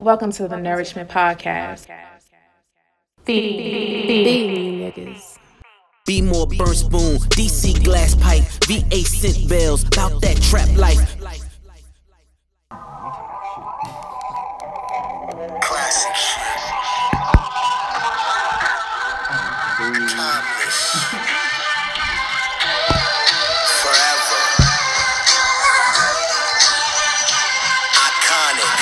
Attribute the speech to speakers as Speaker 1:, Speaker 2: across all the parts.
Speaker 1: Welcome to the Nourishment Podcast. Feed niggas.
Speaker 2: Be more burn spoon, DC glass pipe, VA scent bells, bout that trap life.
Speaker 3: Classic shit. Timeless. Forever. Iconic.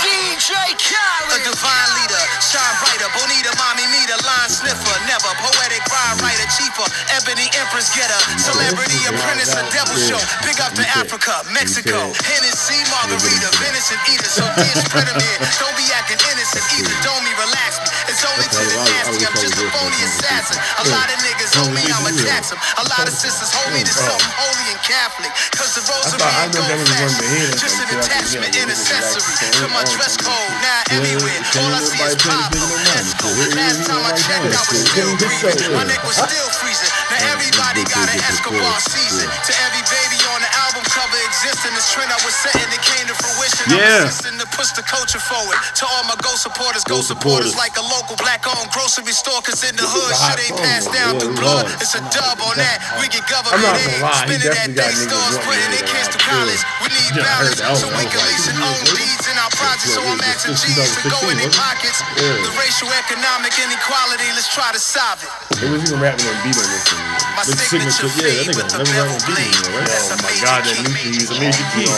Speaker 3: DJ Khaled. A divine leader, shine brighter. Bonita, mommy, me, the line sniffer. Never poetic rhyme writer, cheaper. Ebony empress getter. Celebrity apprentice, a devil show. Pick up to Africa, Mexico. Hennessy, margarita, venison eater. So dear, spread 'em here. Don't be acting innocent either. Don't be relax me. It's only to the nasty. I'm just a phony assassin. A lot of niggas hold me, I'ma tax 'em. A lot of sisters hold me to something holy and Catholic. Cause the rosary
Speaker 4: thought- I
Speaker 3: ain't
Speaker 4: thought that
Speaker 3: gon'
Speaker 4: was one of the
Speaker 3: fast.
Speaker 4: hitters,
Speaker 3: Just an
Speaker 4: like, that I could
Speaker 3: attachment,
Speaker 4: get
Speaker 3: an
Speaker 4: a little
Speaker 3: accessory
Speaker 4: relaxed
Speaker 3: to my
Speaker 4: and
Speaker 3: dress
Speaker 4: all.
Speaker 3: code. Now everywhere, all I see is
Speaker 4: Everybody
Speaker 3: pop.
Speaker 4: putting big money.
Speaker 3: Let's go.
Speaker 4: Here
Speaker 3: Last
Speaker 4: you
Speaker 3: time I
Speaker 4: go,
Speaker 3: checked, I
Speaker 4: right
Speaker 3: was
Speaker 4: there.
Speaker 3: still
Speaker 4: Get this
Speaker 3: breathing.
Speaker 4: over
Speaker 3: My
Speaker 4: with.
Speaker 3: neck was still freezing. Now everybody got an Escobar season. To every baby on the album cover existing, this trend I was setting, it came to fruition.
Speaker 4: Yeah.
Speaker 3: I'm assisting to push the culture forward. To all my Go supporters, Go supporters like a local black-owned grocery store. Cause in the hood,
Speaker 4: hot
Speaker 3: shit ain't
Speaker 4: song,
Speaker 3: passed down
Speaker 4: boy.
Speaker 3: through
Speaker 4: It
Speaker 3: blood.
Speaker 4: was.
Speaker 3: It's a dub on that. We get
Speaker 4: I'm
Speaker 3: government
Speaker 4: not gonna
Speaker 3: aid.
Speaker 4: lie, he
Speaker 3: Spinning at
Speaker 4: definitely got
Speaker 3: day
Speaker 4: niggas
Speaker 3: stores,
Speaker 4: wanting
Speaker 3: putting
Speaker 4: to
Speaker 3: their kids to
Speaker 4: get out of
Speaker 3: college.
Speaker 4: school.
Speaker 3: We need
Speaker 4: Yeah, I heard
Speaker 3: balance,
Speaker 4: that. I was-
Speaker 3: so we
Speaker 4: I was
Speaker 3: can
Speaker 4: like,
Speaker 3: lease and
Speaker 4: "This
Speaker 3: own
Speaker 4: is really-
Speaker 3: leads in our projects. So
Speaker 4: Yeah,
Speaker 3: I'm
Speaker 4: it was
Speaker 3: asking
Speaker 4: just
Speaker 3: G's to go in
Speaker 4: 2016,
Speaker 3: their
Speaker 4: wasn't it?
Speaker 3: pockets.
Speaker 4: Yeah.
Speaker 3: The racial economic inequality, let's try to solve it.
Speaker 4: It was even rapping on beat on this thing.
Speaker 3: My
Speaker 4: The
Speaker 3: signature
Speaker 4: signature, yeah, that
Speaker 3: fade
Speaker 4: nigga
Speaker 3: with the
Speaker 4: never
Speaker 3: bevel
Speaker 4: rapping on beat
Speaker 3: blade.
Speaker 4: anymore, right?
Speaker 3: That's a
Speaker 4: Oh
Speaker 3: major key.
Speaker 4: he's a major key.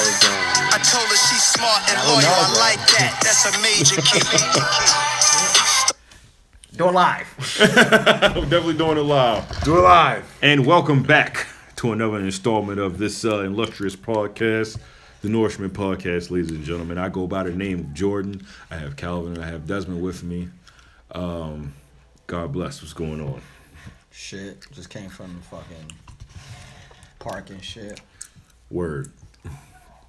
Speaker 3: I told her she's smart and
Speaker 4: don't
Speaker 3: loyal.
Speaker 4: know,
Speaker 3: I
Speaker 4: bro.
Speaker 3: like that. That's a major key.
Speaker 5: Do it live.
Speaker 6: I'm definitely doing it live.
Speaker 4: Do it live.
Speaker 6: And welcome back to another installment of this uh, illustrious podcast, the Nourishment Podcast, ladies and gentlemen. I go by the name of Jordan. I have Calvin and I have Desmond with me. Um, God bless. What's going on?
Speaker 5: Shit, just came from the fucking park and shit.
Speaker 6: Word.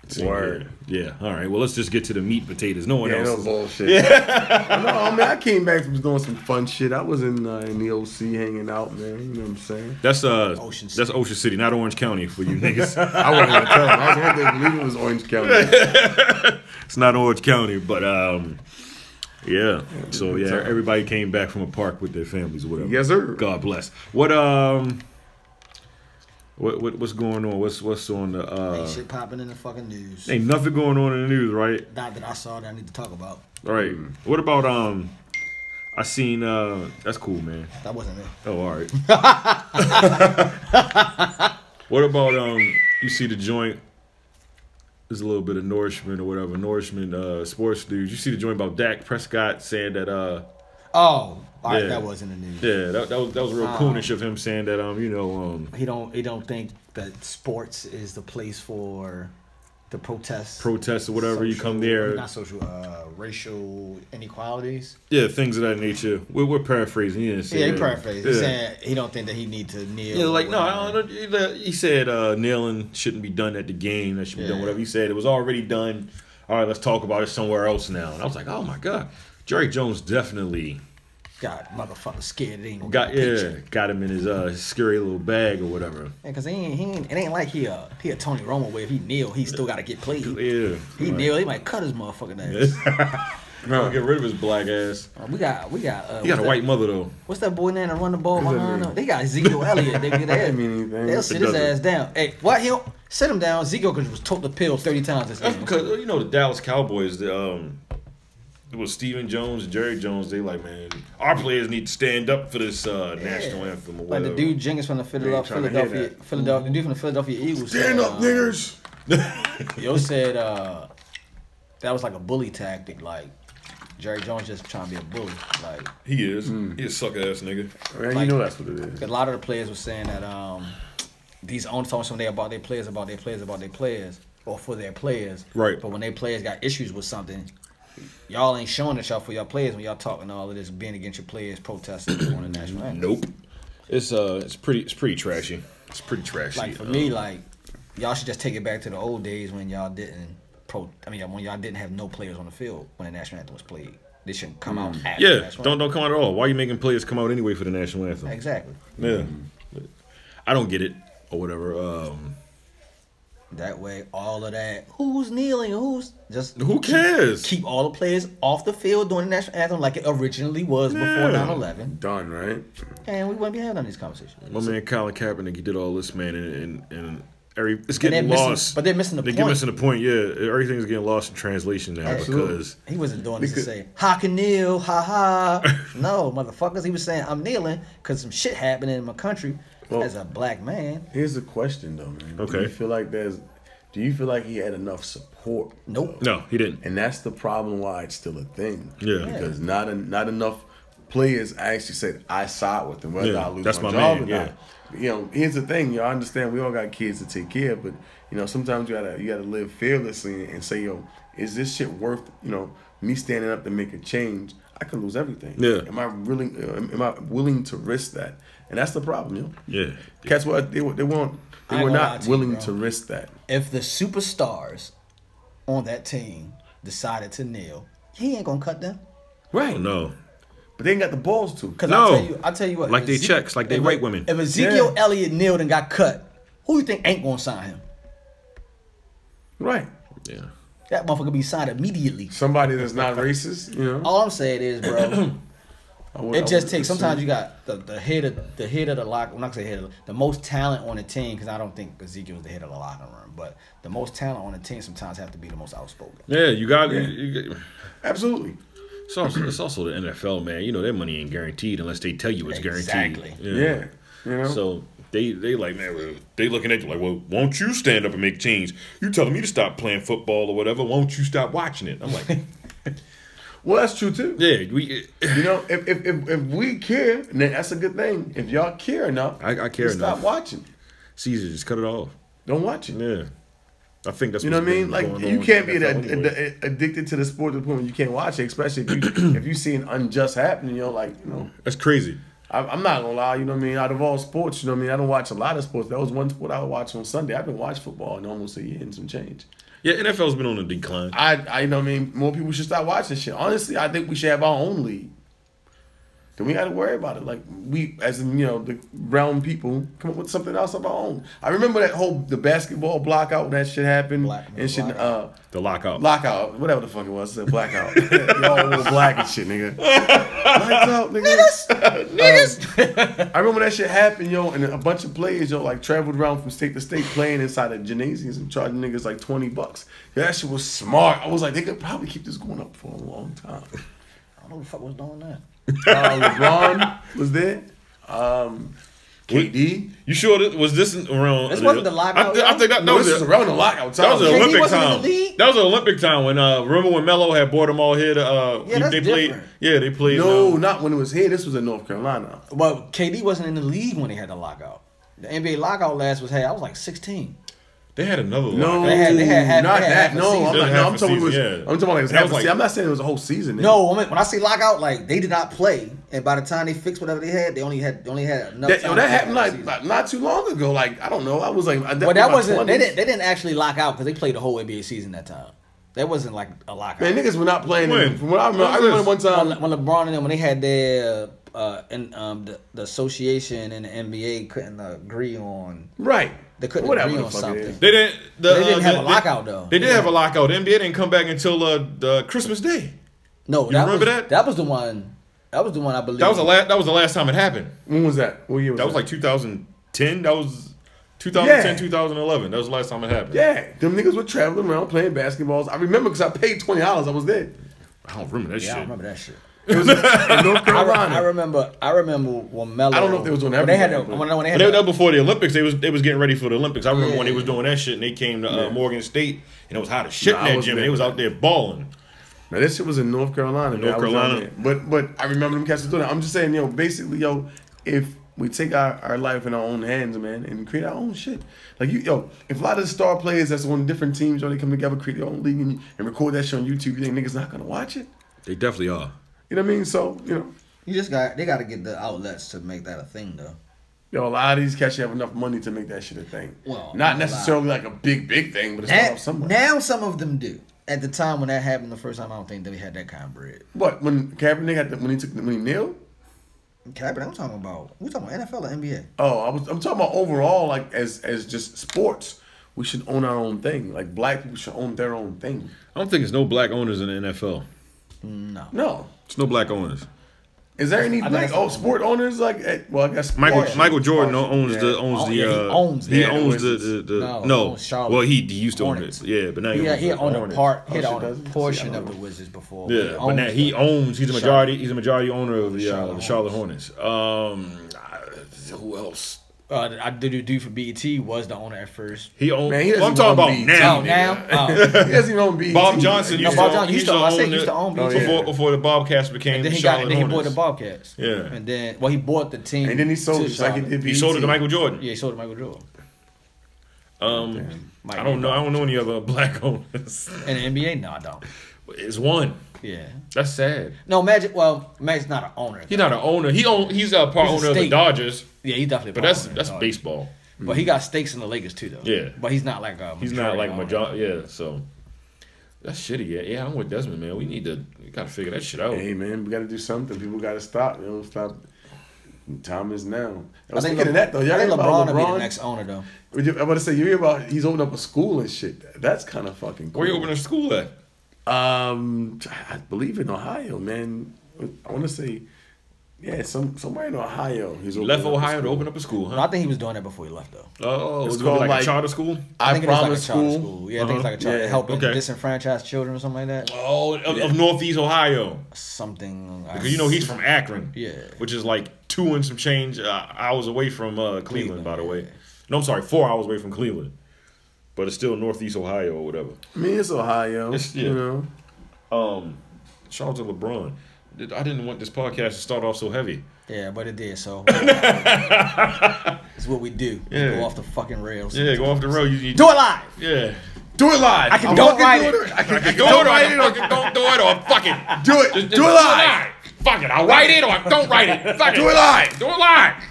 Speaker 6: Same
Speaker 4: Word.
Speaker 6: here. Yeah. All right. Well, let's just get to the meat and potatoes. No one
Speaker 4: Yeah, no
Speaker 6: else. is-
Speaker 4: bullshit. no, I mean, I came back from doing some fun shit. I was in, uh, in the OC hanging out, man. You know what I'm saying?
Speaker 6: That's uh,
Speaker 5: Ocean City.
Speaker 6: that's Ocean City, not Orange County for you niggas.
Speaker 4: I wasn't even telling. I was one day believing it was Orange County.
Speaker 6: it's not Orange County, but um, yeah. So yeah, everybody came back from a park with their families, or whatever.
Speaker 4: Yes, sir.
Speaker 6: God bless. What um, what, what what's going on? What's what's on the uh?
Speaker 5: shit popping in the fucking news.
Speaker 6: Ain't nothing going on in the news, right?
Speaker 5: Not that I saw that I need to talk about.
Speaker 6: All right.
Speaker 4: Mm.
Speaker 6: What about um? I seen uh. That's cool, man.
Speaker 5: That wasn't it.
Speaker 6: Oh, all right. what about um? You see the joint? There's a little bit of nourishment or whatever nourishment uh sports dudes. You see the joint about Dak Prescott saying that uh
Speaker 5: Oh, all right,
Speaker 6: Yeah.
Speaker 5: that wasn't the news.
Speaker 6: yeah that that was, that was real coonish of him saying that um you know um
Speaker 5: He don't he don't think that sports is the place for the protests.
Speaker 6: protests or whatever you
Speaker 5: social-
Speaker 6: come there
Speaker 5: Not social, uh, racial inequalities.
Speaker 6: yeah things of that nature. We're, we're paraphrasing. He didn't say
Speaker 5: Yeah, he
Speaker 6: that.
Speaker 5: paraphrased.
Speaker 6: Yeah.
Speaker 5: He said he don't think that he need to kneel.
Speaker 6: Yeah, like no,
Speaker 5: whatever.
Speaker 6: I don't, know. he said uh, kneeling shouldn't be done at the game. That should be
Speaker 5: Yeah.
Speaker 6: done whatever he said. It was already done. All right, let's talk about it somewhere else now. And I was like, oh my god, Jerry Jones definitely
Speaker 5: Got motherfucker scared. It ain't gonna
Speaker 6: got
Speaker 5: get a
Speaker 6: yeah
Speaker 5: paycheck.
Speaker 6: got him in his uh his scary little bag or whatever.
Speaker 5: Yeah, cause he ain't, he ain't, it ain't like he a he a Tony Romo where if he kneel he still gotta get played.
Speaker 6: Yeah,
Speaker 5: He
Speaker 6: Like,
Speaker 5: kneel, he might cut his motherfucking ass.
Speaker 6: I'll get rid of his black ass.
Speaker 5: Uh, we got we got uh,
Speaker 6: He got a
Speaker 5: what's
Speaker 6: white
Speaker 5: that-
Speaker 6: mother though.
Speaker 5: What's that boy name that run the ball
Speaker 4: What does that
Speaker 5: behind
Speaker 4: mean?
Speaker 5: him? They got Ezekiel Elliott. They get that.
Speaker 4: mean anything.
Speaker 5: They'll
Speaker 4: It
Speaker 5: sit his
Speaker 6: doesn't.
Speaker 5: ass down. Hey, why he don't sit him down? Ezekiel could was took the pill thirty times this
Speaker 6: That's
Speaker 5: game.
Speaker 6: because you know the Dallas Cowboys. The, um, it was Stephen Jones and Jerry Jones. They like man, our players need to stand up for this uh, national anthem or
Speaker 5: Like
Speaker 6: whatever.
Speaker 5: the dude Jenkins from the Philadelphia,
Speaker 4: trying to hear
Speaker 5: Philadelphia,
Speaker 4: that.
Speaker 5: Philadelphia, the dude from the Philadelphia Eagles.
Speaker 4: Stand
Speaker 5: said,
Speaker 4: up,
Speaker 5: uh,
Speaker 4: niggers.
Speaker 5: Yo said uh, that was like a bully tactic. Like Jerry Jones just trying to be a bully. Like
Speaker 6: He is. He a suck ass nigga.
Speaker 4: Man, you know that's what it is.
Speaker 5: a lot of the players were saying that um, these owners talking something about their players, about their players, about their players, or for their players.
Speaker 6: Right.
Speaker 5: But when their players got issues with something, y'all ain't showing that y'all for y'all players when y'all talking all of this being against your players, protesting, going to national anthem.
Speaker 6: Nope. It's uh, it's pretty, it's pretty trashy. It's pretty trashy.
Speaker 5: Like for
Speaker 6: Um,
Speaker 5: me, like y'all should just take it back to the old days when y'all didn't pro. I mean, when y'all didn't have no players on the field when the national anthem was played. They shouldn't come out. After the
Speaker 6: Mm. yeah,
Speaker 5: national
Speaker 6: don't
Speaker 5: anthem.
Speaker 6: don't come out at all. Why you making players come out anyway for the national anthem?
Speaker 5: exactly.
Speaker 6: Hmm. Yeah, I don't get it or whatever. Um,
Speaker 5: That way, all of that. Who's kneeling? Who's just
Speaker 6: Who cares?
Speaker 5: Keep all the players off the field during the national anthem, like it originally was before
Speaker 6: Yeah.
Speaker 5: 9/11,
Speaker 4: Done, right?
Speaker 5: and we wouldn't be having none of these conversations.
Speaker 6: My man Colin Kaepernick, he did all this, man, and and, and every it's getting
Speaker 5: they're missing-
Speaker 6: lost.
Speaker 5: but they're missing the
Speaker 6: they
Speaker 5: point.
Speaker 6: missing the point. Yeah, everything's getting lost in translation now
Speaker 4: Absolutely.
Speaker 6: because
Speaker 5: He wasn't doing this to
Speaker 4: Because-
Speaker 5: say "Ha can kneel, ha ha." no, motherfuckers. He was saying I'm kneeling because some shit happened in my country
Speaker 4: Well-
Speaker 5: as a black man.
Speaker 4: Here's the question though, man. Do
Speaker 6: Okay.
Speaker 4: you feel like there's do you feel like he had enough support?
Speaker 5: Nope.
Speaker 6: no, he didn't.
Speaker 4: And that's the problem why it's still a thing.
Speaker 6: Yeah.
Speaker 4: Because not en- not enough players actually said I side with them, whether
Speaker 6: Yeah,
Speaker 4: I lose
Speaker 6: that's
Speaker 4: my,
Speaker 6: my
Speaker 4: job
Speaker 6: man,
Speaker 4: or
Speaker 6: yeah.
Speaker 4: not. You know, here's the thing, y'all I understand we all got kids to take care of, but you know, sometimes you gotta you gotta live fearlessly and say, yo, is this shit worth, you know, me standing up to make a change? I could lose everything.
Speaker 6: Yeah.
Speaker 4: Am I really uh, am am I willing to risk that? And that's the problem, yo.
Speaker 6: Yeah,
Speaker 4: Cats what they were- they weren't
Speaker 5: I
Speaker 4: they
Speaker 5: ain't
Speaker 4: were
Speaker 5: gonna lie
Speaker 4: not
Speaker 5: to you,
Speaker 4: willing
Speaker 5: bro.
Speaker 4: to risk that.
Speaker 5: If the superstars on that team decided to kneel, he ain't gonna cut them.
Speaker 4: Right.
Speaker 6: no,
Speaker 4: But they ain't got the balls to.
Speaker 5: Because
Speaker 6: No.
Speaker 5: I tell you, I tell you what,
Speaker 6: Like
Speaker 5: if
Speaker 6: they
Speaker 5: Ezek-
Speaker 6: checks, like they
Speaker 5: if-
Speaker 6: white women.
Speaker 5: If Ezekiel
Speaker 4: Yeah.
Speaker 5: Elliott kneeled and got cut, who you think ain't gonna sign him?
Speaker 4: Right.
Speaker 6: yeah,
Speaker 5: That motherfucker be signed immediately.
Speaker 4: Somebody that's not racist, you know.
Speaker 5: All I'm saying is, bro,
Speaker 4: I would- I
Speaker 5: it just
Speaker 4: would
Speaker 5: takes.
Speaker 4: assume-
Speaker 5: Sometimes you got the, the head of the head of the lock. I'm not gonna say head of the, the most talent on the team because I don't think Ezekiel was the head of the locker room, but the most talent on the team sometimes have to be the most outspoken.
Speaker 6: yeah. You got
Speaker 4: Yeah.
Speaker 6: You, you,
Speaker 4: absolutely.
Speaker 6: it's also it's also the NFL, man. You know their money ain't guaranteed unless they tell you it's guaranteed.
Speaker 5: Exactly.
Speaker 4: Yeah. You know.
Speaker 6: So they they like man, well, they looking at you like, well, won't you stand up and make change? You telling me to stop playing football or whatever? Won't you stop watching it? I'm like,
Speaker 4: well, that's true too.
Speaker 6: yeah, we.
Speaker 4: You know, if if, if if we care, then that's a good thing. If y'all care enough,
Speaker 6: I- I care
Speaker 4: then
Speaker 6: enough.
Speaker 4: Stop watching.
Speaker 6: Caesar just cut it off.
Speaker 4: Don't watch it.
Speaker 6: Yeah, I think that's
Speaker 4: You know what I
Speaker 6: what's
Speaker 4: mean?
Speaker 6: been
Speaker 4: Like
Speaker 6: going
Speaker 4: you
Speaker 6: on
Speaker 4: can't be
Speaker 6: in the
Speaker 4: that
Speaker 6: NFL anyway.
Speaker 4: ad- addicted to the sport to the point where you can't watch it, especially if you if you see an unjust happening. You know, like you know,
Speaker 6: That's crazy.
Speaker 4: I, I'm not gonna lie. You know what I mean? Out of all sports, you know what I mean? I don't watch a lot of sports. That was one sport I would watch on Sunday. I've been watching football in almost a year and some change.
Speaker 6: Yeah, NFL's been on a decline.
Speaker 4: I, I you know what I mean more people should start watching shit. Honestly, I think we should have our own league. Then we got to worry about it. Like we, as in, you know, the brown people, come up with something else of our own. I remember that whole the basketball blockout when that shit happened
Speaker 5: Black man
Speaker 4: and shit. Uh,
Speaker 5: blackout.
Speaker 6: The lockout.
Speaker 4: blockout, whatever the fuck it was, I said blackout. Y'all were black and shit, nigga. Lights out, niggas. Um, I remember that shit happened, yo, and a bunch of players, yo, like traveled around from state to state playing inside of gymnasiums and charging niggas like twenty bucks. Yeah, that shit was smart. I was like, they could probably keep this going up for a long time.
Speaker 5: I don't know who the fuck was doing that.
Speaker 4: Uh, LeBron was there. Um, KD.
Speaker 6: you sure this, was this around?
Speaker 5: This wasn't the lockout,
Speaker 6: I, thi- I think that, that
Speaker 4: No,
Speaker 6: was
Speaker 4: this is
Speaker 6: a-
Speaker 4: around the lockout
Speaker 6: that
Speaker 4: time.
Speaker 6: was an
Speaker 5: KD
Speaker 6: Olympic
Speaker 5: wasn't in the
Speaker 6: time.
Speaker 5: league?
Speaker 6: That was an Olympic time when uh remember when Melo had brought them all here to uh
Speaker 5: Yeah, that's
Speaker 6: they played
Speaker 5: different.
Speaker 6: yeah they played
Speaker 4: no,
Speaker 6: um,
Speaker 4: not when it was here. This was in North Carolina.
Speaker 5: Well, KD wasn't in the league when they had the lockout. The NBA lockout last was hey, I was like 16.
Speaker 6: they had
Speaker 4: No,
Speaker 6: another lockout.
Speaker 5: They had- they had half-
Speaker 4: not
Speaker 5: they had
Speaker 4: that.
Speaker 5: half a
Speaker 4: no,
Speaker 5: season.
Speaker 4: I'm
Speaker 6: They
Speaker 4: not.
Speaker 6: had
Speaker 4: No,
Speaker 6: half
Speaker 4: I'm
Speaker 6: a
Speaker 4: talking. it was,
Speaker 6: season,
Speaker 4: I'm
Speaker 6: yeah.
Speaker 4: talking about like it was
Speaker 6: That
Speaker 4: half
Speaker 6: was
Speaker 4: a
Speaker 6: like-
Speaker 4: season. I'm not saying it was a whole season. nigga.
Speaker 5: No, I mean, when I say lockout, like they did not play, and by the time they fixed whatever they had, they only had they only had enough.
Speaker 4: that,
Speaker 5: time
Speaker 4: yo,
Speaker 5: to
Speaker 4: that
Speaker 5: play
Speaker 4: happened
Speaker 5: the
Speaker 4: like
Speaker 5: season.
Speaker 4: not, not too long ago. Like I don't know. I was like, I
Speaker 5: well, that wasn't. They didn't.
Speaker 4: did
Speaker 5: They didn't actually lock out because they played the whole NBA season that time. That wasn't like a lockout.
Speaker 4: Man, um, niggas were not playing.
Speaker 6: When?
Speaker 4: it. From what I remember,
Speaker 6: When
Speaker 4: I
Speaker 6: was
Speaker 4: remember
Speaker 6: this?
Speaker 4: one
Speaker 5: when,
Speaker 4: time.
Speaker 5: Le- when LeBron and them, when they had their uh, and um, the, the association and the NBA couldn't agree on.
Speaker 4: Right.
Speaker 5: They couldn't
Speaker 4: Whatever
Speaker 5: agree
Speaker 4: the
Speaker 5: on
Speaker 4: fuck it is.
Speaker 5: something.
Speaker 6: They didn't. The,
Speaker 5: They didn't
Speaker 6: uh,
Speaker 5: have
Speaker 6: the-
Speaker 5: a lockout, though.
Speaker 6: They did have a lockout. The NBA didn't come back until uh, the Christmas Day.
Speaker 5: No, that
Speaker 6: remember
Speaker 5: was,
Speaker 6: that?
Speaker 5: was the one. That was the one I believe.
Speaker 6: That was the last. That was the last time it happened.
Speaker 4: When was that? What year was
Speaker 6: That
Speaker 4: that?
Speaker 6: was like 2010. That was 2010,
Speaker 4: Yeah.
Speaker 6: 2011. That was the last time it happened.
Speaker 4: yeah, them niggas were traveling around playing basketballs. I remember because I paid twenty dollars. I was there
Speaker 6: I don't remember that
Speaker 5: Yeah,
Speaker 6: shit.
Speaker 5: I remember that shit.
Speaker 4: in North
Speaker 5: I, re- I
Speaker 4: Carolina.
Speaker 5: remember. I remember when Melo.
Speaker 4: I don't know if they was on
Speaker 5: when they had. The,
Speaker 4: everybody, but-
Speaker 5: when, when they had
Speaker 6: But they,
Speaker 5: the-
Speaker 6: that was before the Olympics, they was they was getting ready for the Olympics. I remember when they was
Speaker 5: Yeah.
Speaker 6: doing that shit, and they came to uh, Morgan State, and it was hot as shit
Speaker 4: Nah, I
Speaker 6: in that
Speaker 4: wasn't
Speaker 6: gym. And
Speaker 4: there.
Speaker 6: they was out there balling.
Speaker 4: Now this shit was in North Carolina. man. I was
Speaker 6: Carolina.
Speaker 4: out there. But but I remember them catching doing that. I'm just saying, yo, basically, yo, if we take our, our life in our own hands, man, and create our own shit. Like you, yo, if a lot of the star players that's on different teams, yo, they come together, create their own league, and, and record that shit on YouTube, you think niggas not gonna watch it?
Speaker 6: They definitely are.
Speaker 4: You know what I mean? So you know,
Speaker 5: You just got. They got to get the outlets to make that a thing, though.
Speaker 4: yo, a lot of these cats should have enough money to make that shit a thing.
Speaker 5: Well,
Speaker 4: not
Speaker 5: not a
Speaker 4: necessarily like a big big thing, but it's
Speaker 5: Now,
Speaker 4: off somewhere.
Speaker 5: now some of them do. At the time when that happened the first time, I don't think they had that kind of bread.
Speaker 4: but when Kaepernick had the, when he took the, when he kneeled.
Speaker 5: Kaepernick, I'm talking about. We talking about NFL or NBA?
Speaker 4: Oh, I was. I'm talking about overall, like as as just sports. we should own our own thing. Like black people should own their own thing.
Speaker 6: I don't think there's no black owners in the NFL.
Speaker 4: No.
Speaker 6: There's no black owners.
Speaker 4: Is there any
Speaker 5: think
Speaker 4: black
Speaker 5: it's
Speaker 4: oh
Speaker 5: owned.
Speaker 4: sport owners like eh, well I guess
Speaker 6: Michael
Speaker 4: partially-
Speaker 6: Michael Jordan
Speaker 4: partially,
Speaker 6: owns the
Speaker 4: yeah.
Speaker 6: owns
Speaker 5: Oh,
Speaker 6: the
Speaker 5: yeah, he
Speaker 6: uh,
Speaker 5: owns
Speaker 6: he
Speaker 5: that.
Speaker 6: owns the, the, the
Speaker 5: No, he
Speaker 6: no,
Speaker 5: owns Charlotte.
Speaker 6: well he, he used to own it
Speaker 5: Hornets.
Speaker 6: yeah but now he
Speaker 5: Yeah,
Speaker 6: owns
Speaker 5: he
Speaker 6: the
Speaker 5: owned a
Speaker 6: Hornets.
Speaker 5: part. He
Speaker 4: Oh,
Speaker 5: had
Speaker 4: shit,
Speaker 5: owned
Speaker 4: does he?
Speaker 5: a
Speaker 4: See, I
Speaker 5: portion
Speaker 4: don't
Speaker 5: of the
Speaker 4: know.
Speaker 5: Wizards before. He
Speaker 6: yeah but
Speaker 5: owns
Speaker 6: now he
Speaker 5: the-
Speaker 6: owns he's a
Speaker 5: Charlotte.
Speaker 6: majority he's a majority owner of the uh,
Speaker 5: Charlotte
Speaker 6: the Charlotte Hornets um uh, who else
Speaker 5: Uh, the- I did a dude for BET was the owner at first.
Speaker 6: he owns
Speaker 4: Man, he
Speaker 6: well, I'm
Speaker 4: doesn't
Speaker 6: talking
Speaker 4: own
Speaker 6: about
Speaker 4: beats.
Speaker 6: now
Speaker 5: Oh,
Speaker 6: nigga.
Speaker 5: now, oh.
Speaker 4: He doesn't even own BET.
Speaker 6: Bob Johnson
Speaker 5: No,
Speaker 6: used,
Speaker 5: Bob
Speaker 6: to,
Speaker 5: Johnson
Speaker 6: own-
Speaker 5: used to- I said
Speaker 6: own
Speaker 5: used
Speaker 6: it
Speaker 5: to own BET.
Speaker 6: before before the Bobcats became
Speaker 5: then
Speaker 6: the
Speaker 5: he got,
Speaker 6: Charlotte
Speaker 5: then he bought
Speaker 6: Hornets.
Speaker 5: the Bobcats.
Speaker 6: Yeah.
Speaker 5: and then well, he bought the team,
Speaker 4: and then he sold
Speaker 5: to
Speaker 4: it just like he
Speaker 5: Charlotte.
Speaker 4: did BET.
Speaker 6: he sold it to Michael Jordan.
Speaker 5: Yeah, he sold it to Michael Jordan.
Speaker 6: Um,
Speaker 5: Michael
Speaker 6: I don't know. I don't know any other black owners.
Speaker 5: In the NBA, no, I don't.
Speaker 6: It's one.
Speaker 5: Yeah,
Speaker 6: That's sad.
Speaker 5: no Magic. Well, Magic's not an owner.
Speaker 6: He's not an owner. He own. He's a part
Speaker 5: He's a
Speaker 6: owner of the
Speaker 5: state. Oh,
Speaker 6: Dodgers.
Speaker 5: yeah, he definitely.
Speaker 6: But
Speaker 5: part
Speaker 6: that's
Speaker 5: owner,
Speaker 6: that's
Speaker 5: dog.
Speaker 6: baseball.
Speaker 5: But he got stakes in the Lakers too, though.
Speaker 6: Mm-hmm. Yeah.
Speaker 5: but he's not like a.
Speaker 6: He's not like
Speaker 5: owner.
Speaker 6: majority. Yeah, so that's shitty. Yeah, yeah. I'm with Desmond, man. We need to. We gotta figure that shit out.
Speaker 4: Hey man, we gotta do something. People gotta stop. You know, stop. Time is now. I
Speaker 5: I
Speaker 4: was
Speaker 5: think,
Speaker 4: thinking of that though. Y'all
Speaker 5: I think
Speaker 4: hear
Speaker 5: LeBron,
Speaker 4: about
Speaker 5: will be
Speaker 4: LeBron?
Speaker 5: the next owner though.
Speaker 4: I'm about to say you hear about he's opened up a school and shit. That's kind of fucking cool.
Speaker 6: Where you open a school at?
Speaker 4: Um, I believe in Ohio, man. I want to say, yeah, some somewhere in Ohio. He's
Speaker 6: Left Ohio to open up a school,
Speaker 5: No, I
Speaker 6: huh?
Speaker 5: think he was doing that before he left though.
Speaker 6: Oh,
Speaker 4: It's
Speaker 6: it's
Speaker 4: called,
Speaker 6: called like,
Speaker 4: like-
Speaker 6: a charter school.
Speaker 4: I,
Speaker 5: think it's
Speaker 4: promise
Speaker 5: like a charter
Speaker 4: school. Uh-huh.
Speaker 5: Yeah, I think it's like a charter
Speaker 4: Yeah,
Speaker 5: helping
Speaker 6: Uh-huh. okay.
Speaker 5: disenfranchised children or something like that.
Speaker 6: Oh, of, of Northeast Ohio.
Speaker 5: Something.
Speaker 6: Because you know he's from Akron.
Speaker 5: Yeah.
Speaker 6: Which is like two and some change uh, hours away from uh, Cleveland,
Speaker 5: Cleveland,
Speaker 6: by the
Speaker 5: yeah.
Speaker 6: way. No, I'm sorry, four hours away from Cleveland. But it's still Northeast Ohio or whatever.
Speaker 4: I mean, it's Ohio.
Speaker 6: It's- yeah.
Speaker 4: You know,
Speaker 6: Um, shout out to LeBron. Did- I didn't want this podcast to start off so heavy.
Speaker 5: Yeah, but it did. So it's what we do. We
Speaker 6: Yeah.
Speaker 5: Go off the fucking rails.
Speaker 6: Yeah, go off the road. You, you
Speaker 5: Do it live.
Speaker 6: Yeah.
Speaker 4: do it live. I
Speaker 5: can don't
Speaker 4: fucking
Speaker 5: write
Speaker 4: do I can, I can
Speaker 6: Go
Speaker 4: don't
Speaker 6: it or
Speaker 4: write
Speaker 6: I
Speaker 4: it. Or,
Speaker 6: fucking don't do it or fuck it.
Speaker 4: do it.
Speaker 6: Just- just
Speaker 4: do it live.
Speaker 6: Fuck it. I'll write it or I don't write it. Fuck
Speaker 4: Do it live.
Speaker 6: Do it live.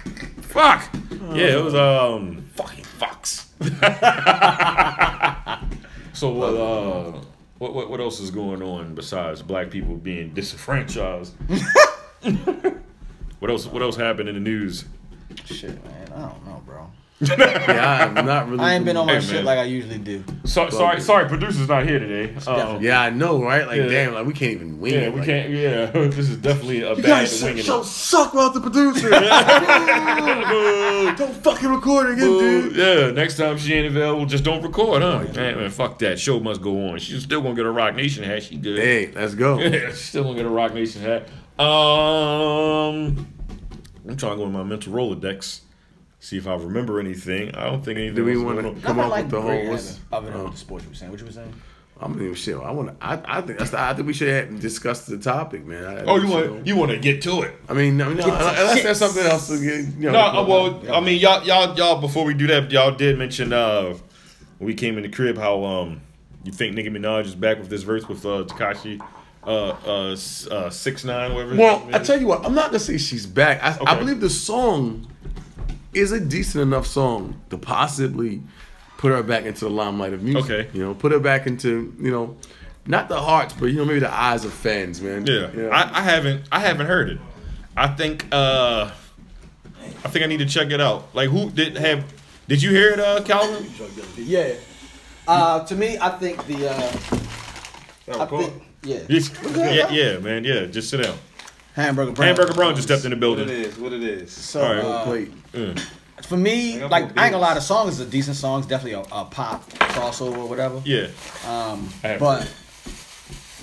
Speaker 6: Fuck. Yeah, it was um fucking fucks. so what uh what, what what else is going on besides black people being disenfranchised? what else what else happened in the news?
Speaker 5: Shit, man. I don't know, bro.
Speaker 4: Yeah, I'm not really.
Speaker 5: I ain't been on my
Speaker 6: Hey, man.
Speaker 5: shit like I usually do.
Speaker 6: So, sorry sorry producer's not here today. Um,
Speaker 4: Yeah, I know, right? Like,
Speaker 6: Yeah.
Speaker 4: damn, like we can't even win.
Speaker 6: yeah, we
Speaker 4: like,
Speaker 6: can't yeah, this is definitely a
Speaker 4: You
Speaker 6: bad
Speaker 4: guys
Speaker 6: winging.
Speaker 4: so
Speaker 6: it.
Speaker 4: suck about the producer. Don't fucking record again,
Speaker 6: Boo.
Speaker 4: dude. Oh,
Speaker 6: Yeah, next time she ain't available, just don't record, huh? Man, man, fuck that. Show must go on. She's still gonna get a Rock Nation hat. She good.
Speaker 4: Hey, let's go.
Speaker 6: She's still gonna get a Rock Nation hat. Um, I'm trying to go in my mental Rolodex, see if I remember anything. I don't think anything.
Speaker 4: Do we
Speaker 6: was
Speaker 4: want
Speaker 6: going
Speaker 4: to
Speaker 6: on.
Speaker 4: come up
Speaker 5: like
Speaker 4: with the whole? what's-
Speaker 5: Other
Speaker 6: Uh-huh.
Speaker 5: than the sports you were saying. What you were saying?
Speaker 4: I don't even shit. I want. to. I, I think that's. The, I think we should have discussed the topic, man. I,
Speaker 6: Oh, you want you want to get to it?
Speaker 4: I mean, I mean no, unless there's something else to get. You know,
Speaker 6: No, uh, well, I mean, y'all, y'all, y'all. Before we do that, y'all did mention uh, when we came in the crib how um, you think Nicki Minaj is back with this verse with uh, Takashi, uh, uh, s- uh, six nine, whatever. his
Speaker 4: Well,
Speaker 6: name
Speaker 4: I
Speaker 6: is.
Speaker 4: tell you what. I'm not gonna say she's back. I, I
Speaker 6: Okay.
Speaker 4: believe the song is a decent enough song to possibly put her back into the limelight of music.
Speaker 6: Okay.
Speaker 4: You know, put her back into you know, not the hearts, but you know, maybe the eyes of fans, man.
Speaker 6: Yeah,
Speaker 4: You know?
Speaker 6: I, I haven't I haven't heard it. I think uh I think I need to check it out. Like who did have did you hear it, uh Calvin?
Speaker 5: Yeah. Uh, to me, I think the. Uh, I think yeah.
Speaker 6: Yes. Yeah, yeah, man, yeah. Just sit down.
Speaker 5: Hamburger Brown.
Speaker 6: Hamburger Brown just stepped in the
Speaker 7: What it
Speaker 6: building.
Speaker 7: is, what it is.
Speaker 5: So
Speaker 6: All right.
Speaker 5: uh,
Speaker 4: Wait.
Speaker 5: for me,
Speaker 7: I got
Speaker 5: like
Speaker 7: more
Speaker 5: I ain't gonna lie, the
Speaker 7: beers.
Speaker 5: song is a decent song. It's definitely a, a pop crossover or whatever.
Speaker 6: Yeah.
Speaker 7: Um,
Speaker 6: I have
Speaker 5: But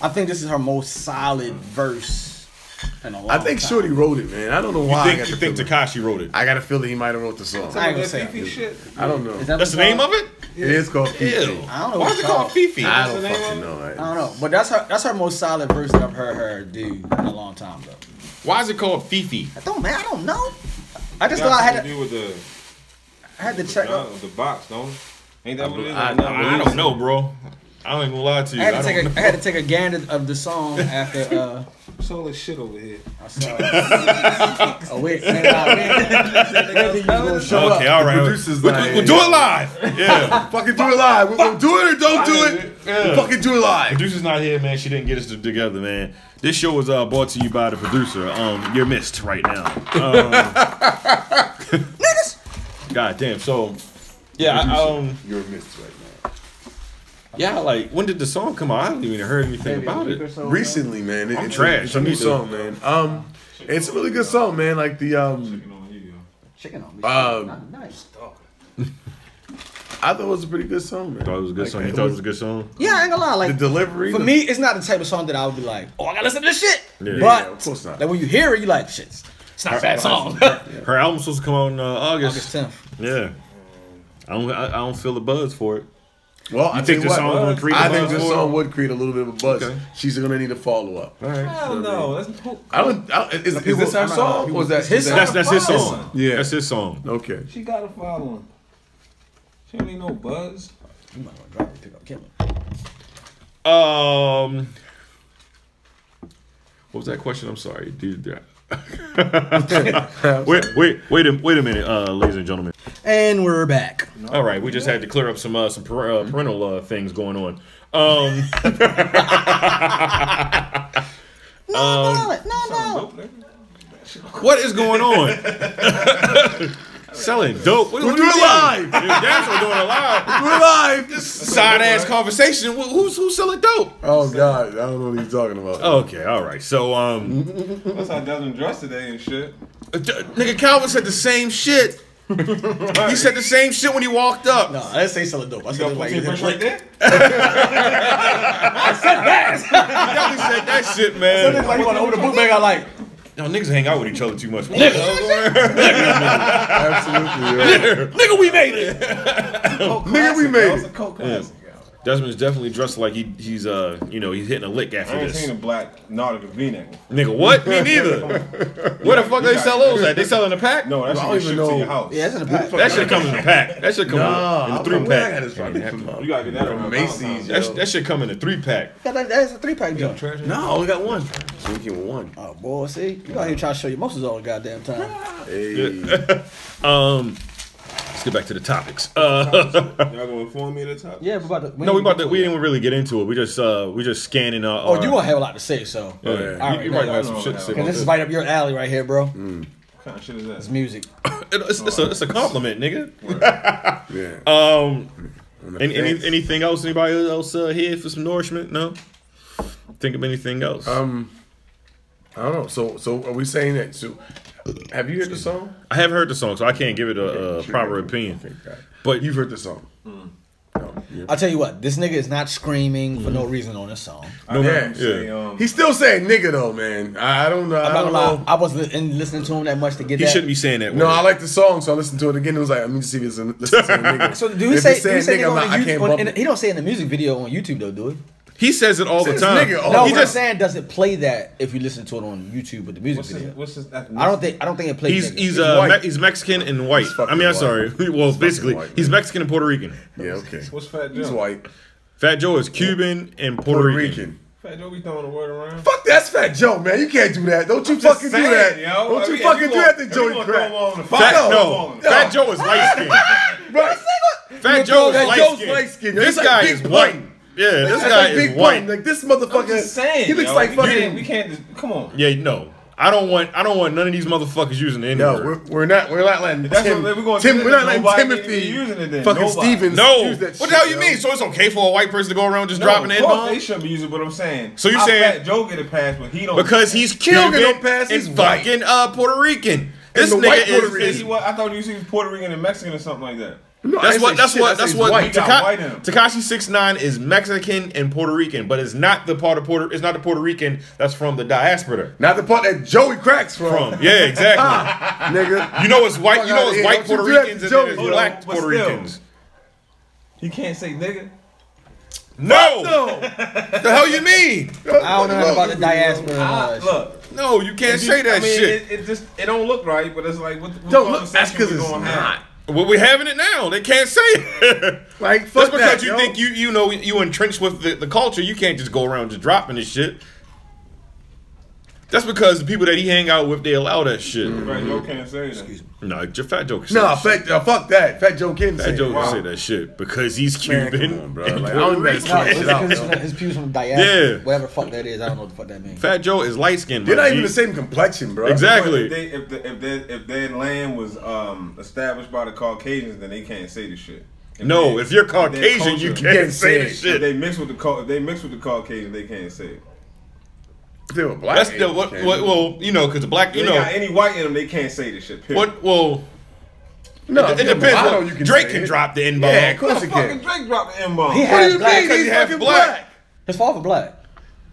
Speaker 5: I think this is her most solid verse in a long
Speaker 4: I think
Speaker 5: time.
Speaker 4: Shorty wrote it, man. I don't know
Speaker 6: you
Speaker 4: why. I
Speaker 6: think
Speaker 4: got
Speaker 6: you
Speaker 4: the
Speaker 6: think
Speaker 4: feeling-
Speaker 6: Takashi wrote it?
Speaker 4: I got a feeling he might have wrote the song.
Speaker 5: I ain't gonna say
Speaker 7: That beefy shit.
Speaker 4: I don't know.
Speaker 5: Is that
Speaker 6: That's the name
Speaker 5: song?
Speaker 6: of it?
Speaker 4: It is called Fifi.
Speaker 6: Ew.
Speaker 5: I don't know.
Speaker 6: Why
Speaker 5: what
Speaker 6: is it
Speaker 5: it's
Speaker 6: called Fifi?
Speaker 4: I don't
Speaker 7: the name
Speaker 4: fucking
Speaker 7: of
Speaker 4: know.
Speaker 5: I don't know, but that's her. That's her most solid verse that I've heard her do in a long time though.
Speaker 6: Why is it called Fifi?
Speaker 5: I don't man. I don't know. I just
Speaker 7: Got
Speaker 5: thought I
Speaker 7: something
Speaker 5: had
Speaker 7: to
Speaker 5: to,
Speaker 7: do with the
Speaker 5: I had to check up.
Speaker 7: the box, don't it? Ain't that what it is?
Speaker 4: I-
Speaker 7: Or not?
Speaker 6: I don't know, bro. I ain't gonna lie to you.
Speaker 5: I
Speaker 6: I,
Speaker 5: had to
Speaker 6: don't
Speaker 5: take a,
Speaker 6: know.
Speaker 5: I had to take a gander of the song after uh,
Speaker 7: It's all this shit over here.
Speaker 5: I saw. oh wait, man, nah, man. Whether you gonna show
Speaker 6: okay,
Speaker 5: up.
Speaker 6: all right.
Speaker 4: producers
Speaker 6: We'll,
Speaker 4: like-
Speaker 6: we'll do it live. Yeah.
Speaker 4: Fucking do it live. We're gonna do it or don't do it.
Speaker 6: Yeah.
Speaker 4: Fucking do it live.
Speaker 6: Producer's not here, man. She didn't get us to- together, man. This show was uh, brought to you by the producer. Um, you're missed right now. Um, God damn. So Yeah, I, um,
Speaker 4: You're a miss right
Speaker 6: yeah, like when did the song come out? I haven't even heard anything about it.
Speaker 4: now. Recently, man, it,
Speaker 6: I'm
Speaker 4: it's,
Speaker 6: trash.
Speaker 4: A, it's a
Speaker 6: I
Speaker 4: new
Speaker 6: need to-
Speaker 4: song, man. Um, it's a really good song, man. Like the um,
Speaker 5: Chicken on me.
Speaker 4: Um,
Speaker 5: nice.
Speaker 4: I thought it was a pretty good song, man.
Speaker 6: Thought it was a good
Speaker 4: Like,
Speaker 6: song. You thought it was a good song?
Speaker 5: Yeah, I ain't gonna lie. Like
Speaker 4: The delivery
Speaker 5: for
Speaker 4: the-
Speaker 5: me, it's not the type of song that I would be like, oh, I gotta listen to this shit.
Speaker 6: Yeah.
Speaker 5: but
Speaker 4: Yeah, of course not.
Speaker 5: Like when you hear it, you like shit. It's not a bad song.
Speaker 6: Her album's supposed to come out in uh, August.
Speaker 5: August 10th.
Speaker 6: Yeah. I don't. I, I don't feel the buzz for it.
Speaker 4: Well, I
Speaker 6: think
Speaker 4: think
Speaker 6: the
Speaker 4: this
Speaker 6: song
Speaker 4: song
Speaker 6: gonna create a
Speaker 4: I think
Speaker 6: buzz
Speaker 4: this
Speaker 6: for it?
Speaker 4: song would create a little bit of a buzz.
Speaker 6: Okay.
Speaker 4: She's gonna need a follow up. All right.
Speaker 7: Hell no. That's
Speaker 4: I don't. I, don't- is, is this our song? or is that
Speaker 5: his
Speaker 4: is that-
Speaker 6: That's that's his
Speaker 7: Buzz.
Speaker 6: song.
Speaker 4: Yeah.
Speaker 6: that's his song.
Speaker 4: Okay.
Speaker 7: She got a following. She don't need no buzz.
Speaker 5: You might wanna drop it, pick up Kimmy.
Speaker 6: Um, what was that question? I'm sorry, dude. wait, wait, wait a wait a minute, uh, ladies and gentlemen.
Speaker 5: And we're back.
Speaker 6: All right, we just had to clear up some uh, some par- uh, parental uh, things going on. Um,
Speaker 5: No, no, no, no.
Speaker 6: what is going on? Selling dope. What,
Speaker 4: We're
Speaker 6: what
Speaker 4: doing
Speaker 6: we
Speaker 4: live.
Speaker 6: Dude, That's what we're doing live.
Speaker 4: We're live.
Speaker 6: Side ass conversation. Wh- Who's who's selling dope?
Speaker 4: Oh
Speaker 6: Oh.
Speaker 4: God, I don't know what he's talking about.
Speaker 6: Okay, all right. So um.
Speaker 7: That's how Desmond dressed today and shit.
Speaker 6: Uh, d- Nigga, Calvin said the same shit. he said the same shit when he walked up.
Speaker 5: No, I didn't say selling dope. I
Speaker 7: You
Speaker 5: said
Speaker 7: got
Speaker 5: like,
Speaker 7: 14 bricks right
Speaker 5: like,
Speaker 7: there?
Speaker 6: He definitely said that shit, man.
Speaker 5: like you want to open the book bag. I like.
Speaker 6: Yo, niggas hang out with each other too much. What the hell going on?
Speaker 4: Absolutely. yeah.
Speaker 6: Nigga, we made it.
Speaker 4: Nigga, we made it.
Speaker 6: Desmond's definitely dressed like he he's uh you know he's hitting a lick after
Speaker 7: I ain't
Speaker 6: this.
Speaker 7: seen a black Nautica V-neck.
Speaker 6: Nigga, what? Me neither. Where the fuck they sell those at? They sell in a pack?
Speaker 7: No, that
Speaker 4: I
Speaker 7: shit
Speaker 4: don't even
Speaker 7: get shipped to
Speaker 4: know.
Speaker 7: your house.
Speaker 5: Yeah, that's in the back.
Speaker 6: That shit comes in a pack. That shit comes
Speaker 4: Nah,
Speaker 6: in a
Speaker 4: I'm
Speaker 6: three
Speaker 4: from- where I got
Speaker 6: pack.
Speaker 4: this from?
Speaker 7: You gotta get that
Speaker 4: From
Speaker 7: around
Speaker 4: Macy's.
Speaker 7: Valentine's.
Speaker 6: That, sh- that shit come in a three pack.
Speaker 5: Yeah, that- That's a three pack jump.
Speaker 4: No, I only got one. So we can one.
Speaker 5: Oh boy, see, you out here trying to show your muscles all the goddamn time.
Speaker 4: Hey.
Speaker 6: Let's get back to the topics. Uh,
Speaker 7: Y'all gonna inform me at the top?
Speaker 5: Yeah, we about to.
Speaker 6: no, we about to, we didn't really get into it. We just uh we just scanning our.
Speaker 5: Oh, you gonna have a lot to say, so.
Speaker 6: Yeah.
Speaker 4: yeah.
Speaker 6: You-
Speaker 5: All right,
Speaker 6: you
Speaker 5: no,
Speaker 6: might
Speaker 5: no,
Speaker 6: have
Speaker 7: no,
Speaker 6: some shit to
Speaker 7: no.
Speaker 6: say.
Speaker 7: And
Speaker 5: Cause
Speaker 6: about
Speaker 5: this is
Speaker 6: this.
Speaker 5: right up your alley, right here, bro.
Speaker 7: What kind of shit
Speaker 5: It's
Speaker 6: Mm.
Speaker 7: is that?
Speaker 5: music.
Speaker 6: It- It's, it's, a, it's a compliment, nigga.
Speaker 4: Yeah.
Speaker 6: Um,
Speaker 4: On the
Speaker 6: any, any,
Speaker 4: fence.
Speaker 6: anything else? Anybody else uh, here for some nourishment? No. Think of anything else?
Speaker 4: Um,
Speaker 6: Uh,
Speaker 4: I don't know. So, so are we saying that? So, have you heard the song?
Speaker 6: I haven't heard the song, so I can't give it a, uh
Speaker 4: Sure.
Speaker 6: proper opinion.
Speaker 4: Okay, got it.
Speaker 6: But
Speaker 4: You've
Speaker 6: you've
Speaker 4: heard the song.
Speaker 5: Hmm.
Speaker 4: No, you-
Speaker 5: I'll tell you what, this nigga is not screaming for no reason on this song.
Speaker 7: I heard
Speaker 4: Yeah.
Speaker 7: him say, um,
Speaker 4: He still saying nigga though, man. I, I don't know.
Speaker 5: I'm
Speaker 4: I
Speaker 5: not
Speaker 4: don't
Speaker 5: gonna lie,
Speaker 4: know.
Speaker 5: I wasn't in- listening to him that much to get
Speaker 6: he
Speaker 5: that.
Speaker 6: shouldn't be saying that.
Speaker 4: No,
Speaker 6: word.
Speaker 4: I like the song, so I listened to it again. It was like, let me just see if it's a, listen to a nigga.
Speaker 5: So do he
Speaker 4: If
Speaker 5: say?
Speaker 4: it
Speaker 5: Do he
Speaker 4: said
Speaker 5: say nigga,
Speaker 4: I'm
Speaker 5: on
Speaker 4: not-
Speaker 5: the
Speaker 4: I
Speaker 5: YouTube,
Speaker 4: can't
Speaker 5: on,
Speaker 4: bump
Speaker 5: in,
Speaker 4: it.
Speaker 5: He don't say in the music video on YouTube though, do he?
Speaker 6: he says it all the
Speaker 4: Says
Speaker 6: time.
Speaker 4: nigga all
Speaker 5: No,
Speaker 4: the
Speaker 6: he
Speaker 5: what I'm
Speaker 6: just
Speaker 5: saying doesn't play that if you listen to it on YouTube with the music
Speaker 7: what's his,
Speaker 5: video.
Speaker 7: what's his ethnicity?
Speaker 5: I don't think I don't think it plays.
Speaker 6: he's
Speaker 5: nigga.
Speaker 6: he's uh
Speaker 4: white.
Speaker 6: me- he's Mexican and white.
Speaker 4: He's
Speaker 6: I
Speaker 4: fucking
Speaker 6: mean, I'm
Speaker 4: white.
Speaker 6: sorry. well, basically,
Speaker 4: white,
Speaker 6: he's
Speaker 4: man.
Speaker 6: Mexican and Puerto Rican.
Speaker 4: Yeah, okay.
Speaker 7: What's Fat
Speaker 4: He's
Speaker 7: Joe?
Speaker 4: white,
Speaker 6: Fat Joe is Cuban and Puerto,
Speaker 4: Puerto Rican.
Speaker 6: Rican.
Speaker 7: Fat Joe be throwing the word around.
Speaker 4: Fuck that's Fat Joe, man. You can't do that. Don't you
Speaker 7: just
Speaker 4: fucking do
Speaker 7: saying,
Speaker 4: that.
Speaker 7: yo.
Speaker 4: Don't
Speaker 7: If
Speaker 4: you
Speaker 7: you- if
Speaker 4: fucking
Speaker 7: you
Speaker 4: do
Speaker 7: gonna-
Speaker 4: that to
Speaker 7: if you
Speaker 4: Joey
Speaker 7: gonna
Speaker 4: Crack.
Speaker 7: throw him on the
Speaker 6: Fat,
Speaker 4: Oh, No,
Speaker 6: no,
Speaker 7: no.
Speaker 6: Fat Joe is light skinned.
Speaker 4: Right.
Speaker 6: Fat
Speaker 4: Yo,
Speaker 6: Joe is
Speaker 4: that
Speaker 6: light
Speaker 4: Joe's
Speaker 6: skinned.
Speaker 4: light-skinned. Yo,
Speaker 6: This
Speaker 4: he's like
Speaker 6: guy
Speaker 4: Big
Speaker 6: is white.
Speaker 4: Bun.
Speaker 6: Yeah, this
Speaker 4: That's
Speaker 6: guy
Speaker 4: like
Speaker 6: is
Speaker 4: Big
Speaker 6: white.
Speaker 4: Bun. Like this motherfucker.
Speaker 7: I'm just saying.
Speaker 4: he looks
Speaker 7: yo.
Speaker 4: like
Speaker 7: we
Speaker 4: fucking.
Speaker 7: Can't, we can't just, come on.
Speaker 6: Yeah, no. I don't want I don't want none of these motherfuckers using the N
Speaker 4: No, we're,
Speaker 6: word.
Speaker 4: we're not. We're not letting
Speaker 7: That's
Speaker 4: Tim.
Speaker 7: what- we're gonna
Speaker 4: Tim
Speaker 7: do
Speaker 4: we're
Speaker 7: that.
Speaker 4: not letting
Speaker 7: Nobody
Speaker 4: Timothy
Speaker 7: even using it then.
Speaker 4: fucking
Speaker 7: Nobody.
Speaker 4: Stevens.
Speaker 6: No.
Speaker 4: use that
Speaker 6: What the
Speaker 4: shit,
Speaker 6: hell you
Speaker 4: yo.
Speaker 6: mean? So it's okay for a white person to go around just
Speaker 7: No,
Speaker 6: dropping the
Speaker 7: of
Speaker 6: N
Speaker 7: course
Speaker 6: bomb?
Speaker 7: they shouldn't be using what I'm saying.
Speaker 6: So you
Speaker 7: I
Speaker 6: saying-
Speaker 7: Fat Joe get a pass, but he don't
Speaker 6: Because he's
Speaker 4: He don't
Speaker 6: Cuban
Speaker 4: get no pass,
Speaker 6: and
Speaker 4: he's white.
Speaker 6: fucking uh, Puter Rican. This
Speaker 4: the white
Speaker 6: nigga
Speaker 4: Puerto
Speaker 6: is,
Speaker 7: He said
Speaker 6: is
Speaker 7: he was, I thought you said he was Puerto Rican and Mexican or something like that.
Speaker 4: No, I
Speaker 6: that's
Speaker 4: ain't
Speaker 6: what
Speaker 4: say
Speaker 6: that's
Speaker 4: shit. I
Speaker 6: what
Speaker 4: say
Speaker 6: that's
Speaker 4: he's
Speaker 6: what
Speaker 4: white.
Speaker 7: He got white in him.
Speaker 6: Takashi Six Nine is Mexican and Puerto Rican, but it's not the part of Puerto it's not the Puerto Rican that's from the diaspora.
Speaker 4: Not the part that Joey cracks from.
Speaker 6: From yeah, exactly.
Speaker 4: Ah, nigga.
Speaker 6: You know it's white. You know it's
Speaker 4: Fuck
Speaker 6: white
Speaker 4: outta here.
Speaker 6: Puerto
Speaker 4: Don't you do that to
Speaker 6: Ricans and then
Speaker 4: Joey,
Speaker 6: it's
Speaker 4: yo.
Speaker 6: black
Speaker 7: But
Speaker 6: Puerto
Speaker 7: still.
Speaker 6: Ricans.
Speaker 7: You can't say nigga.
Speaker 6: No, the hell you mean?
Speaker 5: I don't know nothing about the diaspora. and all
Speaker 7: I,
Speaker 5: that shit.
Speaker 7: look,
Speaker 6: No, you can't
Speaker 7: It
Speaker 6: say
Speaker 7: just-
Speaker 6: that
Speaker 7: I mean,
Speaker 6: shit.
Speaker 7: It, it just it don't look right, but it's like what, what
Speaker 4: Don't look. That's
Speaker 7: conversation
Speaker 4: because
Speaker 7: we
Speaker 4: it's
Speaker 7: gonna
Speaker 4: not.
Speaker 7: have?
Speaker 6: well, we're having it now. They can't say it.
Speaker 4: Like
Speaker 6: That's
Speaker 4: fuck
Speaker 6: because
Speaker 4: that,
Speaker 6: you
Speaker 4: yo.
Speaker 6: think you you know you entrenched with the, the culture. You can't just go around just dropping this shit. That's because the people that he hang out with, they allow that shit.
Speaker 7: Right, Joe can't say that. Excuse me.
Speaker 6: No, your fat joke. can say
Speaker 4: Nah,
Speaker 6: that shit.
Speaker 4: fat, uh, fuck that. Fat Joe Kim.
Speaker 6: Fat joke can
Speaker 7: wow.
Speaker 6: say that shit because he's
Speaker 4: Man,
Speaker 6: Cuban.
Speaker 4: come on, bro.
Speaker 6: and
Speaker 4: Like, I
Speaker 6: Puerto
Speaker 4: don't even
Speaker 6: Rican.
Speaker 5: No,
Speaker 4: gotta
Speaker 5: it's
Speaker 4: switch it out.
Speaker 5: because
Speaker 4: yo.
Speaker 5: his pews from the diaspora.
Speaker 6: Yeah.
Speaker 5: Whatever the fuck that is, I don't know what the fuck that means.
Speaker 6: Fat Joe is light skinned.
Speaker 4: They're not even the same complexion, bro.
Speaker 6: Exactly.
Speaker 7: If, they, if, the, if, their, if their land was um, established by the Caucasians, then they can't say this shit. If
Speaker 6: No,
Speaker 7: they-
Speaker 6: if you're
Speaker 7: their
Speaker 6: Caucasian,
Speaker 7: culture-
Speaker 6: you can't say that
Speaker 7: If
Speaker 6: shit.
Speaker 7: they mix with the Cau- if they mix with the Caucasians, they can't say it.
Speaker 4: If they were black.
Speaker 6: That's the
Speaker 4: they
Speaker 6: what,
Speaker 4: can't.
Speaker 6: what, well, you know, because the black, you
Speaker 7: If they got
Speaker 6: know,
Speaker 7: any white in them, they can't say this shit. Period.
Speaker 6: what, well,
Speaker 4: No,
Speaker 6: it,
Speaker 4: if you're
Speaker 6: depends.
Speaker 4: mulatto,
Speaker 6: Well,
Speaker 4: you can
Speaker 6: Drake
Speaker 4: say
Speaker 6: can
Speaker 4: it.
Speaker 6: drop the N bomb.
Speaker 4: Yeah, of course it
Speaker 7: Fucking
Speaker 4: can.
Speaker 7: Drake dropped the M bomb.
Speaker 5: He had black.
Speaker 6: mean?
Speaker 5: His,
Speaker 6: He's fucking black.
Speaker 5: father black.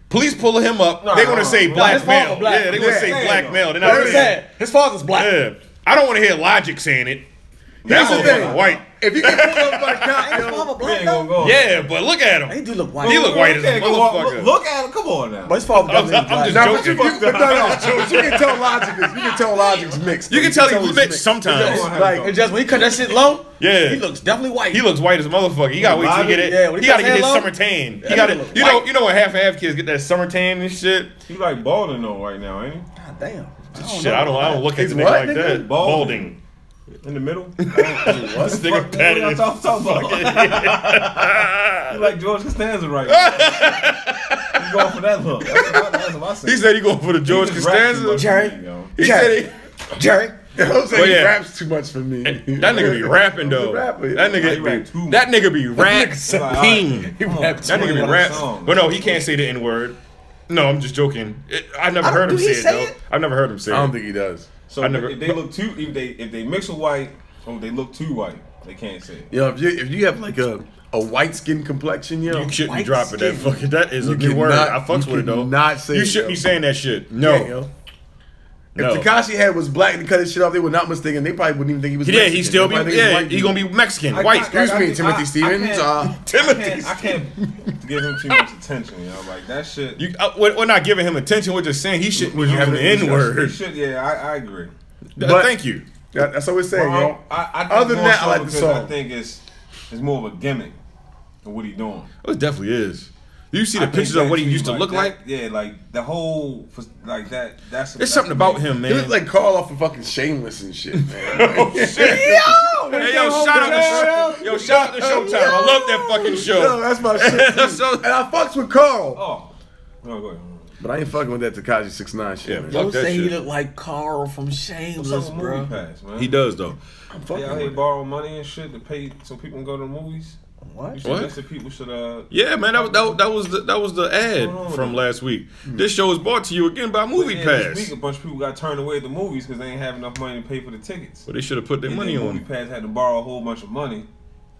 Speaker 6: Police pull him up.
Speaker 7: Nah,
Speaker 6: they're gonna
Speaker 7: nah,
Speaker 6: say
Speaker 7: nah.
Speaker 6: black
Speaker 5: His father
Speaker 6: male.
Speaker 5: black.
Speaker 6: Yeah, they're gonna
Speaker 4: Yeah.
Speaker 6: say
Speaker 7: Yeah.
Speaker 6: black male. They're not
Speaker 5: That's what
Speaker 6: gonna
Speaker 5: I'm
Speaker 6: say.
Speaker 5: saying. His father's black.
Speaker 6: Yeah. I don't want to hear Logic saying it.
Speaker 4: Here's
Speaker 6: That's
Speaker 4: the
Speaker 6: the
Speaker 4: thing.
Speaker 6: White.
Speaker 4: If you get pulled up by the cop,
Speaker 5: Ain't his
Speaker 4: yo,
Speaker 5: father
Speaker 7: We
Speaker 5: black
Speaker 7: ain't gonna
Speaker 5: though?
Speaker 7: go.
Speaker 6: Yeah, but look at him.
Speaker 5: He do look white.
Speaker 6: He look white as a
Speaker 7: Yeah, go on.
Speaker 6: motherfucker.
Speaker 7: Look- Look at him. Come on now.
Speaker 5: But his father
Speaker 6: I'm-
Speaker 5: definitely
Speaker 6: I'm- I'm
Speaker 5: black.
Speaker 6: just
Speaker 4: Nah,
Speaker 6: joking.
Speaker 4: but you, you, but no, no, you can tell Logic is. You can tell Logic's mixed.
Speaker 6: You can tell he's
Speaker 4: it's
Speaker 6: mixed
Speaker 4: mixed.
Speaker 6: sometimes.
Speaker 4: It's Like,
Speaker 5: It's just when he cut that shit low,
Speaker 6: Yeah.
Speaker 5: he looks definitely white.
Speaker 6: He looks white as a motherfucker. He gotta wait till he get it.
Speaker 5: Yeah, when he
Speaker 6: he gotta
Speaker 5: got
Speaker 6: get his
Speaker 5: his hair
Speaker 6: summer tan.
Speaker 5: he
Speaker 6: He gotta,
Speaker 5: look
Speaker 6: you know,
Speaker 5: white.
Speaker 6: you know what half and half kids get that summer tan and shit.
Speaker 7: He like balding though right now, ain't he?
Speaker 5: God damn. I don't
Speaker 6: shit,
Speaker 5: know.
Speaker 6: I don't, I don't look at
Speaker 4: He's
Speaker 6: the nigga
Speaker 4: what,
Speaker 6: like
Speaker 4: nigga?
Speaker 6: that.
Speaker 7: Balding.
Speaker 6: Balding.
Speaker 7: In the middle. What
Speaker 6: This nigga patted his
Speaker 7: I'm talking about. He like George Costanza right now. He's going for that look. That's what, I- that's what I said.
Speaker 6: He said he going for the George
Speaker 7: just rapped too much
Speaker 5: Jerry.
Speaker 6: Costanza.
Speaker 7: for me, yo.
Speaker 6: He
Speaker 5: Jack.
Speaker 6: said
Speaker 5: Jerry.
Speaker 4: I'm saying
Speaker 6: Well,
Speaker 4: he
Speaker 6: yeah.
Speaker 4: raps too much for me.
Speaker 6: he, that nigga be rapping though.
Speaker 4: rapper, yeah.
Speaker 6: That
Speaker 7: He rap
Speaker 6: nigga
Speaker 7: too
Speaker 6: be
Speaker 7: much.
Speaker 6: that nigga be
Speaker 7: Like, all right.
Speaker 6: rapping.
Speaker 7: Come on.
Speaker 6: That nigga be
Speaker 7: Twenty-one
Speaker 6: raps.
Speaker 7: songs.
Speaker 6: But no, he can't say the N word. No, I'm just joking. It, I've never
Speaker 5: I don't-
Speaker 6: heard him
Speaker 5: do he
Speaker 6: say it
Speaker 5: say
Speaker 6: though.
Speaker 5: it?
Speaker 6: I've never heard him say
Speaker 4: I don't
Speaker 6: it.
Speaker 4: think he does.
Speaker 7: So
Speaker 6: I never-
Speaker 7: if they look too, if they if they mix with white, or if they look too white, they can't say it.
Speaker 4: Yo, if you if you have like a a white skin complexion, yo,
Speaker 6: You shouldn't be
Speaker 5: White
Speaker 6: dropping that
Speaker 5: skin.
Speaker 6: fucking. That is a
Speaker 4: You
Speaker 6: new word.
Speaker 4: cannot-
Speaker 6: I fucks
Speaker 4: you
Speaker 6: with it though.
Speaker 4: cannot say
Speaker 6: you
Speaker 4: it,
Speaker 6: shouldn't
Speaker 4: yo.
Speaker 6: be saying that shit. No.
Speaker 4: Yeah, yo. If
Speaker 6: No.
Speaker 4: Takashi had was black and cut his shit off, they were not mistaken. They probably wouldn't even think he was.
Speaker 6: He did. He still be. Yeah. He
Speaker 4: He's
Speaker 6: gonna be Mexican.
Speaker 7: I
Speaker 6: white.
Speaker 7: can't-
Speaker 4: Excuse
Speaker 7: I-
Speaker 4: me,
Speaker 7: I-
Speaker 4: Timothy
Speaker 7: I-
Speaker 4: Stevens,
Speaker 7: I can't,
Speaker 4: uh,
Speaker 6: Timothy
Speaker 7: I can't, I can't give him too much attention, yo. Like that shit.
Speaker 6: You, uh, we're, we're not giving him attention. We're just saying he shouldn't be
Speaker 4: having
Speaker 6: using the
Speaker 4: a
Speaker 6: N
Speaker 7: He
Speaker 6: word.
Speaker 7: should, yeah, I, I agree.
Speaker 4: But-
Speaker 6: Thank you.
Speaker 4: That's what we're saying,
Speaker 7: Well,
Speaker 4: yo.
Speaker 7: I, I, I think
Speaker 4: Other than
Speaker 7: more
Speaker 4: that, I
Speaker 7: so
Speaker 4: like the
Speaker 7: because I
Speaker 4: song.
Speaker 7: think it's it's more of a gimmick than what he doing.
Speaker 6: Oh, It definitely is. You see the
Speaker 7: I think
Speaker 6: pictures of
Speaker 7: that
Speaker 6: what he
Speaker 7: too,
Speaker 6: used to look
Speaker 7: that-
Speaker 6: like.
Speaker 7: Yeah, like the whole like that. That's
Speaker 6: There's
Speaker 7: that's
Speaker 6: something about him,
Speaker 4: He looked
Speaker 6: man.
Speaker 4: like Carl off of fucking Shameless and shit, man.
Speaker 6: hey, yo, shout out, to, yo, shout out to Showtime. I love that fucking
Speaker 4: yo,
Speaker 6: show.
Speaker 4: that's my shit. too.
Speaker 6: So-
Speaker 4: and I fucks with Carl,
Speaker 7: Oh, no, go ahead.
Speaker 4: but I ain't fucking with that Takashi Six Nine shit.
Speaker 6: Yeah,
Speaker 4: man.
Speaker 6: fuck
Speaker 5: Don't
Speaker 6: that
Speaker 5: say he
Speaker 6: shit.
Speaker 5: look like Carl from
Speaker 7: What's
Speaker 5: Shameless,
Speaker 7: up with
Speaker 5: bro.
Speaker 7: movie pass, man?
Speaker 6: He does though.
Speaker 4: I'm
Speaker 7: They
Speaker 4: fucking
Speaker 7: out
Speaker 4: with
Speaker 7: here
Speaker 4: it.
Speaker 7: borrow money and shit to pay so people can go to the movies.
Speaker 5: What?
Speaker 6: What?
Speaker 7: That's the people should uh.
Speaker 6: Yeah, man, that, was- that, was- that was the, that was the
Speaker 7: Hold
Speaker 6: ad
Speaker 7: on.
Speaker 6: from last week. This show is brought to you again by Movie
Speaker 7: Yeah,
Speaker 6: Pass.
Speaker 7: This week, a bunch of people got turned away at the movies because they ain't have enough money to pay for the tickets.
Speaker 6: But they should have put their
Speaker 7: And
Speaker 6: money
Speaker 7: then Movie
Speaker 6: on.
Speaker 7: Pass had to borrow a whole bunch of money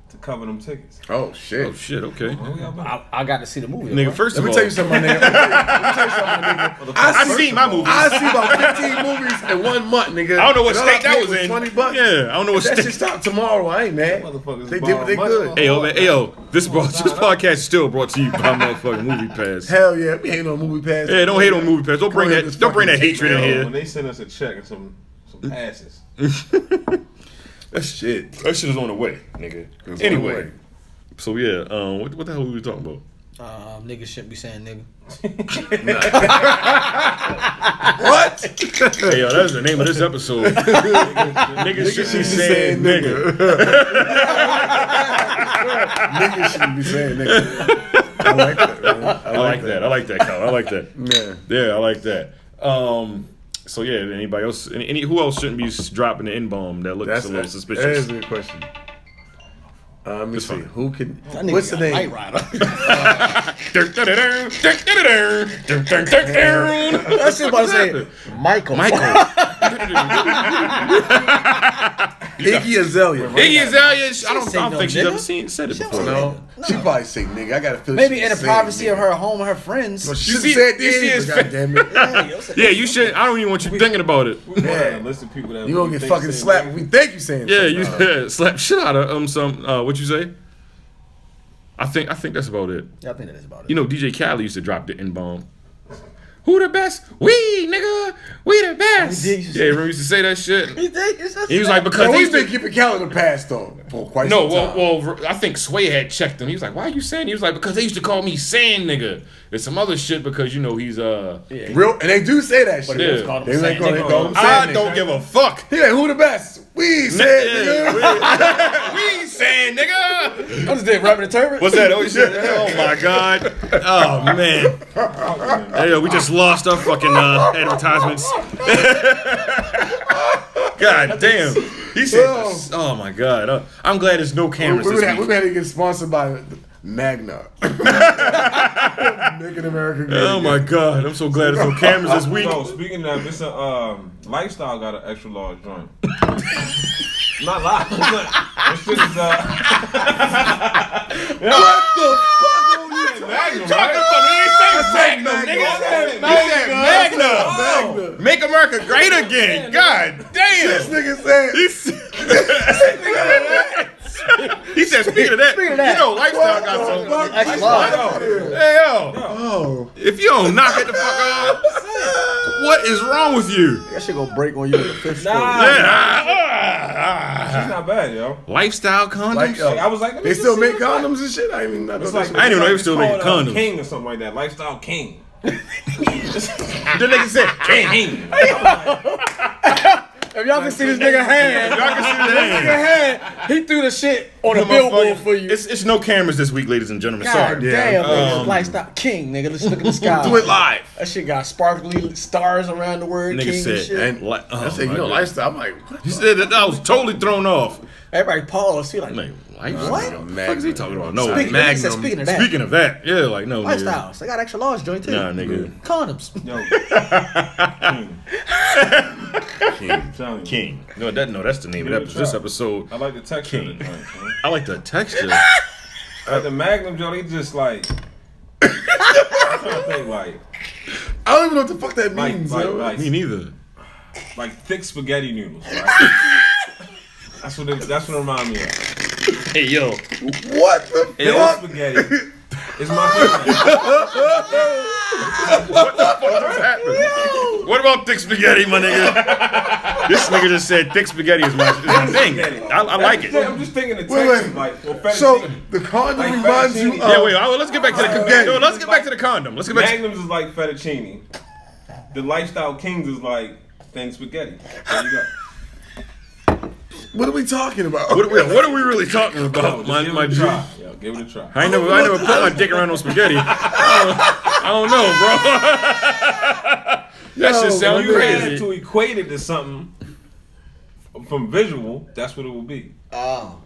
Speaker 7: to cover them tickets.
Speaker 4: Oh
Speaker 6: Oh
Speaker 4: shit.
Speaker 6: shit, okay.
Speaker 7: Where y'all been?
Speaker 5: I, I got to see the movie.
Speaker 6: Nigga,
Speaker 5: bro.
Speaker 6: first
Speaker 4: Let
Speaker 6: of
Speaker 4: me
Speaker 6: all,
Speaker 4: tell you something, my nigga. Let me tell you- let me tell you something, my nigga.
Speaker 6: I seen my movie. I,
Speaker 4: I see about 15 movies in one month, nigga.
Speaker 6: don't know what
Speaker 4: And all
Speaker 6: state
Speaker 4: I
Speaker 6: that
Speaker 4: paid
Speaker 6: was in.
Speaker 4: 20 bucks.
Speaker 6: Yeah, I don't know what
Speaker 4: That shit
Speaker 6: state.
Speaker 4: stop tomorrow. I ain't mad.
Speaker 7: Motherfuckers
Speaker 4: They did what they
Speaker 7: borrow
Speaker 4: could.
Speaker 7: money.
Speaker 6: Ayo, man, ayo. This, bro, this podcast is still brought to you by motherfucking Movie Pass.
Speaker 4: Hell yeah, we ain't on movie pass.
Speaker 6: Yeah, don't hate on Movie Pass. Don't bring
Speaker 4: ahead,
Speaker 6: that.
Speaker 4: just
Speaker 6: Don't bring that
Speaker 4: fucking
Speaker 6: hatred in
Speaker 7: Yo,
Speaker 6: here. Mm.
Speaker 7: When they send us a check and some some passes,
Speaker 4: That shit.
Speaker 6: That shit is on the way, nigga.
Speaker 4: It's on
Speaker 6: Anyway,
Speaker 4: the way.
Speaker 6: so yeah, um, what, what the hell were we talking about?
Speaker 5: Um, niggas shouldn't be saying nigga.
Speaker 4: What?
Speaker 6: Hey, yo, that's the name of this episode. niggas should be
Speaker 4: She's saying
Speaker 6: saying nigga.
Speaker 4: nigga. nigga shouldn't be saying nigga. I like that, man.
Speaker 6: I like that. I like that, Kyle. I like that.
Speaker 4: Yeah.
Speaker 6: Yeah, I like that. Um, so yeah, anybody else? Any, any who else shouldn't be s- dropping the N bomb that looks
Speaker 4: That's
Speaker 6: a little
Speaker 4: That
Speaker 6: suspicious?
Speaker 4: is a good question. Uh, let me see.
Speaker 6: fine.
Speaker 4: Who can?
Speaker 5: That nigga
Speaker 4: What's the
Speaker 5: got
Speaker 4: name?
Speaker 5: Knight Rider.
Speaker 6: Michael.
Speaker 5: that shit about to say Michael.
Speaker 4: Iggy Azalea.
Speaker 6: Iggy Azalea. I don't, I
Speaker 5: say
Speaker 6: don't
Speaker 5: no
Speaker 6: think she's
Speaker 5: nigga.
Speaker 6: ever seen said it
Speaker 5: She don't
Speaker 6: before.
Speaker 5: say
Speaker 6: No.
Speaker 4: No, she probably say nigga. I gotta feel.
Speaker 5: Maybe
Speaker 4: she
Speaker 5: in the
Speaker 4: said
Speaker 5: privacy of
Speaker 4: nigga.
Speaker 5: her home and her
Speaker 4: Well,
Speaker 5: friends.
Speaker 4: she
Speaker 6: You
Speaker 4: should've
Speaker 6: see-
Speaker 4: said
Speaker 6: you see his
Speaker 4: this. God damn it.
Speaker 6: Yeah, you should. I don't even want you thinking about it.
Speaker 7: we yeah. a list of people that
Speaker 4: You gonna
Speaker 7: we
Speaker 4: get
Speaker 7: think
Speaker 4: fucking
Speaker 7: say
Speaker 4: slapped
Speaker 7: nigga.
Speaker 4: when we think you saying
Speaker 6: Yeah,
Speaker 4: something.
Speaker 6: you yeah, slap shit out of um some uh what you say? I think I think that's about it.
Speaker 5: Yeah, I think that is about it.
Speaker 6: You know, DJ Khaled used to drop the N bomb. Who the best? We, nigga. We the best.
Speaker 5: He did used to
Speaker 6: Yeah, remember he used to say that shit. He was like, because
Speaker 4: Now, we've
Speaker 6: these
Speaker 4: been keeping Cal in the past though for quite
Speaker 6: No,
Speaker 4: some time.
Speaker 6: well, well, I think Sway had checked him. He was like, "Why are you saying?" He was like, "Because they used to call me Sand Nigga." There's some other shit because you know he's uh.
Speaker 4: real, and they do say that shit.
Speaker 6: it was
Speaker 5: called him
Speaker 4: they like
Speaker 5: Sand
Speaker 4: call, they
Speaker 5: Nigga.
Speaker 4: call him
Speaker 6: I
Speaker 4: Sand
Speaker 6: don't
Speaker 4: Nigga.
Speaker 6: give a fuck.
Speaker 4: He like, who the best? We said, nigga.
Speaker 6: we Sand Nigga.
Speaker 5: I'm just there rubbing the turban.
Speaker 6: What's that? Oh shit! Oh my god! Oh man! Hey, yo, we just lost our fucking uh, advertisements. god damn! He said, this. "Oh my god!" Uh, I'm glad there's no cameras
Speaker 4: We would
Speaker 6: this
Speaker 4: have, we
Speaker 6: week.
Speaker 4: would have to get sponsored by Magna. Making America great.
Speaker 6: Oh my god! I'm so glad there's no cameras this week.
Speaker 7: Yo, speaking of, it's a um, lifestyle got an extra large joint. Not live. This shit is uh,
Speaker 4: What the fuck are you talking
Speaker 6: Magnum, right? Magnum, nigga.
Speaker 4: Magnum.
Speaker 6: He said Magnum.
Speaker 4: Magna.
Speaker 6: Make America great again. God
Speaker 4: This
Speaker 6: damn.
Speaker 4: nigga said.
Speaker 6: He said- He said, speaking of that,
Speaker 5: Speaking of that.
Speaker 6: you know, lifestyle got
Speaker 4: What the fuck
Speaker 6: some.
Speaker 5: Extra
Speaker 4: is
Speaker 5: large.
Speaker 4: that?
Speaker 6: Hey, yo,
Speaker 4: Oh,
Speaker 6: if you don't knock it the fuck off, what is wrong with you?
Speaker 5: That shit gonna break on you in the fifth
Speaker 7: nah.
Speaker 6: Man, ah, ah,
Speaker 7: It's
Speaker 6: ah.
Speaker 7: not bad, yo.
Speaker 6: Lifestyle
Speaker 4: like,
Speaker 6: condoms?
Speaker 4: yo,
Speaker 7: Like, I was like, let me
Speaker 4: they
Speaker 7: just
Speaker 4: still
Speaker 7: see
Speaker 4: make
Speaker 7: what it's like.
Speaker 4: condoms and shit. I mean, I
Speaker 7: It's
Speaker 4: don't
Speaker 7: like,
Speaker 6: I didn't even know they
Speaker 7: it's
Speaker 6: were still
Speaker 7: called,
Speaker 6: making
Speaker 7: uh,
Speaker 6: condoms.
Speaker 7: King or something like that. Lifestyle King.
Speaker 6: The nigga said, damn. Y'all
Speaker 7: King. Like,
Speaker 5: If y'all can see this nigga hand,
Speaker 6: can see the hand.
Speaker 5: hand, he threw the shit on a
Speaker 6: Motherfucker,
Speaker 5: billboard for you.
Speaker 6: It's, it's no cameras this week, ladies and gentlemen.
Speaker 5: God
Speaker 6: Sorry.
Speaker 5: damn, nigga,
Speaker 6: Um,
Speaker 5: lifestyle king, nigga. Let's look at the sky.
Speaker 6: Do it live.
Speaker 5: That shit got sparkly stars around the word king
Speaker 6: Nigga
Speaker 5: and
Speaker 6: said,
Speaker 5: shit.
Speaker 6: and li- oh
Speaker 4: I said,
Speaker 6: my
Speaker 4: you know,
Speaker 6: God.
Speaker 4: lifestyle. I'm like, what?
Speaker 6: He said that I was totally thrown off.
Speaker 5: Everybody paused. He like,
Speaker 6: I'm like, life?
Speaker 5: What?
Speaker 6: What the fuck is he talking about? No,
Speaker 5: Speaking-
Speaker 6: Magnum.
Speaker 5: he said, speaking of that.
Speaker 6: Speaking of that, yeah, like no. nigga.
Speaker 5: lifestyles. They got extra large joint too.
Speaker 6: Nah, nigga.
Speaker 5: Condoms.
Speaker 7: yo. King. King. King.
Speaker 6: King. No, that no, that's the name of
Speaker 7: Give
Speaker 6: that
Speaker 7: it a
Speaker 6: episode. This
Speaker 7: try.
Speaker 6: episode,
Speaker 7: I like the texture of the
Speaker 6: King. Uh,
Speaker 7: joint. man.
Speaker 6: I like the texture.
Speaker 7: Like the Magnum joint, they just like. I'm trying to think, like,
Speaker 4: I don't even know what the fuck that
Speaker 7: like,
Speaker 4: means.
Speaker 7: like,
Speaker 4: yo.
Speaker 7: like,
Speaker 6: Me neither.
Speaker 7: like thick spaghetti noodles. Right? that's what it, that's what it reminds me of. Thick
Speaker 6: Hey yo,
Speaker 4: what the fuck?
Speaker 7: spaghetti. It's my favorite.
Speaker 6: what's happening? What about thick spaghetti, my nigga? this nigga just said thick spaghetti is my, is my thing. I, I like it.
Speaker 7: I'm just thinking the
Speaker 4: Wait,
Speaker 7: texture,
Speaker 4: wait.
Speaker 7: like well, fettuccine.
Speaker 4: So the condom
Speaker 7: Like
Speaker 4: reminds you of
Speaker 7: fettuccine.
Speaker 6: Yeah, wait. I, let's get back to the
Speaker 4: Spaghetti.
Speaker 6: condom. Let's get back to the condom. Let's get back. To,
Speaker 7: Magnums is like fettuccine. The lifestyle kings is like thin spaghetti. There you go.
Speaker 4: what are we talking about?
Speaker 6: what, are we, what are we really talking about,
Speaker 7: Just
Speaker 6: my
Speaker 7: give
Speaker 6: my
Speaker 7: it a
Speaker 6: G?
Speaker 7: try. Yo, give it a try.
Speaker 6: I ain't never, I never put my dick around no spaghetti. I don't, I don't know, bro. that shit sound
Speaker 7: you had
Speaker 6: crazy.
Speaker 7: to equate it to something from visual, that's what it would be.
Speaker 5: Oh,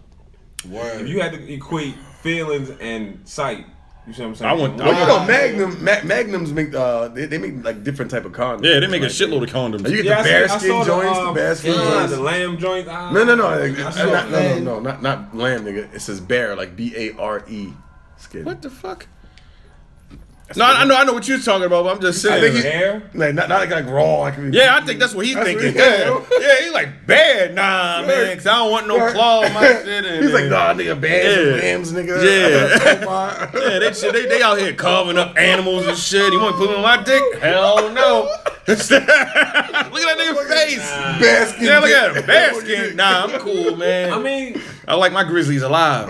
Speaker 7: If
Speaker 5: word.
Speaker 7: you had to equate feelings and sight, you see what I'm saying?
Speaker 6: I want- I
Speaker 4: Well, you
Speaker 6: want-
Speaker 4: know, Magnum, Ma- Magnums make uh, they, they make like different type of condoms.
Speaker 6: Yeah, they make a
Speaker 4: Like,
Speaker 6: shitload of condoms.
Speaker 4: You get
Speaker 7: Yeah,
Speaker 4: the
Speaker 7: I see-
Speaker 4: bear
Speaker 7: I
Speaker 4: skin
Speaker 7: saw the,
Speaker 4: joints, the
Speaker 7: um,
Speaker 4: bear skin
Speaker 7: yeah,
Speaker 4: joints.
Speaker 7: the lamb joint. Ah,
Speaker 4: No, no, no, like,
Speaker 7: I
Speaker 4: not,
Speaker 7: saw
Speaker 4: not,
Speaker 7: it.
Speaker 4: no, no, no, not not lamb, nigga. It says bear, like B A R E skin.
Speaker 6: What the fuck? No, I, I know, I know what you're talking about. But I'm just
Speaker 4: I
Speaker 6: saying.
Speaker 4: think he-
Speaker 7: Hair?
Speaker 4: Like not, not like, like raw. Like,
Speaker 6: yeah, I think that's what he's
Speaker 4: That's what
Speaker 6: thinking.
Speaker 4: he-
Speaker 6: yeah, yeah, he's like bad, nah, man, cause I don't want no claw on my shit. And,
Speaker 4: He's like, nah, nigga, bears,
Speaker 6: Yeah.
Speaker 4: and lambs, nigga.
Speaker 6: Yeah.
Speaker 4: Oh, my.
Speaker 6: Yeah, they, shit, they they out here carving up animals and shit. You want to put them on my dick? Hell no. look at that nigga face.
Speaker 4: Bear skin.
Speaker 6: Yeah, look at
Speaker 4: dick.
Speaker 6: him. Bear skin. Nah, I'm cool, man.
Speaker 7: I mean,
Speaker 6: I like my Grizzlies alive.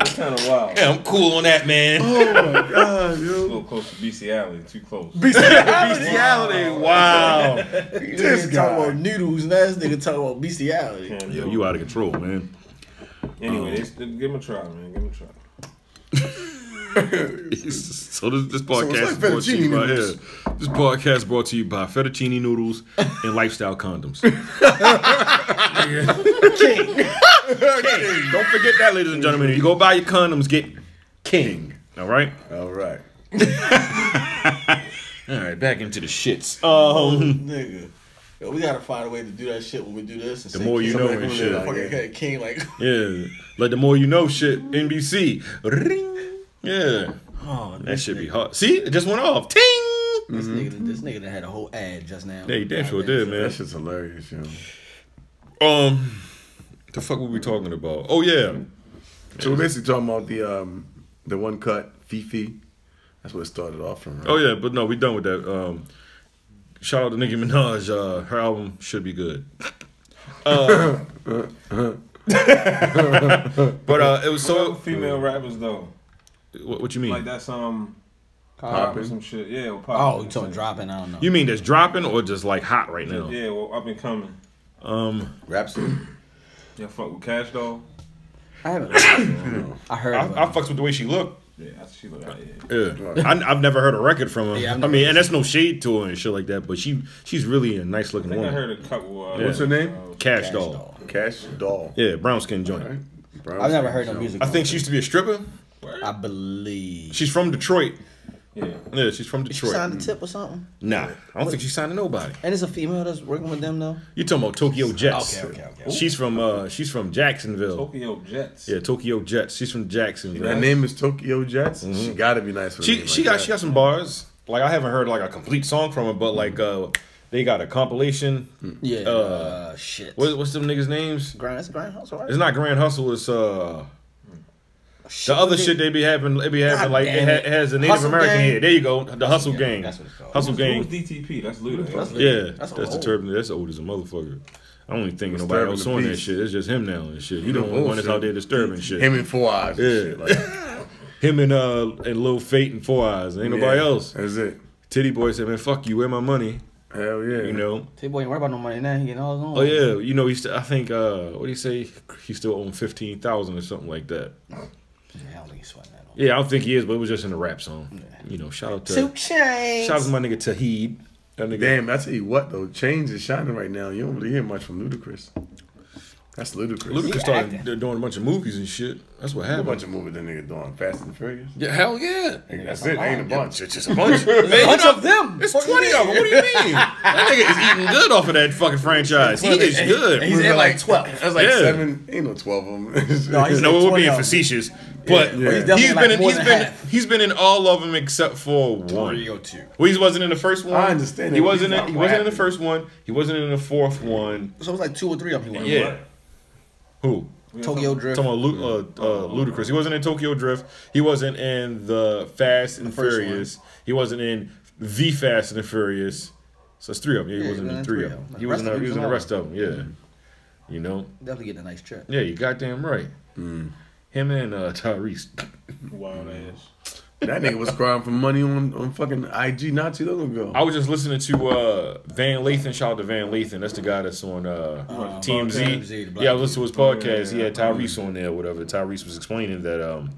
Speaker 7: it's kind of wild.
Speaker 6: Yeah, I'm cool on that, man.
Speaker 4: Oh my god,
Speaker 7: A
Speaker 4: yo.
Speaker 7: little close to bestiality, too close.
Speaker 6: Bestiality, wow.
Speaker 4: This
Speaker 5: This nigga
Speaker 4: guy.
Speaker 5: talking about noodles. and that nigga talking about bestiality.
Speaker 6: Yo, you out of control, man.
Speaker 7: Anyway, it's, give him a try, man. Give him a try.
Speaker 6: so this, this
Speaker 4: it's
Speaker 6: podcast
Speaker 4: like
Speaker 6: is brought to you
Speaker 4: fettuccine
Speaker 6: by
Speaker 4: noodles.
Speaker 6: yeah, this podcast is brought to you by fettuccine noodles and lifestyle condoms. King. Don't forget that, ladies and gentlemen. If you go buy your condoms, get King. All right.
Speaker 4: All right.
Speaker 6: All right. Back into the shits. Um,
Speaker 5: Nigga. Yo, we gotta find a way to do that shit when we do this. And the
Speaker 6: more you know and shit,
Speaker 5: Fucking king, like,
Speaker 6: yeah. Like the more you know, shit. NBC. Ring. Yeah.
Speaker 5: oh,
Speaker 6: That
Speaker 5: this,
Speaker 6: should be hard. See, it just went off. Ting.
Speaker 5: this nigga, this nigga done had a whole ad just now.
Speaker 6: Yeah, you damn sure did, man.
Speaker 4: That shit's hilarious, yo.
Speaker 6: Um, the fuck were we talking about? Oh yeah,
Speaker 4: So we're basically talking about the um the one cut Fifi That's what it started off from. Right?
Speaker 6: Oh yeah, but no, we done with that. Um, shout out to Nicki Minaj. Uh, her album should be good. Uh, but uh, it was so.
Speaker 7: female rappers though.
Speaker 6: What, what you mean?
Speaker 7: Like that's um pop or
Speaker 4: Poppin'.
Speaker 7: some shit. Yeah, or pop.
Speaker 5: Oh, you talking dropping? I don't know.
Speaker 6: You mean that's dropping or just like hot right now?
Speaker 7: Yeah, well up and coming.
Speaker 5: Rhapsody.
Speaker 7: Yeah, fuck with Cash though.
Speaker 5: I haven't. I heard.
Speaker 6: I,
Speaker 5: about
Speaker 6: I
Speaker 5: it.
Speaker 6: fucks with the way she looked.
Speaker 7: Yeah, that's she look out. Yeah.
Speaker 6: Yeah. I, I've never heard a record from her.
Speaker 5: Yeah, I've
Speaker 6: I
Speaker 5: never
Speaker 6: mean, and that's no shade to her and shit like that. But she she's really a nice looking
Speaker 7: I think I
Speaker 6: woman.
Speaker 7: heard a couple. Uh,
Speaker 4: What's her name?
Speaker 6: Cash, doll.
Speaker 5: Doll.
Speaker 4: Cash Doll.
Speaker 6: Yeah, brown skin joint.
Speaker 4: Brown
Speaker 5: I've never
Speaker 4: skin
Speaker 5: heard no
Speaker 4: show.
Speaker 5: music.
Speaker 6: I think she
Speaker 5: from
Speaker 6: used to be a stripper.
Speaker 5: her. I believe.
Speaker 6: She's from Detroit.
Speaker 7: Yeah.
Speaker 6: Yeah, she's from
Speaker 5: She
Speaker 6: Detroit.
Speaker 5: signed a tip or something.
Speaker 6: nah, I don't think she signed to nobody.
Speaker 5: And it's a female that's working with them though.
Speaker 6: You talking about Tokyo Jets?
Speaker 5: Okay, okay, okay.
Speaker 6: She's from uh, she's from Jacksonville.
Speaker 7: Tokyo Jets.
Speaker 6: Yeah, Tokyo Jets. She's from
Speaker 4: Her
Speaker 6: Jacksonville.
Speaker 4: name is Tokyo Jets. She gotta be nice. With a
Speaker 6: Mm-hmm. She
Speaker 4: name
Speaker 6: she
Speaker 4: like
Speaker 6: got
Speaker 4: that.
Speaker 6: she got some bars. Like I haven't heard like a complete song from her, but like
Speaker 4: Hmm.
Speaker 6: uh, they got a compilation.
Speaker 5: Yeah. Uh, shit.
Speaker 6: What, what's them niggas' names?
Speaker 5: Grind. That's Grind House, right?
Speaker 6: It's not Grand Hustle. It's uh the other shit they be having. It be having
Speaker 5: Oh, God
Speaker 6: like it,
Speaker 5: damn
Speaker 6: ha-
Speaker 5: it.
Speaker 6: it has a Native
Speaker 5: Hustle
Speaker 6: American
Speaker 5: Gang?
Speaker 6: here. There you go. The Hustle
Speaker 5: Gang,
Speaker 6: Gang.
Speaker 5: that's what it's called.
Speaker 6: Hustle
Speaker 7: Who was
Speaker 6: Gang.
Speaker 7: DTP? That's Luda.
Speaker 5: That's Luda.
Speaker 6: Yeah,
Speaker 5: That's
Speaker 6: that's,
Speaker 5: old.
Speaker 6: the turban. That's old as a motherfucker. I don't even think
Speaker 4: Disturbing
Speaker 6: nobody else
Speaker 4: the
Speaker 6: on that
Speaker 4: peace.
Speaker 6: shit. It's just him now and shit. He
Speaker 4: You
Speaker 6: the
Speaker 4: know,
Speaker 6: only one that's
Speaker 4: bullshit.
Speaker 6: out there disturbing shit.
Speaker 4: him in four eyes. And
Speaker 6: Yeah.
Speaker 4: shit, like,
Speaker 6: Him and uh and Lil Fate and Four Eyes. Ain't nobody
Speaker 4: yeah,
Speaker 6: else.
Speaker 4: That's it.
Speaker 6: Titty Boy said, "Man, fuck you. Where my money?"
Speaker 4: Hell yeah.
Speaker 6: You know.
Speaker 5: T boy ain't worried about no money now. He getting all his own.
Speaker 6: Oh yeah. You know. He's. St- I think. uh What do you say? He still owned fifteen thousand or something like that.
Speaker 5: I don't think he's sweating that.
Speaker 6: Yeah, I don't think he is, but it was just in a rap song. You know. Shout out to.
Speaker 5: Two chains.
Speaker 6: Shout out to my nigga Tahid. That nigga.
Speaker 4: Damn, I tell you what though, change is shining right now. You don't really hear much from Ludacris. That's Ludacris.
Speaker 6: Ludacris
Speaker 5: He
Speaker 6: started
Speaker 5: acting.
Speaker 6: doing a bunch of movies and shit. That's what
Speaker 4: a
Speaker 6: happened.
Speaker 4: bunch of movies that nigga doing Fast and Furious.
Speaker 6: Yeah, hell yeah.
Speaker 4: Nigga, that's it.
Speaker 5: a
Speaker 4: Ain't a
Speaker 5: lot.
Speaker 4: bunch. It's just a bunch.
Speaker 6: Man, you
Speaker 5: bunch
Speaker 6: know-
Speaker 5: of them.
Speaker 6: It's
Speaker 5: What do you
Speaker 6: twenty of them. What do you mean? that nigga is eating good off of that fucking franchise. He is
Speaker 5: he's
Speaker 6: good.
Speaker 5: in like twelve.
Speaker 4: That's like
Speaker 6: Yeah.
Speaker 4: seven. Ain't no twelve of them.
Speaker 5: No, he's-
Speaker 6: No, we're
Speaker 5: 20
Speaker 6: being
Speaker 5: of them.
Speaker 6: facetious,
Speaker 4: Yeah.
Speaker 6: but
Speaker 4: He's
Speaker 6: he's
Speaker 5: definitely
Speaker 6: been
Speaker 5: like
Speaker 6: in,
Speaker 5: more
Speaker 6: he's
Speaker 5: than
Speaker 6: been
Speaker 5: half.
Speaker 6: he's been in all of them except for one.
Speaker 5: Three or two.
Speaker 6: Well, he wasn't in the first one.
Speaker 4: I understand
Speaker 6: He
Speaker 4: that, but
Speaker 6: wasn't.
Speaker 4: he's
Speaker 6: In, he
Speaker 4: not
Speaker 6: wasn't in the
Speaker 4: rapping.
Speaker 6: first one. He wasn't in the fourth one.
Speaker 5: So it was like two or three of them. he went
Speaker 6: Yeah. Who?
Speaker 5: with. Tokyo Drift.
Speaker 6: Talking about Lu- uh, uh, Ludacris. He wasn't in Tokyo Drift. He wasn't in the Fast and
Speaker 5: first
Speaker 6: Furious. He wasn't in the Fast and the Furious. So it's three of them. Yeah, he
Speaker 5: Yeah,
Speaker 6: wasn't in three of them. He was
Speaker 5: Rest
Speaker 6: in. the-
Speaker 5: of them
Speaker 6: He was in the
Speaker 5: was
Speaker 6: rest of them. Yeah. You know.
Speaker 5: Definitely getting a nice check.
Speaker 6: Yeah, you goddamn right. Him and uh, Tyrese.
Speaker 7: Wild ass.
Speaker 4: that nigga was crying for money on, on fucking IG not too long ago.
Speaker 6: I was just listening to uh, Van Lathan. Shout out to Van Lathan. That's the guy that's on uh, Team Z.
Speaker 5: TMZ, the black
Speaker 6: Yeah, I listened to his podcast. He had Tyrese on there, whatever. Tyrese was explaining that um,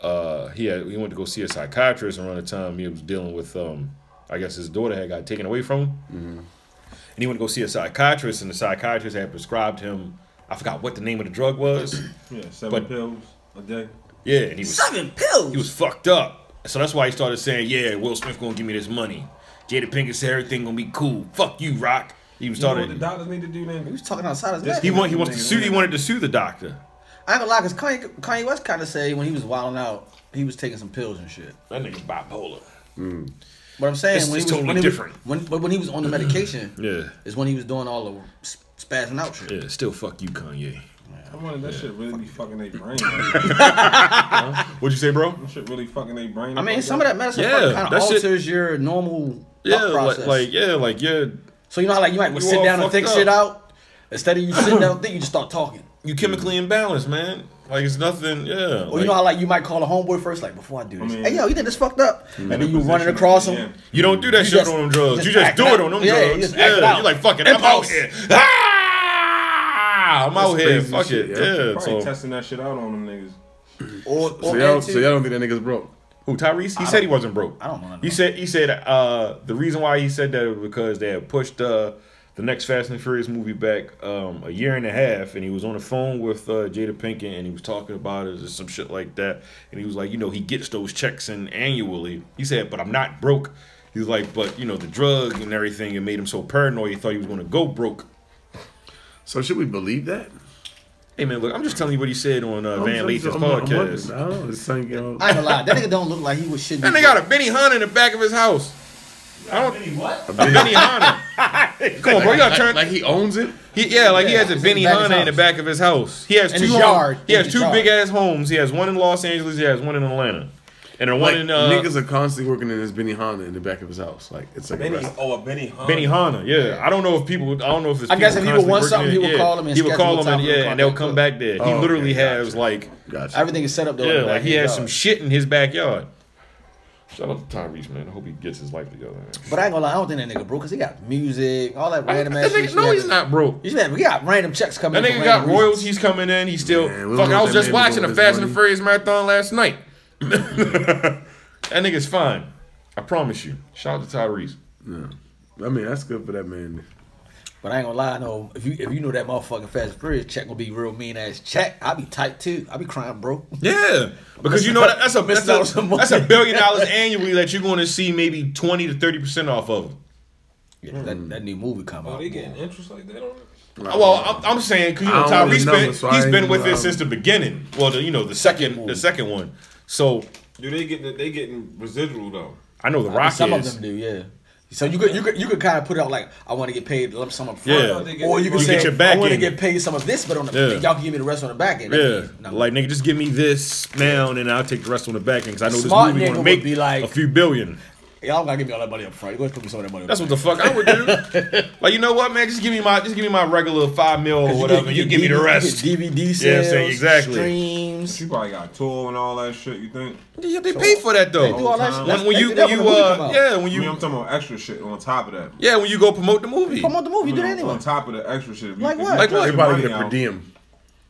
Speaker 6: uh, he had, he went to go see a psychiatrist around the time he was dealing with um, I guess his daughter had got taken away from him, and he went to go see a psychiatrist, and the psychiatrist had prescribed him. I forgot what the name of the drug was.
Speaker 7: Yeah, seven
Speaker 6: But-
Speaker 7: pills a day.
Speaker 6: Yeah, and he was
Speaker 5: Seven pills.
Speaker 6: he was fucked up. So that's why he started saying, "Yeah, Will Smith gonna give me this money. Jada Pinkett said everything gonna be cool. Fuck you, Rock." He was
Speaker 7: You know what the
Speaker 6: started.
Speaker 7: doctors need to do
Speaker 5: He
Speaker 7: then?
Speaker 5: was talking outside his neck.
Speaker 6: He want he wants to sue. He wanted to sue the doctor.
Speaker 5: I ain't gonna lie, cause Kanye, Kanye West kind of said when he was wilding out, he was taking some pills and shit.
Speaker 6: That nigga's bipolar.
Speaker 5: But I'm saying
Speaker 6: It's-
Speaker 5: when
Speaker 6: it's
Speaker 5: he was,
Speaker 6: totally
Speaker 5: when he was-
Speaker 6: different. Mm.
Speaker 5: when, but when he was on the medication,
Speaker 6: Yeah.
Speaker 5: is when he was doing all the sp- spazzing out shit.
Speaker 6: Yeah, still fuck you, Kanye.
Speaker 7: I wonder if that shit really be fucking their brain. That
Speaker 6: What'd you say, bro?
Speaker 7: shit really fucking their brain.
Speaker 5: I mean, some of that medicine
Speaker 6: Yeah,
Speaker 5: kind
Speaker 6: that
Speaker 5: of
Speaker 6: shit-
Speaker 5: alters your normal
Speaker 6: Yeah,
Speaker 5: thought
Speaker 6: like,
Speaker 5: process.
Speaker 6: like yeah, like yeah.
Speaker 5: so you know, how, like you might
Speaker 6: You
Speaker 5: sit
Speaker 6: all
Speaker 5: down and
Speaker 6: fucked
Speaker 5: think
Speaker 6: up.
Speaker 5: shit out instead of you sitting down and think, you just start talking.
Speaker 6: You chemically imbalanced, man. Like it's nothing. Yeah.
Speaker 5: Or
Speaker 6: like-
Speaker 5: you know how like you might call a homeboy first, like before I do this.
Speaker 7: mean-
Speaker 5: hey yo, you think this fucked up? And then you running across him.
Speaker 6: You don't do that
Speaker 5: You
Speaker 6: shit
Speaker 5: just-
Speaker 6: on them drugs.
Speaker 5: just
Speaker 6: You just
Speaker 5: act
Speaker 6: do
Speaker 5: out.
Speaker 6: it on them
Speaker 5: Yeah, you
Speaker 6: drugs.
Speaker 5: just
Speaker 6: Yeah,
Speaker 5: act out.
Speaker 6: you're like, fuck it, I'm out
Speaker 5: Impulse.
Speaker 6: here. Ah! I'm out
Speaker 4: That's
Speaker 6: here.
Speaker 4: crazy
Speaker 6: Fuck
Speaker 4: shit,
Speaker 6: it.
Speaker 4: yeah.
Speaker 6: Yeah.
Speaker 7: Probably
Speaker 6: So,
Speaker 7: testing that shit out on them niggas.
Speaker 5: Or, or
Speaker 4: so, y'all,
Speaker 5: and
Speaker 4: so
Speaker 5: two-
Speaker 4: y'all don't think that nigga's broke?
Speaker 6: who Tyrese? He said he wasn't broke.
Speaker 5: I don't know.
Speaker 6: He said he said uh, the reason why he said that was because they had pushed uh, the next Fast and Furious movie back um, a year and a half, and he was on the phone with uh, Jada Pinkett, and he was talking about it or some shit like that, and he was like, you know, he gets those checks in annually. He said, but I'm not broke. He was like, but you know, the drug and everything, it made him so paranoid. He thought he was gonna go broke.
Speaker 4: So should we believe that?
Speaker 6: Hey man, look, I'm just telling you what he said on uh, Van
Speaker 4: I'm-
Speaker 6: Lathan's
Speaker 4: I'm- I'm- I'm
Speaker 6: podcast.
Speaker 4: wondering. I don't know. It's something, you know,
Speaker 5: I ain't gonna lie, that nigga don't look like he was shit.
Speaker 6: And they got a Benny Hanna in the back of his house. I don't.
Speaker 4: a
Speaker 6: A
Speaker 4: big-
Speaker 6: Benny Hanna. Come on, bro. You gotta turn.
Speaker 4: like he owns it.
Speaker 6: He, yeah, like he
Speaker 5: Yeah,
Speaker 6: has a
Speaker 5: it's in
Speaker 6: Benny
Speaker 5: the back of
Speaker 6: Hanna
Speaker 5: his
Speaker 6: in the
Speaker 5: house.
Speaker 6: back of his house. He has
Speaker 5: In
Speaker 6: two
Speaker 5: his
Speaker 6: yard.
Speaker 5: yard.
Speaker 6: He
Speaker 5: In
Speaker 6: has
Speaker 5: his
Speaker 6: two
Speaker 5: yard.
Speaker 6: big ass homes. He has one in Los Angeles. He has one in Atlanta. and the one
Speaker 4: Like,
Speaker 6: in uh,
Speaker 4: niggas are constantly working in his Benny Honda in the back of his house. Like it's like a
Speaker 7: Benny,
Speaker 4: rest-
Speaker 7: oh, a Benny Hahn.
Speaker 6: Benny Hanna, yeah. I don't know if people. I don't know if it's.
Speaker 5: I guess
Speaker 6: people
Speaker 5: if he would want something,
Speaker 6: constantly
Speaker 5: he
Speaker 6: working
Speaker 5: would
Speaker 6: it,
Speaker 5: call them and
Speaker 6: he would
Speaker 5: schedule
Speaker 6: call
Speaker 5: a
Speaker 6: them,
Speaker 5: time
Speaker 6: and
Speaker 5: for them to
Speaker 6: yeah, and they'll
Speaker 5: come
Speaker 6: come
Speaker 5: back.
Speaker 6: back there. He
Speaker 4: Oh, okay,
Speaker 6: literally
Speaker 4: gotcha.
Speaker 6: has like,
Speaker 4: Gotcha.
Speaker 5: Everything is set up though. in
Speaker 6: yeah,
Speaker 5: the
Speaker 6: like he has
Speaker 5: backyard.
Speaker 6: some shit in his backyard. Shout out to Tyrese, man. I hope he gets his life together. Man.
Speaker 5: But I ain't gonna lie, I don't think that nigga broke because he got music, all that random
Speaker 6: That
Speaker 5: ass
Speaker 6: nigga-
Speaker 5: shit.
Speaker 6: no, he's not broke.
Speaker 5: He's mad. We got random checks coming.
Speaker 6: That
Speaker 5: in for
Speaker 6: nigga got
Speaker 5: random reasons.
Speaker 6: royalties coming in. He still
Speaker 4: Man, we don't
Speaker 6: fuck.
Speaker 4: know
Speaker 6: I
Speaker 4: if
Speaker 6: was
Speaker 4: that man
Speaker 6: just
Speaker 4: was
Speaker 6: watching
Speaker 4: doing
Speaker 6: the
Speaker 4: this
Speaker 6: Fast and
Speaker 4: money.
Speaker 6: the Furious marathon last night. that nigga's fine. I promise you. Shout out to Tyrese.
Speaker 4: I mean, that's good for that man.
Speaker 5: But I ain't gonna lie, no. If you if you know that motherfucking Fast and Furious check gonna be real mean ass check, I be tight too. I be crying, bro.
Speaker 6: Yeah, because you know that, that's a
Speaker 5: Missing
Speaker 6: that's
Speaker 5: out on
Speaker 6: a,
Speaker 5: some money.
Speaker 6: that's a billion dollars annually that you're going to see maybe twenty to thirty percent off of.
Speaker 5: Yeah, that, that new movie coming
Speaker 7: Oh,
Speaker 5: out.
Speaker 7: they getting interest like that on it?
Speaker 6: Well, I'm, I'm saying because you know
Speaker 4: I don't know
Speaker 6: Tyree's
Speaker 4: the
Speaker 6: been
Speaker 4: numbers, so I
Speaker 6: he's
Speaker 4: ain't
Speaker 6: been with
Speaker 4: gonna-
Speaker 6: it since the beginning. Well, the, you know the second the second one. So
Speaker 7: Do they get they getting residual though?
Speaker 6: I know the Rock
Speaker 5: Some of
Speaker 6: is.
Speaker 5: them do, yeah. So you could you could you could kind of put out like I want to get paid lump sum up
Speaker 6: Yeah.
Speaker 5: front,
Speaker 7: You
Speaker 5: or you could
Speaker 7: get
Speaker 5: say
Speaker 6: your back
Speaker 5: I want to
Speaker 6: end.
Speaker 5: get paid some of this, but on the
Speaker 6: Yeah.
Speaker 5: y'all can give me the rest on the back end.
Speaker 6: Yeah,
Speaker 5: No.
Speaker 6: like nigga, just give me this now, and then I'll take the rest on the back end because I know this
Speaker 5: Smart
Speaker 6: movie
Speaker 5: nigga
Speaker 6: going to
Speaker 5: would
Speaker 6: make
Speaker 5: be like-
Speaker 6: a few billion.
Speaker 5: y'all don't gotta give me all that money up front. You gonna put me some of that money. up
Speaker 6: That's
Speaker 5: front.
Speaker 6: what the fuck I would do. like you know what, man, just give me my just give me my regular five mil or whatever. and You, give me the rest.
Speaker 5: You get DVD sales,
Speaker 6: Yeah, say exactly.
Speaker 5: streams.
Speaker 7: She probably got tour and all that shit. You think?
Speaker 6: Yeah, they pay for that though.
Speaker 5: They do all that
Speaker 7: When-
Speaker 5: shit.
Speaker 6: when,
Speaker 5: That's-
Speaker 6: when
Speaker 5: they
Speaker 6: you
Speaker 5: do that
Speaker 6: when you
Speaker 5: the movie come
Speaker 6: uh
Speaker 5: out.
Speaker 6: yeah when
Speaker 7: I
Speaker 6: you
Speaker 7: mean, I'm talking about extra shit on top of that.
Speaker 6: yeah when you go promote the movie.
Speaker 5: Promote the movie,
Speaker 7: You
Speaker 5: do
Speaker 7: know,
Speaker 5: that anyway.
Speaker 7: On top of the extra shit. If you-
Speaker 5: Like
Speaker 7: if you
Speaker 5: what?
Speaker 6: Like
Speaker 7: stretch
Speaker 4: They
Speaker 6: what?
Speaker 7: your
Speaker 4: probably
Speaker 7: money
Speaker 4: get a per
Speaker 7: out,
Speaker 4: diem.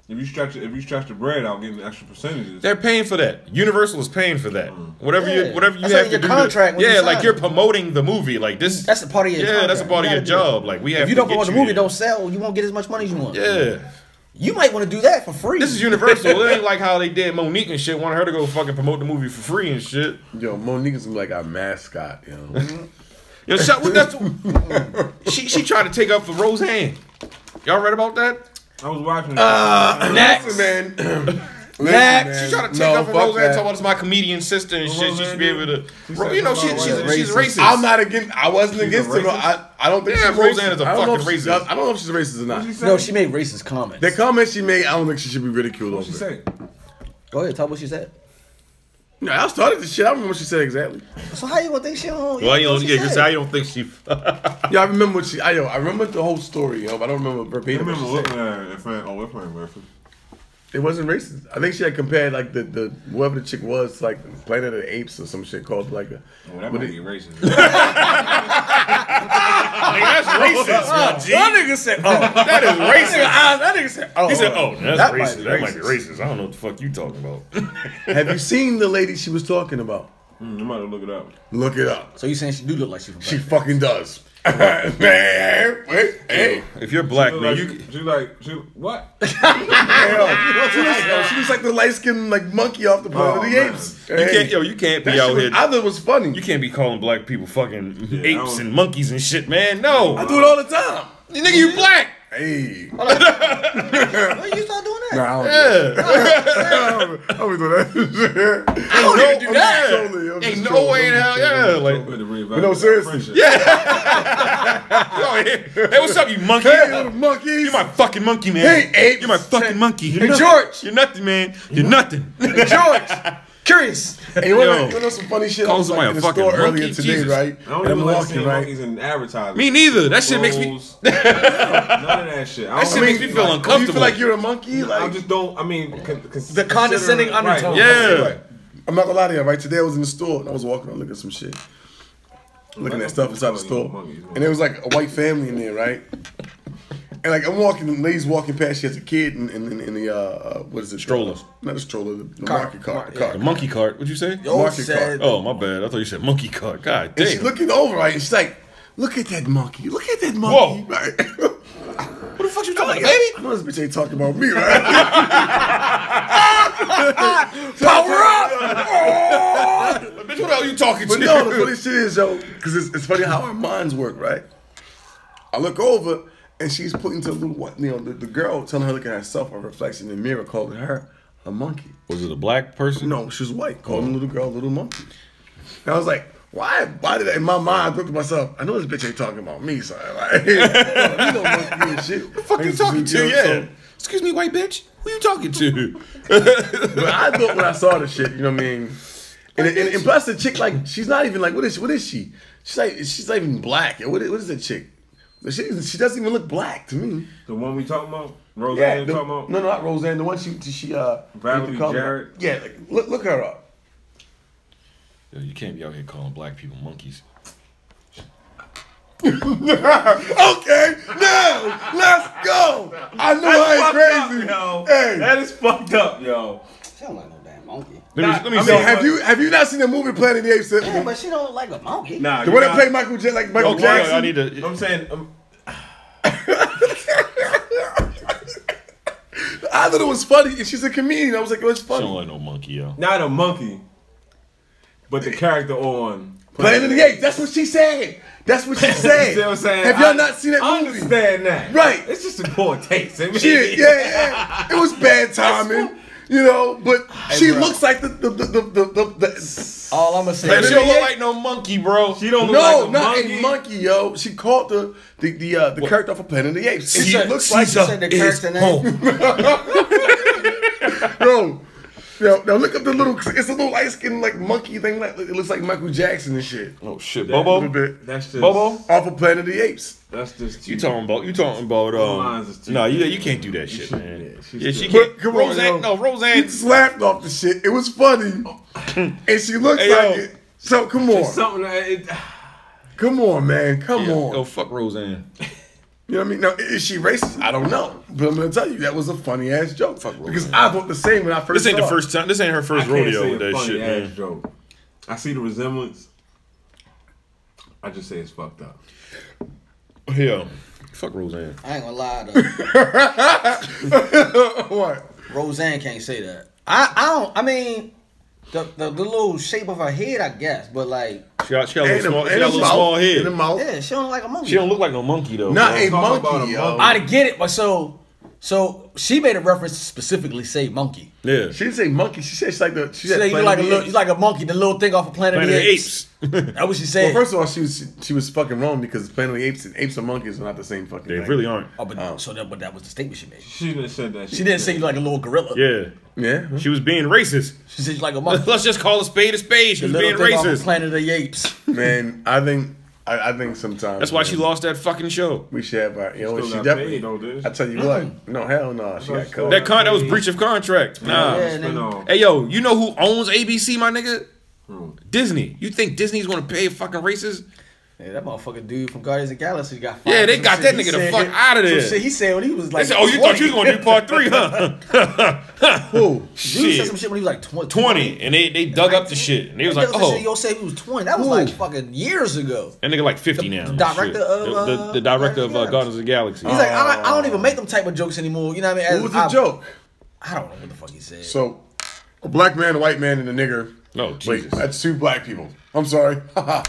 Speaker 7: If you stretch if you stretch the bread out, getting extra percentages.
Speaker 6: They're paying for that. Universal is paying for that. Whatever
Speaker 5: Mm. Yeah.
Speaker 6: you whatever you
Speaker 5: That's
Speaker 6: have
Speaker 5: in
Speaker 6: to
Speaker 5: your
Speaker 6: do.
Speaker 5: contract
Speaker 6: to,
Speaker 5: when you
Speaker 6: yeah,
Speaker 5: sign
Speaker 6: like you're
Speaker 5: it.
Speaker 6: promoting the movie. Like this.
Speaker 5: That's a part of your
Speaker 6: yeah. That's a
Speaker 5: contract.
Speaker 6: part of
Speaker 5: You
Speaker 6: your
Speaker 5: gotta do
Speaker 6: job. Like we have.
Speaker 5: If you
Speaker 6: to
Speaker 5: don't
Speaker 6: get
Speaker 5: promote the movie,
Speaker 6: there.
Speaker 5: don't sell. You won't get as much money as you want.
Speaker 6: Yeah,
Speaker 5: You might want to do that for free.
Speaker 6: this is Universal. it ain't like how they did Monique and shit. Wanted her to go fucking promote the movie for free and shit.
Speaker 4: Yo, Monique's like our mascot. You know,
Speaker 6: Yo, shut. What, that's, she she tried to take up for Roseanne. Y'all read about that?
Speaker 7: I was watching.
Speaker 4: Listen, man. Listen,
Speaker 6: She
Speaker 4: man.
Speaker 6: tried to take
Speaker 4: No,
Speaker 6: up for
Speaker 4: fuck
Speaker 6: Roseanne.
Speaker 4: that.
Speaker 6: Talking about it's my comedian sister and shit. She should be able to.
Speaker 7: She
Speaker 6: Ro-
Speaker 7: said
Speaker 6: you know, she,
Speaker 7: something
Speaker 6: she's
Speaker 7: about
Speaker 6: a- she's a
Speaker 5: racist.
Speaker 6: racist.
Speaker 4: I'm not against. I wasn't against him.
Speaker 7: racist?
Speaker 4: I, I don't think
Speaker 6: Yeah,
Speaker 4: she's
Speaker 6: Roseanne
Speaker 4: racist.
Speaker 6: is a
Speaker 4: I don't know if
Speaker 6: fucking
Speaker 4: she's-
Speaker 6: racist.
Speaker 4: I don't know if she's racist or not.
Speaker 7: she said?
Speaker 5: No, she made racist comments.
Speaker 4: The comment she made, I don't think she should be ridiculed
Speaker 7: She
Speaker 4: over. it.
Speaker 7: said.
Speaker 5: Go ahead, tell what she said.
Speaker 4: No, I started the shit. I don't remember what she said exactly.
Speaker 5: So how you gonna think she don't?
Speaker 6: Well, you
Speaker 5: know
Speaker 6: know,
Speaker 5: what she
Speaker 6: yeah, 'cause
Speaker 5: said?
Speaker 6: I don't think she.
Speaker 4: Yeah, I remember what she. I yo, I remember the whole story, yo. But I don't remember
Speaker 7: I
Speaker 4: verbatim. what she
Speaker 7: remember
Speaker 4: said.
Speaker 7: looking at her and saying, "Oh, we're playing Murphy."
Speaker 4: It wasn't racist. I think she had compared like the the whoever the chick was to, like Planet of the Apes or some shit called like a.
Speaker 6: Oh,
Speaker 7: Well, that
Speaker 4: what
Speaker 7: might
Speaker 4: it-
Speaker 7: be racist.
Speaker 6: that's
Speaker 4: Oh,
Speaker 6: racist.
Speaker 5: That nigga said, "Oh,
Speaker 6: that is racist.
Speaker 5: that nigga said, oh."
Speaker 6: He said, "Oh, that's
Speaker 5: That might
Speaker 6: racist.
Speaker 5: be
Speaker 6: that might be racist. I don't know what the fuck you talking about."
Speaker 4: Have you seen the lady she was talking about?
Speaker 7: Mm, I might have looked it up.
Speaker 4: Look it up.
Speaker 5: So you saying she do look like she from?
Speaker 4: She
Speaker 5: She,
Speaker 4: fucking does. Man, wait, hey.
Speaker 6: if you're black, man,
Speaker 7: Like,
Speaker 6: you
Speaker 7: she, she like she what?
Speaker 4: She looks, yo, she looks like the light skinned like monkey off the Planet
Speaker 7: Oh,
Speaker 4: of the
Speaker 7: man.
Speaker 4: Apes.
Speaker 6: you can't yo you can't be out here.
Speaker 4: I thought it was funny.
Speaker 6: you can't be calling black people fucking
Speaker 7: Yeah, I
Speaker 6: apes
Speaker 7: don't-
Speaker 6: and monkeys and shit, man. No,
Speaker 4: I do it all the time.
Speaker 6: nigga, you black.
Speaker 4: Hey.
Speaker 5: when you start doing that?
Speaker 6: Yeah.
Speaker 4: I always do that. I
Speaker 6: don't even do that.
Speaker 4: Oh, I'm
Speaker 6: Ain't
Speaker 4: just
Speaker 6: no
Speaker 4: trolling.
Speaker 6: way in hell. Yeah, like,
Speaker 7: But
Speaker 4: no, seriously.
Speaker 7: Yeah.
Speaker 6: yo, hey, hey, what's up, you monkey?
Speaker 4: Hey, little monkeys.
Speaker 6: You're my fucking monkey, man.
Speaker 4: Hey, apes.
Speaker 6: You're my fucking monkey. You're nothing.
Speaker 5: George.
Speaker 6: You're nothing, man. You're nothing.
Speaker 5: George, curious.
Speaker 4: And you wanna,
Speaker 6: Yo.
Speaker 4: you wanna know some funny shit?
Speaker 6: Calls
Speaker 4: I was, like, in
Speaker 6: somebody a
Speaker 4: the
Speaker 6: fucking
Speaker 4: store
Speaker 6: monkey?
Speaker 4: earlier today,
Speaker 6: Jesus.
Speaker 4: right?
Speaker 7: I
Speaker 4: And
Speaker 7: don't even
Speaker 4: I'm
Speaker 7: like
Speaker 4: walking,
Speaker 7: seeing
Speaker 4: right?
Speaker 7: monkeys in advertising.
Speaker 6: Me neither. That shit makes me.
Speaker 7: Clothes. None of that shit. I
Speaker 6: That shit
Speaker 7: don't-
Speaker 6: makes me feel
Speaker 7: like,
Speaker 4: Do you
Speaker 6: uncomfortable.
Speaker 4: feel like you're a monkey?
Speaker 7: I
Speaker 4: Like,
Speaker 7: just don't. I mean, con- cons-
Speaker 5: The condescending
Speaker 7: considering- right,
Speaker 5: undertone.
Speaker 6: Yeah.
Speaker 4: Right. I'm not gonna lie to you, right? Today I was in the store and I was walking around looking at some shit. Looking at stuff inside the store. And there was like a white family in there, right? And like I'm walking, the lady's walking past, she has a kid in, in, in, in the, uh, uh, what is it?
Speaker 6: Stroller.
Speaker 4: Not a stroller, the, the
Speaker 5: Car.
Speaker 4: market cart. The
Speaker 5: Mar-
Speaker 4: car.
Speaker 6: The monkey cart. What'd you say?
Speaker 4: Market card.
Speaker 6: Oh, my bad. I thought you said monkey cart. God
Speaker 4: And she's
Speaker 6: damn.
Speaker 4: looking over, right? And she's like, look at that monkey. Look at that monkey,
Speaker 6: Whoa.
Speaker 4: right?
Speaker 6: what the fuck you talking
Speaker 4: I know this bitch ain't talking about me, right? Power up!
Speaker 6: Bitch, what the hell you talking
Speaker 4: But
Speaker 6: to?
Speaker 4: no, the funny shit is, yo, because it's, it's funny how our minds work, right? I look over and she's putting to the little one, you know, the, the girl telling her to look at herself, a reflection in the mirror, calling her a monkey.
Speaker 6: Was it Oh. a black person?
Speaker 4: No, she was white, calling the little girl a little monkey. And I was like, why? Why did I, in my mind, I looked at myself, I know this bitch ain't talking about me, son. Like, you know, monkey and shit.
Speaker 6: Who the fuck you
Speaker 4: Like,
Speaker 6: talking
Speaker 4: know,
Speaker 6: to? Yeah.
Speaker 4: so-
Speaker 6: Excuse me, white bitch. Who you talking to?
Speaker 4: But I thought when I saw the shit, you know what I mean? And, and, and plus the chick like she's not even like what is what is she? She's like she's not even black. What is, what is that chick? She, she doesn't even look black to me.
Speaker 7: The one we talking about?
Speaker 4: Yeah,
Speaker 7: Roseanne
Speaker 4: the-
Speaker 7: talking about?
Speaker 4: no, no, not Roseanne. The one she she uh
Speaker 7: Valerie
Speaker 4: you call her-
Speaker 7: Jarrett?
Speaker 4: Yeah, like, look look her up.
Speaker 6: Yo, you can't be out here calling black people monkeys.
Speaker 4: Okay, now let's go. I know I ain't crazy.
Speaker 7: Yo.
Speaker 4: Hey.
Speaker 7: That is fucked up, yo.
Speaker 5: Sound like no damn monkey.
Speaker 6: Let me,
Speaker 7: Nah,
Speaker 6: let me
Speaker 7: I
Speaker 6: see.
Speaker 4: So
Speaker 7: mean,
Speaker 4: have you have you not seen the movie Planet of the Apes?
Speaker 5: Yeah,
Speaker 4: The
Speaker 5: but she don't like a monkey.
Speaker 7: Nah,
Speaker 4: one
Speaker 7: you
Speaker 4: that
Speaker 7: got-
Speaker 4: played Michael J. like Michael
Speaker 6: okay,
Speaker 4: Jackson.
Speaker 6: I need to.
Speaker 7: I'm saying, um,
Speaker 4: I thought it was funny, and she's a comedian. I was like, it was
Speaker 6: She don't
Speaker 4: funny.
Speaker 6: like no monkey, yo.
Speaker 7: not a monkey, but the character on
Speaker 4: Planet of the Apes. That's what she said. That's what she said.
Speaker 7: You see what I'm saying?
Speaker 4: Have y'all
Speaker 7: I-
Speaker 4: not seen that
Speaker 7: I
Speaker 4: movie?
Speaker 7: understand that.
Speaker 4: Right.
Speaker 7: It's just a poor taste. I mean,
Speaker 4: Shit, yeah, yeah. It was bad timing, you know. But she
Speaker 7: bro.
Speaker 4: looks like the the the the, the, the, the
Speaker 5: All I'm gonna say
Speaker 6: She
Speaker 5: is
Speaker 6: don't look like no monkey, bro.
Speaker 7: She don't look
Speaker 4: no,
Speaker 7: like a
Speaker 4: not
Speaker 7: monkey.
Speaker 4: a monkey, yo. She caught the the the, uh, the character off of Planet of the Apes. And she
Speaker 6: Caesar-
Speaker 4: looks like
Speaker 6: Caesar
Speaker 5: said the
Speaker 6: is
Speaker 5: character name.
Speaker 6: home.
Speaker 4: no. Now, now look up the little. It's a little light skinned like monkey thing. Like it looks like Michael Jackson and shit.
Speaker 6: Oh shit,
Speaker 7: That-
Speaker 4: A little
Speaker 6: Bobo.
Speaker 4: bit.
Speaker 7: That's just.
Speaker 6: Bobo.
Speaker 4: Off of Planet of the Apes.
Speaker 7: That's just.
Speaker 6: You talking about? You talking about?
Speaker 7: Lines is
Speaker 6: Um,
Speaker 7: too
Speaker 6: no, you
Speaker 7: big.
Speaker 6: you can't do that shit,
Speaker 7: should-
Speaker 6: man.
Speaker 7: yeah, she's
Speaker 6: Yeah, she
Speaker 7: still-
Speaker 6: can't.
Speaker 4: But, come on,
Speaker 6: Roseanne,
Speaker 4: yo.
Speaker 6: no, Roseanne.
Speaker 4: She slapped off the shit. It was funny, and she looks
Speaker 6: Hey,
Speaker 4: like
Speaker 6: yo.
Speaker 4: it. So come on,
Speaker 7: Something that it,
Speaker 4: come on, man, come
Speaker 6: Yeah,
Speaker 4: on.
Speaker 7: Oh,
Speaker 6: Yo, fuck Roseanne.
Speaker 4: You know what I mean? Now, i- is she racist? I don't know. But I'm gonna tell you, that was a funny ass joke.
Speaker 6: Fuck
Speaker 4: because
Speaker 6: Roseanne.
Speaker 4: I thought the same when I first
Speaker 6: This ain't
Speaker 4: saw it.
Speaker 6: the first time. This ain't her
Speaker 7: I
Speaker 6: first
Speaker 7: can't
Speaker 6: rodeo
Speaker 7: say
Speaker 6: with
Speaker 7: a
Speaker 6: that
Speaker 7: funny
Speaker 6: shit,
Speaker 7: ass
Speaker 6: man.
Speaker 7: joke. I see the resemblance. I just say it's fucked up.
Speaker 6: Yeah, fuck Roseanne.
Speaker 5: I ain't gonna lie. Though.
Speaker 4: What?
Speaker 5: Roseanne can't say that. I I don't. I mean, the, the the little shape of her head, I guess, but like,
Speaker 6: She got she got a
Speaker 4: And
Speaker 6: little small,
Speaker 4: a,
Speaker 6: she
Speaker 4: and a
Speaker 6: got a little small
Speaker 4: mouth. And a
Speaker 6: head.
Speaker 4: mouth.
Speaker 5: yeah, she don't like a monkey.
Speaker 6: She don't look like no monkey though.
Speaker 4: Not
Speaker 6: bro.
Speaker 4: a
Speaker 7: Talk about
Speaker 4: monkey,
Speaker 7: a
Speaker 4: yo.
Speaker 7: monkey.
Speaker 5: I get it, but so so she made a reference to specifically say monkey.
Speaker 6: Yeah.
Speaker 4: She didn't say monkey. She said she's like the. She,
Speaker 5: She
Speaker 4: said
Speaker 5: said you
Speaker 4: Planet
Speaker 5: like a
Speaker 4: of the
Speaker 5: little, you
Speaker 4: Apes.
Speaker 5: like a monkey, the little thing off of Planet,
Speaker 6: Planet of
Speaker 5: of
Speaker 6: the Apes.
Speaker 5: That's what she
Speaker 4: Well,
Speaker 5: said.
Speaker 4: first of all, she was she was fucking wrong because Planet of the Apes and apes and monkeys are not the same fucking
Speaker 6: They
Speaker 4: thing.
Speaker 6: really aren't.
Speaker 5: oh, but so that, but that was the statement she made.
Speaker 7: She didn't said that.
Speaker 5: She didn't say you like a little gorilla.
Speaker 6: Yeah.
Speaker 4: Yeah.
Speaker 6: She was being racist.
Speaker 5: She said you like a monkey.
Speaker 6: Let's just call a spade a spade. She
Speaker 5: The
Speaker 6: was
Speaker 5: little
Speaker 6: being
Speaker 5: thing off of
Speaker 6: racist.
Speaker 5: Planet of the Apes.
Speaker 4: Man, I think I, I think sometimes
Speaker 6: That's why she
Speaker 4: man,
Speaker 6: lost that fucking show.
Speaker 4: We should have our you know,
Speaker 7: Still
Speaker 4: she
Speaker 7: got
Speaker 4: definitely
Speaker 7: paid, though, didn't she?
Speaker 4: I tell you what,
Speaker 5: Mm-hmm.
Speaker 4: no hell no, she
Speaker 7: thought
Speaker 4: got
Speaker 7: she
Speaker 4: caught.
Speaker 6: That con that was breach of contract. Nah.
Speaker 5: Yeah,
Speaker 7: Spin
Speaker 5: nigga.
Speaker 7: off.
Speaker 6: Hey yo, you know who owns ABC, my nigga?
Speaker 7: Hmm.
Speaker 6: Disney. You think Disney's gonna pay fucking racist?
Speaker 5: Yeah, that motherfucking dude from Guardians of the Galaxy got fired.
Speaker 6: Yeah, they
Speaker 5: for
Speaker 6: got
Speaker 5: some
Speaker 6: that
Speaker 5: shit
Speaker 6: nigga
Speaker 5: he said-
Speaker 6: the fuck outta
Speaker 5: some
Speaker 6: there.
Speaker 5: shit he said when he was
Speaker 6: They
Speaker 5: like,
Speaker 6: said, oh, you thought
Speaker 5: 20."
Speaker 6: you was gonna do part three, huh?
Speaker 4: Who?
Speaker 5: Dude said
Speaker 6: shit.
Speaker 5: some shit when he was like 20.
Speaker 6: 20. And they, they dug up the shit. And they was like, oh,
Speaker 5: Yo said he was 20. That was
Speaker 4: Who?
Speaker 5: like fucking years ago.
Speaker 6: that nigga like 50
Speaker 5: The-
Speaker 6: now.
Speaker 5: the director
Speaker 6: Shit.
Speaker 5: of,
Speaker 6: The- the,
Speaker 5: uh,
Speaker 6: the director of uh, Guardians
Speaker 5: Guardians
Speaker 6: of the Galaxy.
Speaker 5: He's like, I, I don't even make them type of jokes anymore. You know what I mean?
Speaker 4: What
Speaker 5: As
Speaker 4: was
Speaker 5: I-
Speaker 4: the joke?
Speaker 5: I don't know what the fuck he said.
Speaker 4: So, a black man, a white man, and a nigger.
Speaker 6: Oh,
Speaker 4: Wait,
Speaker 6: Jesus.
Speaker 4: that's two black people. I'm sorry.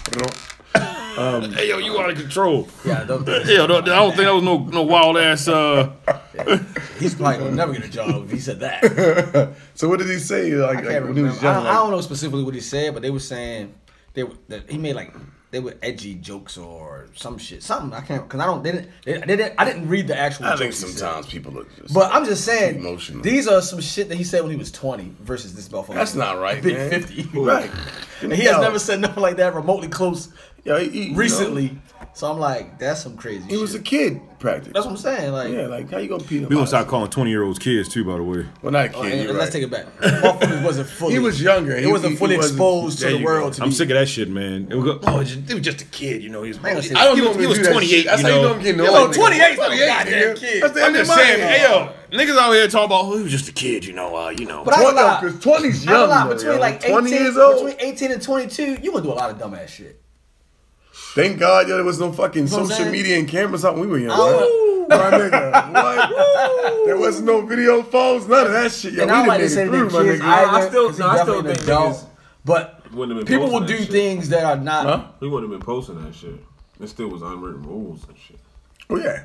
Speaker 6: hey, yo, you out of control.
Speaker 5: yeah, don't,
Speaker 6: Yeah, I don't I don't think that was no no wild ass. Uh,
Speaker 5: he's probably gonna never get a job if he said that. I
Speaker 4: so what did he say? Like, like,
Speaker 5: can't
Speaker 4: when he
Speaker 5: remember.
Speaker 4: was
Speaker 5: I,
Speaker 4: young,
Speaker 5: I
Speaker 4: like,
Speaker 5: don't know specifically what he said, but they were saying they were, that he made like they were edgy jokes or some shit, something. I can't because I don't they didn't, they, they didn't I didn't read the actual.
Speaker 4: I think
Speaker 5: jokes he said.
Speaker 4: sometimes people look just.
Speaker 5: But I'm just saying,
Speaker 4: Emotional.
Speaker 5: these are some shit that he said when he was 20 versus this motherfucker.
Speaker 4: That's not right,
Speaker 5: Big
Speaker 4: man.
Speaker 5: 50,
Speaker 4: Right.
Speaker 5: And he has
Speaker 4: Yo.
Speaker 5: never said nothing like that remotely close
Speaker 4: Yo, he- he- you know,
Speaker 5: recently. So I'm like, that's some crazy.
Speaker 4: he was a
Speaker 5: shit.
Speaker 4: kid, practically.
Speaker 5: That's what I'm saying. Like,
Speaker 4: yeah, like how you gonna pee?
Speaker 6: we gonna start calling twenty year olds kids too. By the way,
Speaker 4: Well, not a
Speaker 5: Oh,
Speaker 4: kid.
Speaker 5: and-
Speaker 4: you're
Speaker 5: and
Speaker 4: right.
Speaker 5: Let's take it back. Motherfucker wasn't fully.
Speaker 4: He was younger.
Speaker 5: He,
Speaker 4: He-
Speaker 5: wasn't
Speaker 4: he-
Speaker 5: fully
Speaker 4: he wasn't-
Speaker 5: exposed
Speaker 4: there
Speaker 5: to the
Speaker 4: you
Speaker 5: world.
Speaker 4: go.
Speaker 5: To
Speaker 6: I'm
Speaker 5: be,
Speaker 6: sick of that shit, man. It was, go- oh, it was just- it was just a kid, you know. He was,
Speaker 5: I ain't gonna say
Speaker 6: I don't
Speaker 4: You
Speaker 6: know.
Speaker 4: don't
Speaker 6: He was
Speaker 4: do that
Speaker 6: 28.
Speaker 4: shit. That's
Speaker 6: you
Speaker 4: how you
Speaker 6: know.
Speaker 4: don't get no.
Speaker 5: Yo,
Speaker 4: nigga.
Speaker 5: 28 's not a
Speaker 4: That's how you
Speaker 5: goddamn
Speaker 4: get.
Speaker 5: kid.
Speaker 4: That's the
Speaker 6: I'm
Speaker 4: end of
Speaker 6: just
Speaker 4: my
Speaker 6: saying,
Speaker 4: age.
Speaker 6: hey yo, niggas out here talking about oh, he was just a kid, you know. Uh, you know.
Speaker 5: But I ain't
Speaker 4: Twenty,
Speaker 5: gonna
Speaker 4: because twenty's
Speaker 5: I ain't
Speaker 4: young.
Speaker 5: gonna lie,
Speaker 4: though,
Speaker 5: between
Speaker 4: yo.
Speaker 5: like 18,
Speaker 4: twenty years old.
Speaker 5: between 18 and 22, you gonna do a lot of dumbass shit.
Speaker 4: Thank God, yo, there was no fucking
Speaker 5: what I'm
Speaker 4: social
Speaker 5: saying?
Speaker 4: media and cameras out when we were young.
Speaker 5: Ooh.
Speaker 4: What? My nigga, what? there was no video phones, none of that shit. Yo,
Speaker 5: and
Speaker 4: we
Speaker 5: I
Speaker 4: done
Speaker 5: don't
Speaker 4: made
Speaker 5: like to
Speaker 4: it
Speaker 5: say
Speaker 4: through,
Speaker 5: that
Speaker 4: my
Speaker 5: kids
Speaker 4: nigga.
Speaker 7: I- I
Speaker 5: either,
Speaker 7: still-
Speaker 5: 'cause
Speaker 7: no,
Speaker 5: he
Speaker 7: I still
Speaker 5: definitely
Speaker 7: think
Speaker 5: an adult,
Speaker 7: niggas wouldn't
Speaker 5: But
Speaker 7: have been
Speaker 5: people
Speaker 7: forced
Speaker 5: will
Speaker 7: to
Speaker 5: do
Speaker 7: that shit.
Speaker 5: things that are not.
Speaker 4: Huh?
Speaker 7: He wouldn't have been posting that shit. There still was unwritten rules and shit.
Speaker 4: Oh yeah,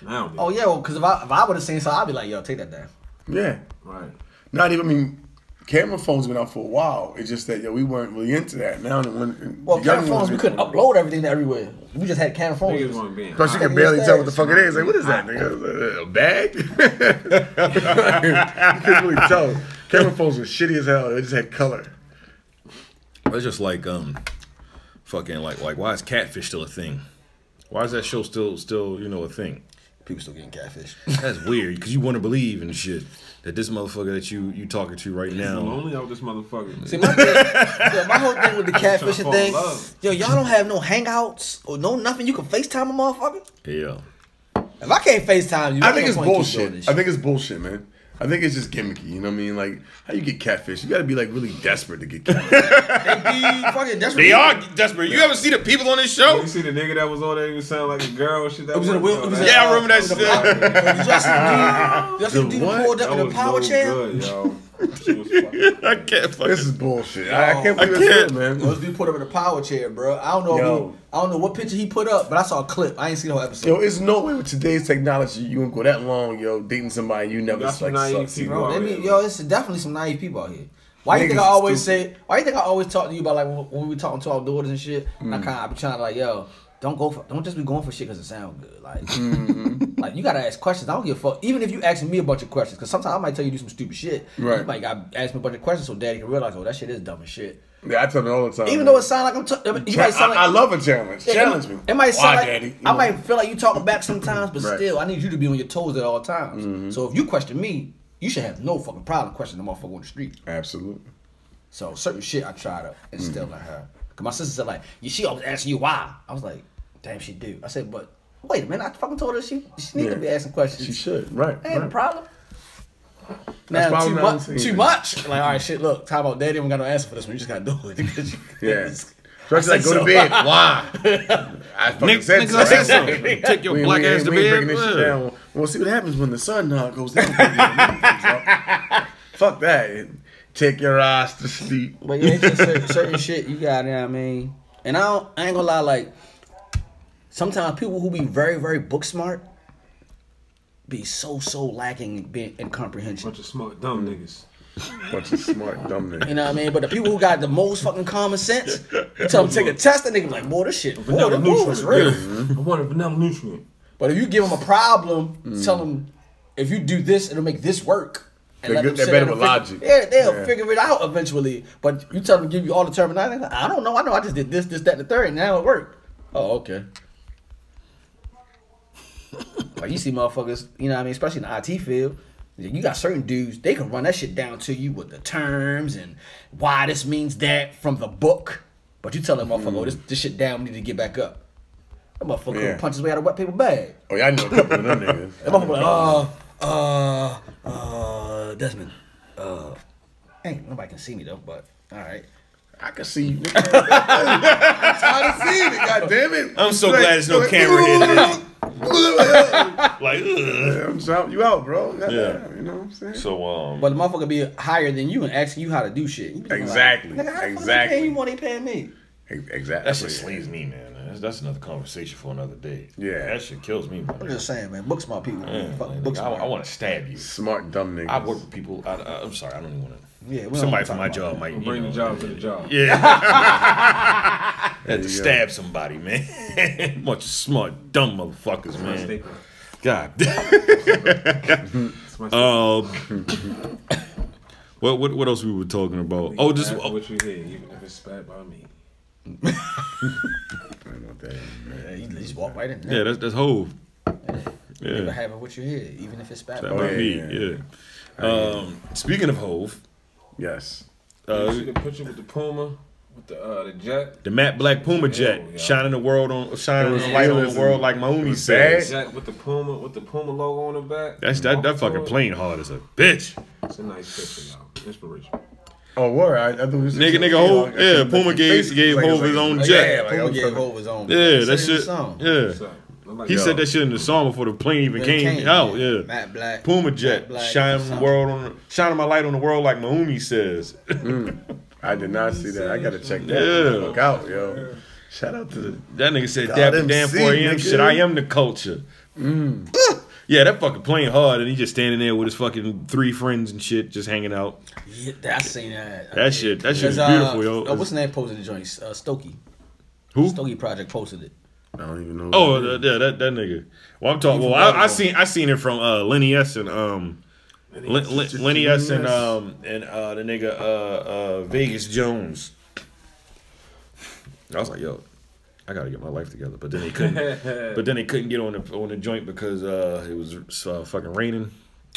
Speaker 7: Now,
Speaker 5: Oh yeah, well, because if I if I would have seen something, I'd be like, yo, take that down.
Speaker 4: yeah.
Speaker 7: right.
Speaker 4: Not even. I mean, camera phones been out for a while. It's just that yo, we weren't really into that. Now, and when
Speaker 5: Well,
Speaker 4: the
Speaker 5: camera
Speaker 4: young ones
Speaker 5: phones, we
Speaker 4: get
Speaker 5: couldn't
Speaker 4: more-
Speaker 5: upload everything to everywhere. We just had camera phones.
Speaker 7: Niggas want being.
Speaker 4: Plus, you
Speaker 5: I
Speaker 4: can
Speaker 5: think
Speaker 4: barely
Speaker 5: it's
Speaker 4: tell what the
Speaker 5: that.
Speaker 4: fuck it is. Like, what is that,
Speaker 6: uh,
Speaker 4: nigga? A bag? you can't really tell. Camera phones were shitty as hell. They just had color.
Speaker 6: That's just like um, fucking like like why is catfish still a thing? Why is that show still still you know a thing?
Speaker 5: People still getting catfish.
Speaker 6: That's weird because you want to believe and shit that this motherfucker that you you talking to right now.
Speaker 7: Lonely out this motherfucker.
Speaker 5: See, my, thing, yeah, my whole thing with the catfishing
Speaker 7: fall in
Speaker 5: thing,
Speaker 7: love.
Speaker 5: yo, y'all don't have no hangouts or no nothing. You can FaceTime a motherfucker.
Speaker 6: Yeah,
Speaker 5: If I can't FaceTime you,
Speaker 4: I
Speaker 5: ain't
Speaker 4: think
Speaker 5: no
Speaker 4: it's
Speaker 5: point in keep doing
Speaker 4: bullshit.
Speaker 5: this
Speaker 4: I
Speaker 5: shit.
Speaker 4: think it's bullshit, man. I think it's just gimmicky. You know what I mean? Like how you get catfish? You got to be like really desperate to get catfish.
Speaker 5: Be fucking desperate.
Speaker 6: they are desperate. You ever see the people on this show?
Speaker 7: You see the nigga that was on there, he was sounding like a girl and shit. That
Speaker 5: It was in a
Speaker 7: wasn't-
Speaker 5: wheel. it was
Speaker 7: yo,
Speaker 5: in a-
Speaker 6: Yeah, I remember that
Speaker 5: it was a
Speaker 6: shit.
Speaker 5: power- Did y'all see the dude- y'all see the
Speaker 4: The
Speaker 5: dude
Speaker 4: what?
Speaker 5: pulled
Speaker 7: that
Speaker 5: up in a
Speaker 7: was
Speaker 5: power
Speaker 7: no
Speaker 5: chair?
Speaker 7: Good, yo. She was fucking-
Speaker 6: I can't fucking.
Speaker 4: this is bullshit. I, I can't believe
Speaker 6: I
Speaker 4: it's
Speaker 6: can't.
Speaker 4: real,
Speaker 5: Well,
Speaker 4: man.
Speaker 5: This dude put up in a power chair, bro. I don't know.
Speaker 4: Yo.
Speaker 5: Who, I don't know what picture he put up, but I saw a clip. I ain't seen no episode.
Speaker 4: Yo, it's no way with today's technology you gonna go that long, yo, dating somebody you never
Speaker 7: That's
Speaker 4: like
Speaker 7: what I
Speaker 4: suck
Speaker 7: ain't
Speaker 4: to.
Speaker 7: see,
Speaker 4: bro.
Speaker 7: bro.
Speaker 5: Bro, they be, yo, it's definitely some naive people out here. Why you think
Speaker 4: Niggas
Speaker 5: I
Speaker 4: is
Speaker 5: always
Speaker 4: stupid.
Speaker 5: say? Why you think I always talk to you about like when, when we talking to our daughters and shit? And I
Speaker 4: Mm.
Speaker 5: kind of be trying to like, yo, don't go for, don't just be going for shit because it sound good. Like,
Speaker 4: Mm-hmm.
Speaker 5: like you gotta ask questions. I don't give a fuck. Even if you asking me a bunch of questions, because sometimes I might tell you to do some stupid shit. You
Speaker 4: Right.
Speaker 5: might got ask me a bunch of questions so daddy can realize, oh, that shit is dumb as shit.
Speaker 4: Yeah, I tell them all the time.
Speaker 5: Even
Speaker 4: man.
Speaker 5: though it sound like I'm, t- it, you
Speaker 4: Cha-
Speaker 5: might sound like
Speaker 4: I, I love a challenge.
Speaker 5: yeah,
Speaker 4: challenge
Speaker 5: it,
Speaker 4: me.
Speaker 5: It might
Speaker 4: Why,
Speaker 5: sound like
Speaker 4: Daddy?
Speaker 5: I might feel like you talking back sometimes, but
Speaker 4: Right. Mm-hmm.
Speaker 5: still, I need you to be on your toes at all times. So if you question me, you should have no fucking problem questioning the motherfucker on the street.
Speaker 4: Absolutely.
Speaker 5: So certain shit I tried to
Speaker 4: Mm-hmm.
Speaker 5: instill in her. Cause my sister said like, "You- she always asking you why. I was like, damn, she do. I said, but wait a minute, I fucking told her she she need
Speaker 4: Yeah.
Speaker 5: to be asking questions.
Speaker 4: She should. Right.
Speaker 5: I ain't a
Speaker 4: right.
Speaker 5: problem.
Speaker 4: That's
Speaker 5: now
Speaker 4: why
Speaker 5: too
Speaker 4: I'm not
Speaker 5: much,
Speaker 4: saying
Speaker 5: too
Speaker 4: that.
Speaker 5: much. Like all right, shit. Look, time out. Daddy, we got no answer for this one. You just gotta do it.
Speaker 4: Yeah. Drugs like
Speaker 5: said
Speaker 4: go to
Speaker 5: so.
Speaker 4: bed. Why? I fucking
Speaker 6: Nick-
Speaker 4: said
Speaker 6: niggas,
Speaker 4: so.
Speaker 6: I said so.
Speaker 4: We ain't-
Speaker 6: Take your
Speaker 4: we
Speaker 6: black
Speaker 4: ain't-
Speaker 6: ass to
Speaker 4: we ain't
Speaker 6: bed.
Speaker 4: breaking This shit
Speaker 6: Yeah.
Speaker 4: down. Well, see what happens when the sun uh, goes down. Fuck that. Take your eyes to sleep.
Speaker 5: But yeah, it's just certain, certain shit you got. You know what I mean? And I, don't, I ain't gonna lie. Like sometimes people who be very, very book smart be so, so lacking in, being- in comprehension.
Speaker 7: Bunch of smart dumb niggas.
Speaker 4: Bunch of smart dumb
Speaker 5: You
Speaker 4: niggas.
Speaker 5: know what I mean? But the people who got the most fucking common sense, you tell them to take a test, and they be like, "Boy, this shit, boy,
Speaker 7: Vanilla
Speaker 5: that move is
Speaker 7: nutrient.
Speaker 5: real."
Speaker 7: Yeah. I want a vanilla nutrient.
Speaker 5: But if you give them a problem,
Speaker 4: Mm.
Speaker 5: tell them if you do this, it'll make this work.
Speaker 4: They
Speaker 5: let
Speaker 4: good-
Speaker 5: them
Speaker 4: they're
Speaker 5: sit
Speaker 4: better
Speaker 5: there and
Speaker 4: with
Speaker 5: figure-
Speaker 4: logic.
Speaker 5: Yeah, they'll
Speaker 4: Yeah.
Speaker 5: figure it out eventually. But you tell them to give you all the terminology. they're like, I don't know. I know. I just did this, this, that, and the third, and now it worked. Oh, okay. like you see, motherfuckers. You know what I mean? Especially in the IT field. You got certain dudes, they can run that shit down to you with the terms and why this means that from the book. But you tell them, motherfucker, oh, this, this shit down, we need to get back up. That motherfucker
Speaker 4: Mm. Yeah.
Speaker 5: punches way out of a wet paper bag.
Speaker 4: Oh, yeah, I know a couple of them niggas.
Speaker 5: That motherfucker like, uh, uh, uh, Desmond, uh, ain't nobody can see me though, but all right.
Speaker 4: I can see you. nigga. I'm tired of seeing it. God damn it.
Speaker 6: I'm so glad there's no camera here today. Like, ugh.
Speaker 4: I'm sorry, you out, bro. God
Speaker 6: Yeah.
Speaker 4: damn, you know what I'm saying?
Speaker 6: so um,
Speaker 5: But the motherfucker be higher than you and asking you how to do shit. You be like,
Speaker 4: Exactly,
Speaker 5: Nigga, how the fuck they
Speaker 4: exactly.
Speaker 5: paying you more than they paying me?
Speaker 4: Ex- Exactly.
Speaker 6: that shit slays me, man. That's, that's another conversation for another day.
Speaker 4: Yeah.
Speaker 6: that shit kills me. Man.
Speaker 5: I'm just saying, man. Book smart people.
Speaker 6: Man,
Speaker 5: Fuck
Speaker 6: like,
Speaker 5: book
Speaker 6: nigga, I,
Speaker 5: smart.
Speaker 6: I want to stab you.
Speaker 4: Smart dumb niggas.
Speaker 6: I work with people. I, I, I'm sorry, I don't even want to.
Speaker 5: Yeah, we don't
Speaker 6: somebody
Speaker 5: wanna talk
Speaker 6: from my
Speaker 5: about
Speaker 6: job might you
Speaker 7: Bring the
Speaker 6: know,
Speaker 7: job to the job.
Speaker 6: Yeah, had to stab somebody, man. Bunch of smart, dumb motherfuckers,
Speaker 7: My
Speaker 6: man.
Speaker 7: staple.
Speaker 6: God.
Speaker 7: It's my
Speaker 6: um, what what what else we were talking about? Oh, just
Speaker 7: staple.
Speaker 6: oh,
Speaker 7: what you hear, even if it's bad by me.
Speaker 4: I know what that is, man.
Speaker 5: Yeah, you just walk right in there.
Speaker 6: yeah, that's that's whole.
Speaker 5: Never
Speaker 6: Yeah,
Speaker 5: having what you hear, even if it's bad.
Speaker 6: that
Speaker 4: Oh,
Speaker 6: might
Speaker 4: yeah,
Speaker 6: be
Speaker 4: yeah,
Speaker 6: yeah. Um, speaking of Hove,
Speaker 4: Yes.
Speaker 7: You
Speaker 6: uh,
Speaker 7: see the picture with the Puma, with the uh, the jet,
Speaker 6: the matte black Puma Jack
Speaker 7: Hell, yeah.
Speaker 6: shining the world on shining
Speaker 4: was
Speaker 6: the light on
Speaker 4: realism.
Speaker 6: the world like
Speaker 4: It
Speaker 6: Maumi
Speaker 4: was
Speaker 6: says.
Speaker 7: jet with the Puma with the Puma logo on the back.
Speaker 6: That's that that fucking plane hard as a bitch.
Speaker 7: It's a nice picture, y'all. Inspirational.
Speaker 4: Oh, word. I, I thought it was
Speaker 6: Nigga, nigga, Hov- yeah, Puma gave- gave Hov his own jet.
Speaker 5: Yeah, Puma gave hold his own.
Speaker 6: Yeah,
Speaker 5: Said it in
Speaker 6: that
Speaker 5: the
Speaker 6: shit.
Speaker 5: song.
Speaker 6: Yeah.
Speaker 7: So, I'm like,
Speaker 6: He
Speaker 7: yo,
Speaker 6: said that shit in the song before the plane even
Speaker 5: It
Speaker 6: came, out. Yeah.
Speaker 5: Matt Black.
Speaker 6: Puma
Speaker 5: Matt
Speaker 6: Jet,
Speaker 5: Black,
Speaker 6: shining the
Speaker 5: something.
Speaker 6: world on, shining my light on the world like Maumi says.
Speaker 4: I did not see that. I gotta check that
Speaker 6: Yeah.
Speaker 4: fuck out, yo. Shout out to the.
Speaker 6: That nigga said,
Speaker 4: God,
Speaker 6: "Dapper
Speaker 4: MC,
Speaker 6: damn 4 a.m.
Speaker 4: nigga. Mm.
Speaker 6: shit. I am the culture." yeah, that fucking playing hard, and he just standing there with his fucking three friends and shit, just hanging out.
Speaker 5: Yeah, I seen that.
Speaker 6: That shit, that shit is
Speaker 5: Cause, uh,
Speaker 6: beautiful, yo.
Speaker 5: uh, what's the name posted the joint? Uh, Stokey.
Speaker 6: Who?
Speaker 5: Stokey Project posted it.
Speaker 4: I don't even know.
Speaker 6: Oh,
Speaker 4: who that
Speaker 6: uh,
Speaker 4: is.
Speaker 6: yeah, that that nigga. Well, I'm talking.
Speaker 5: He
Speaker 6: Well,
Speaker 5: from
Speaker 6: I, I
Speaker 5: Baltimore.
Speaker 6: seen I seen it from uh, Lenny S and um, Len- Len- Lenny S and um and uh the nigga uh uh Vegas Jones. I was like, yo, I gotta get my life together. But then they couldn't. but then they couldn't get on the on the joint because uh, it was uh, fucking raining.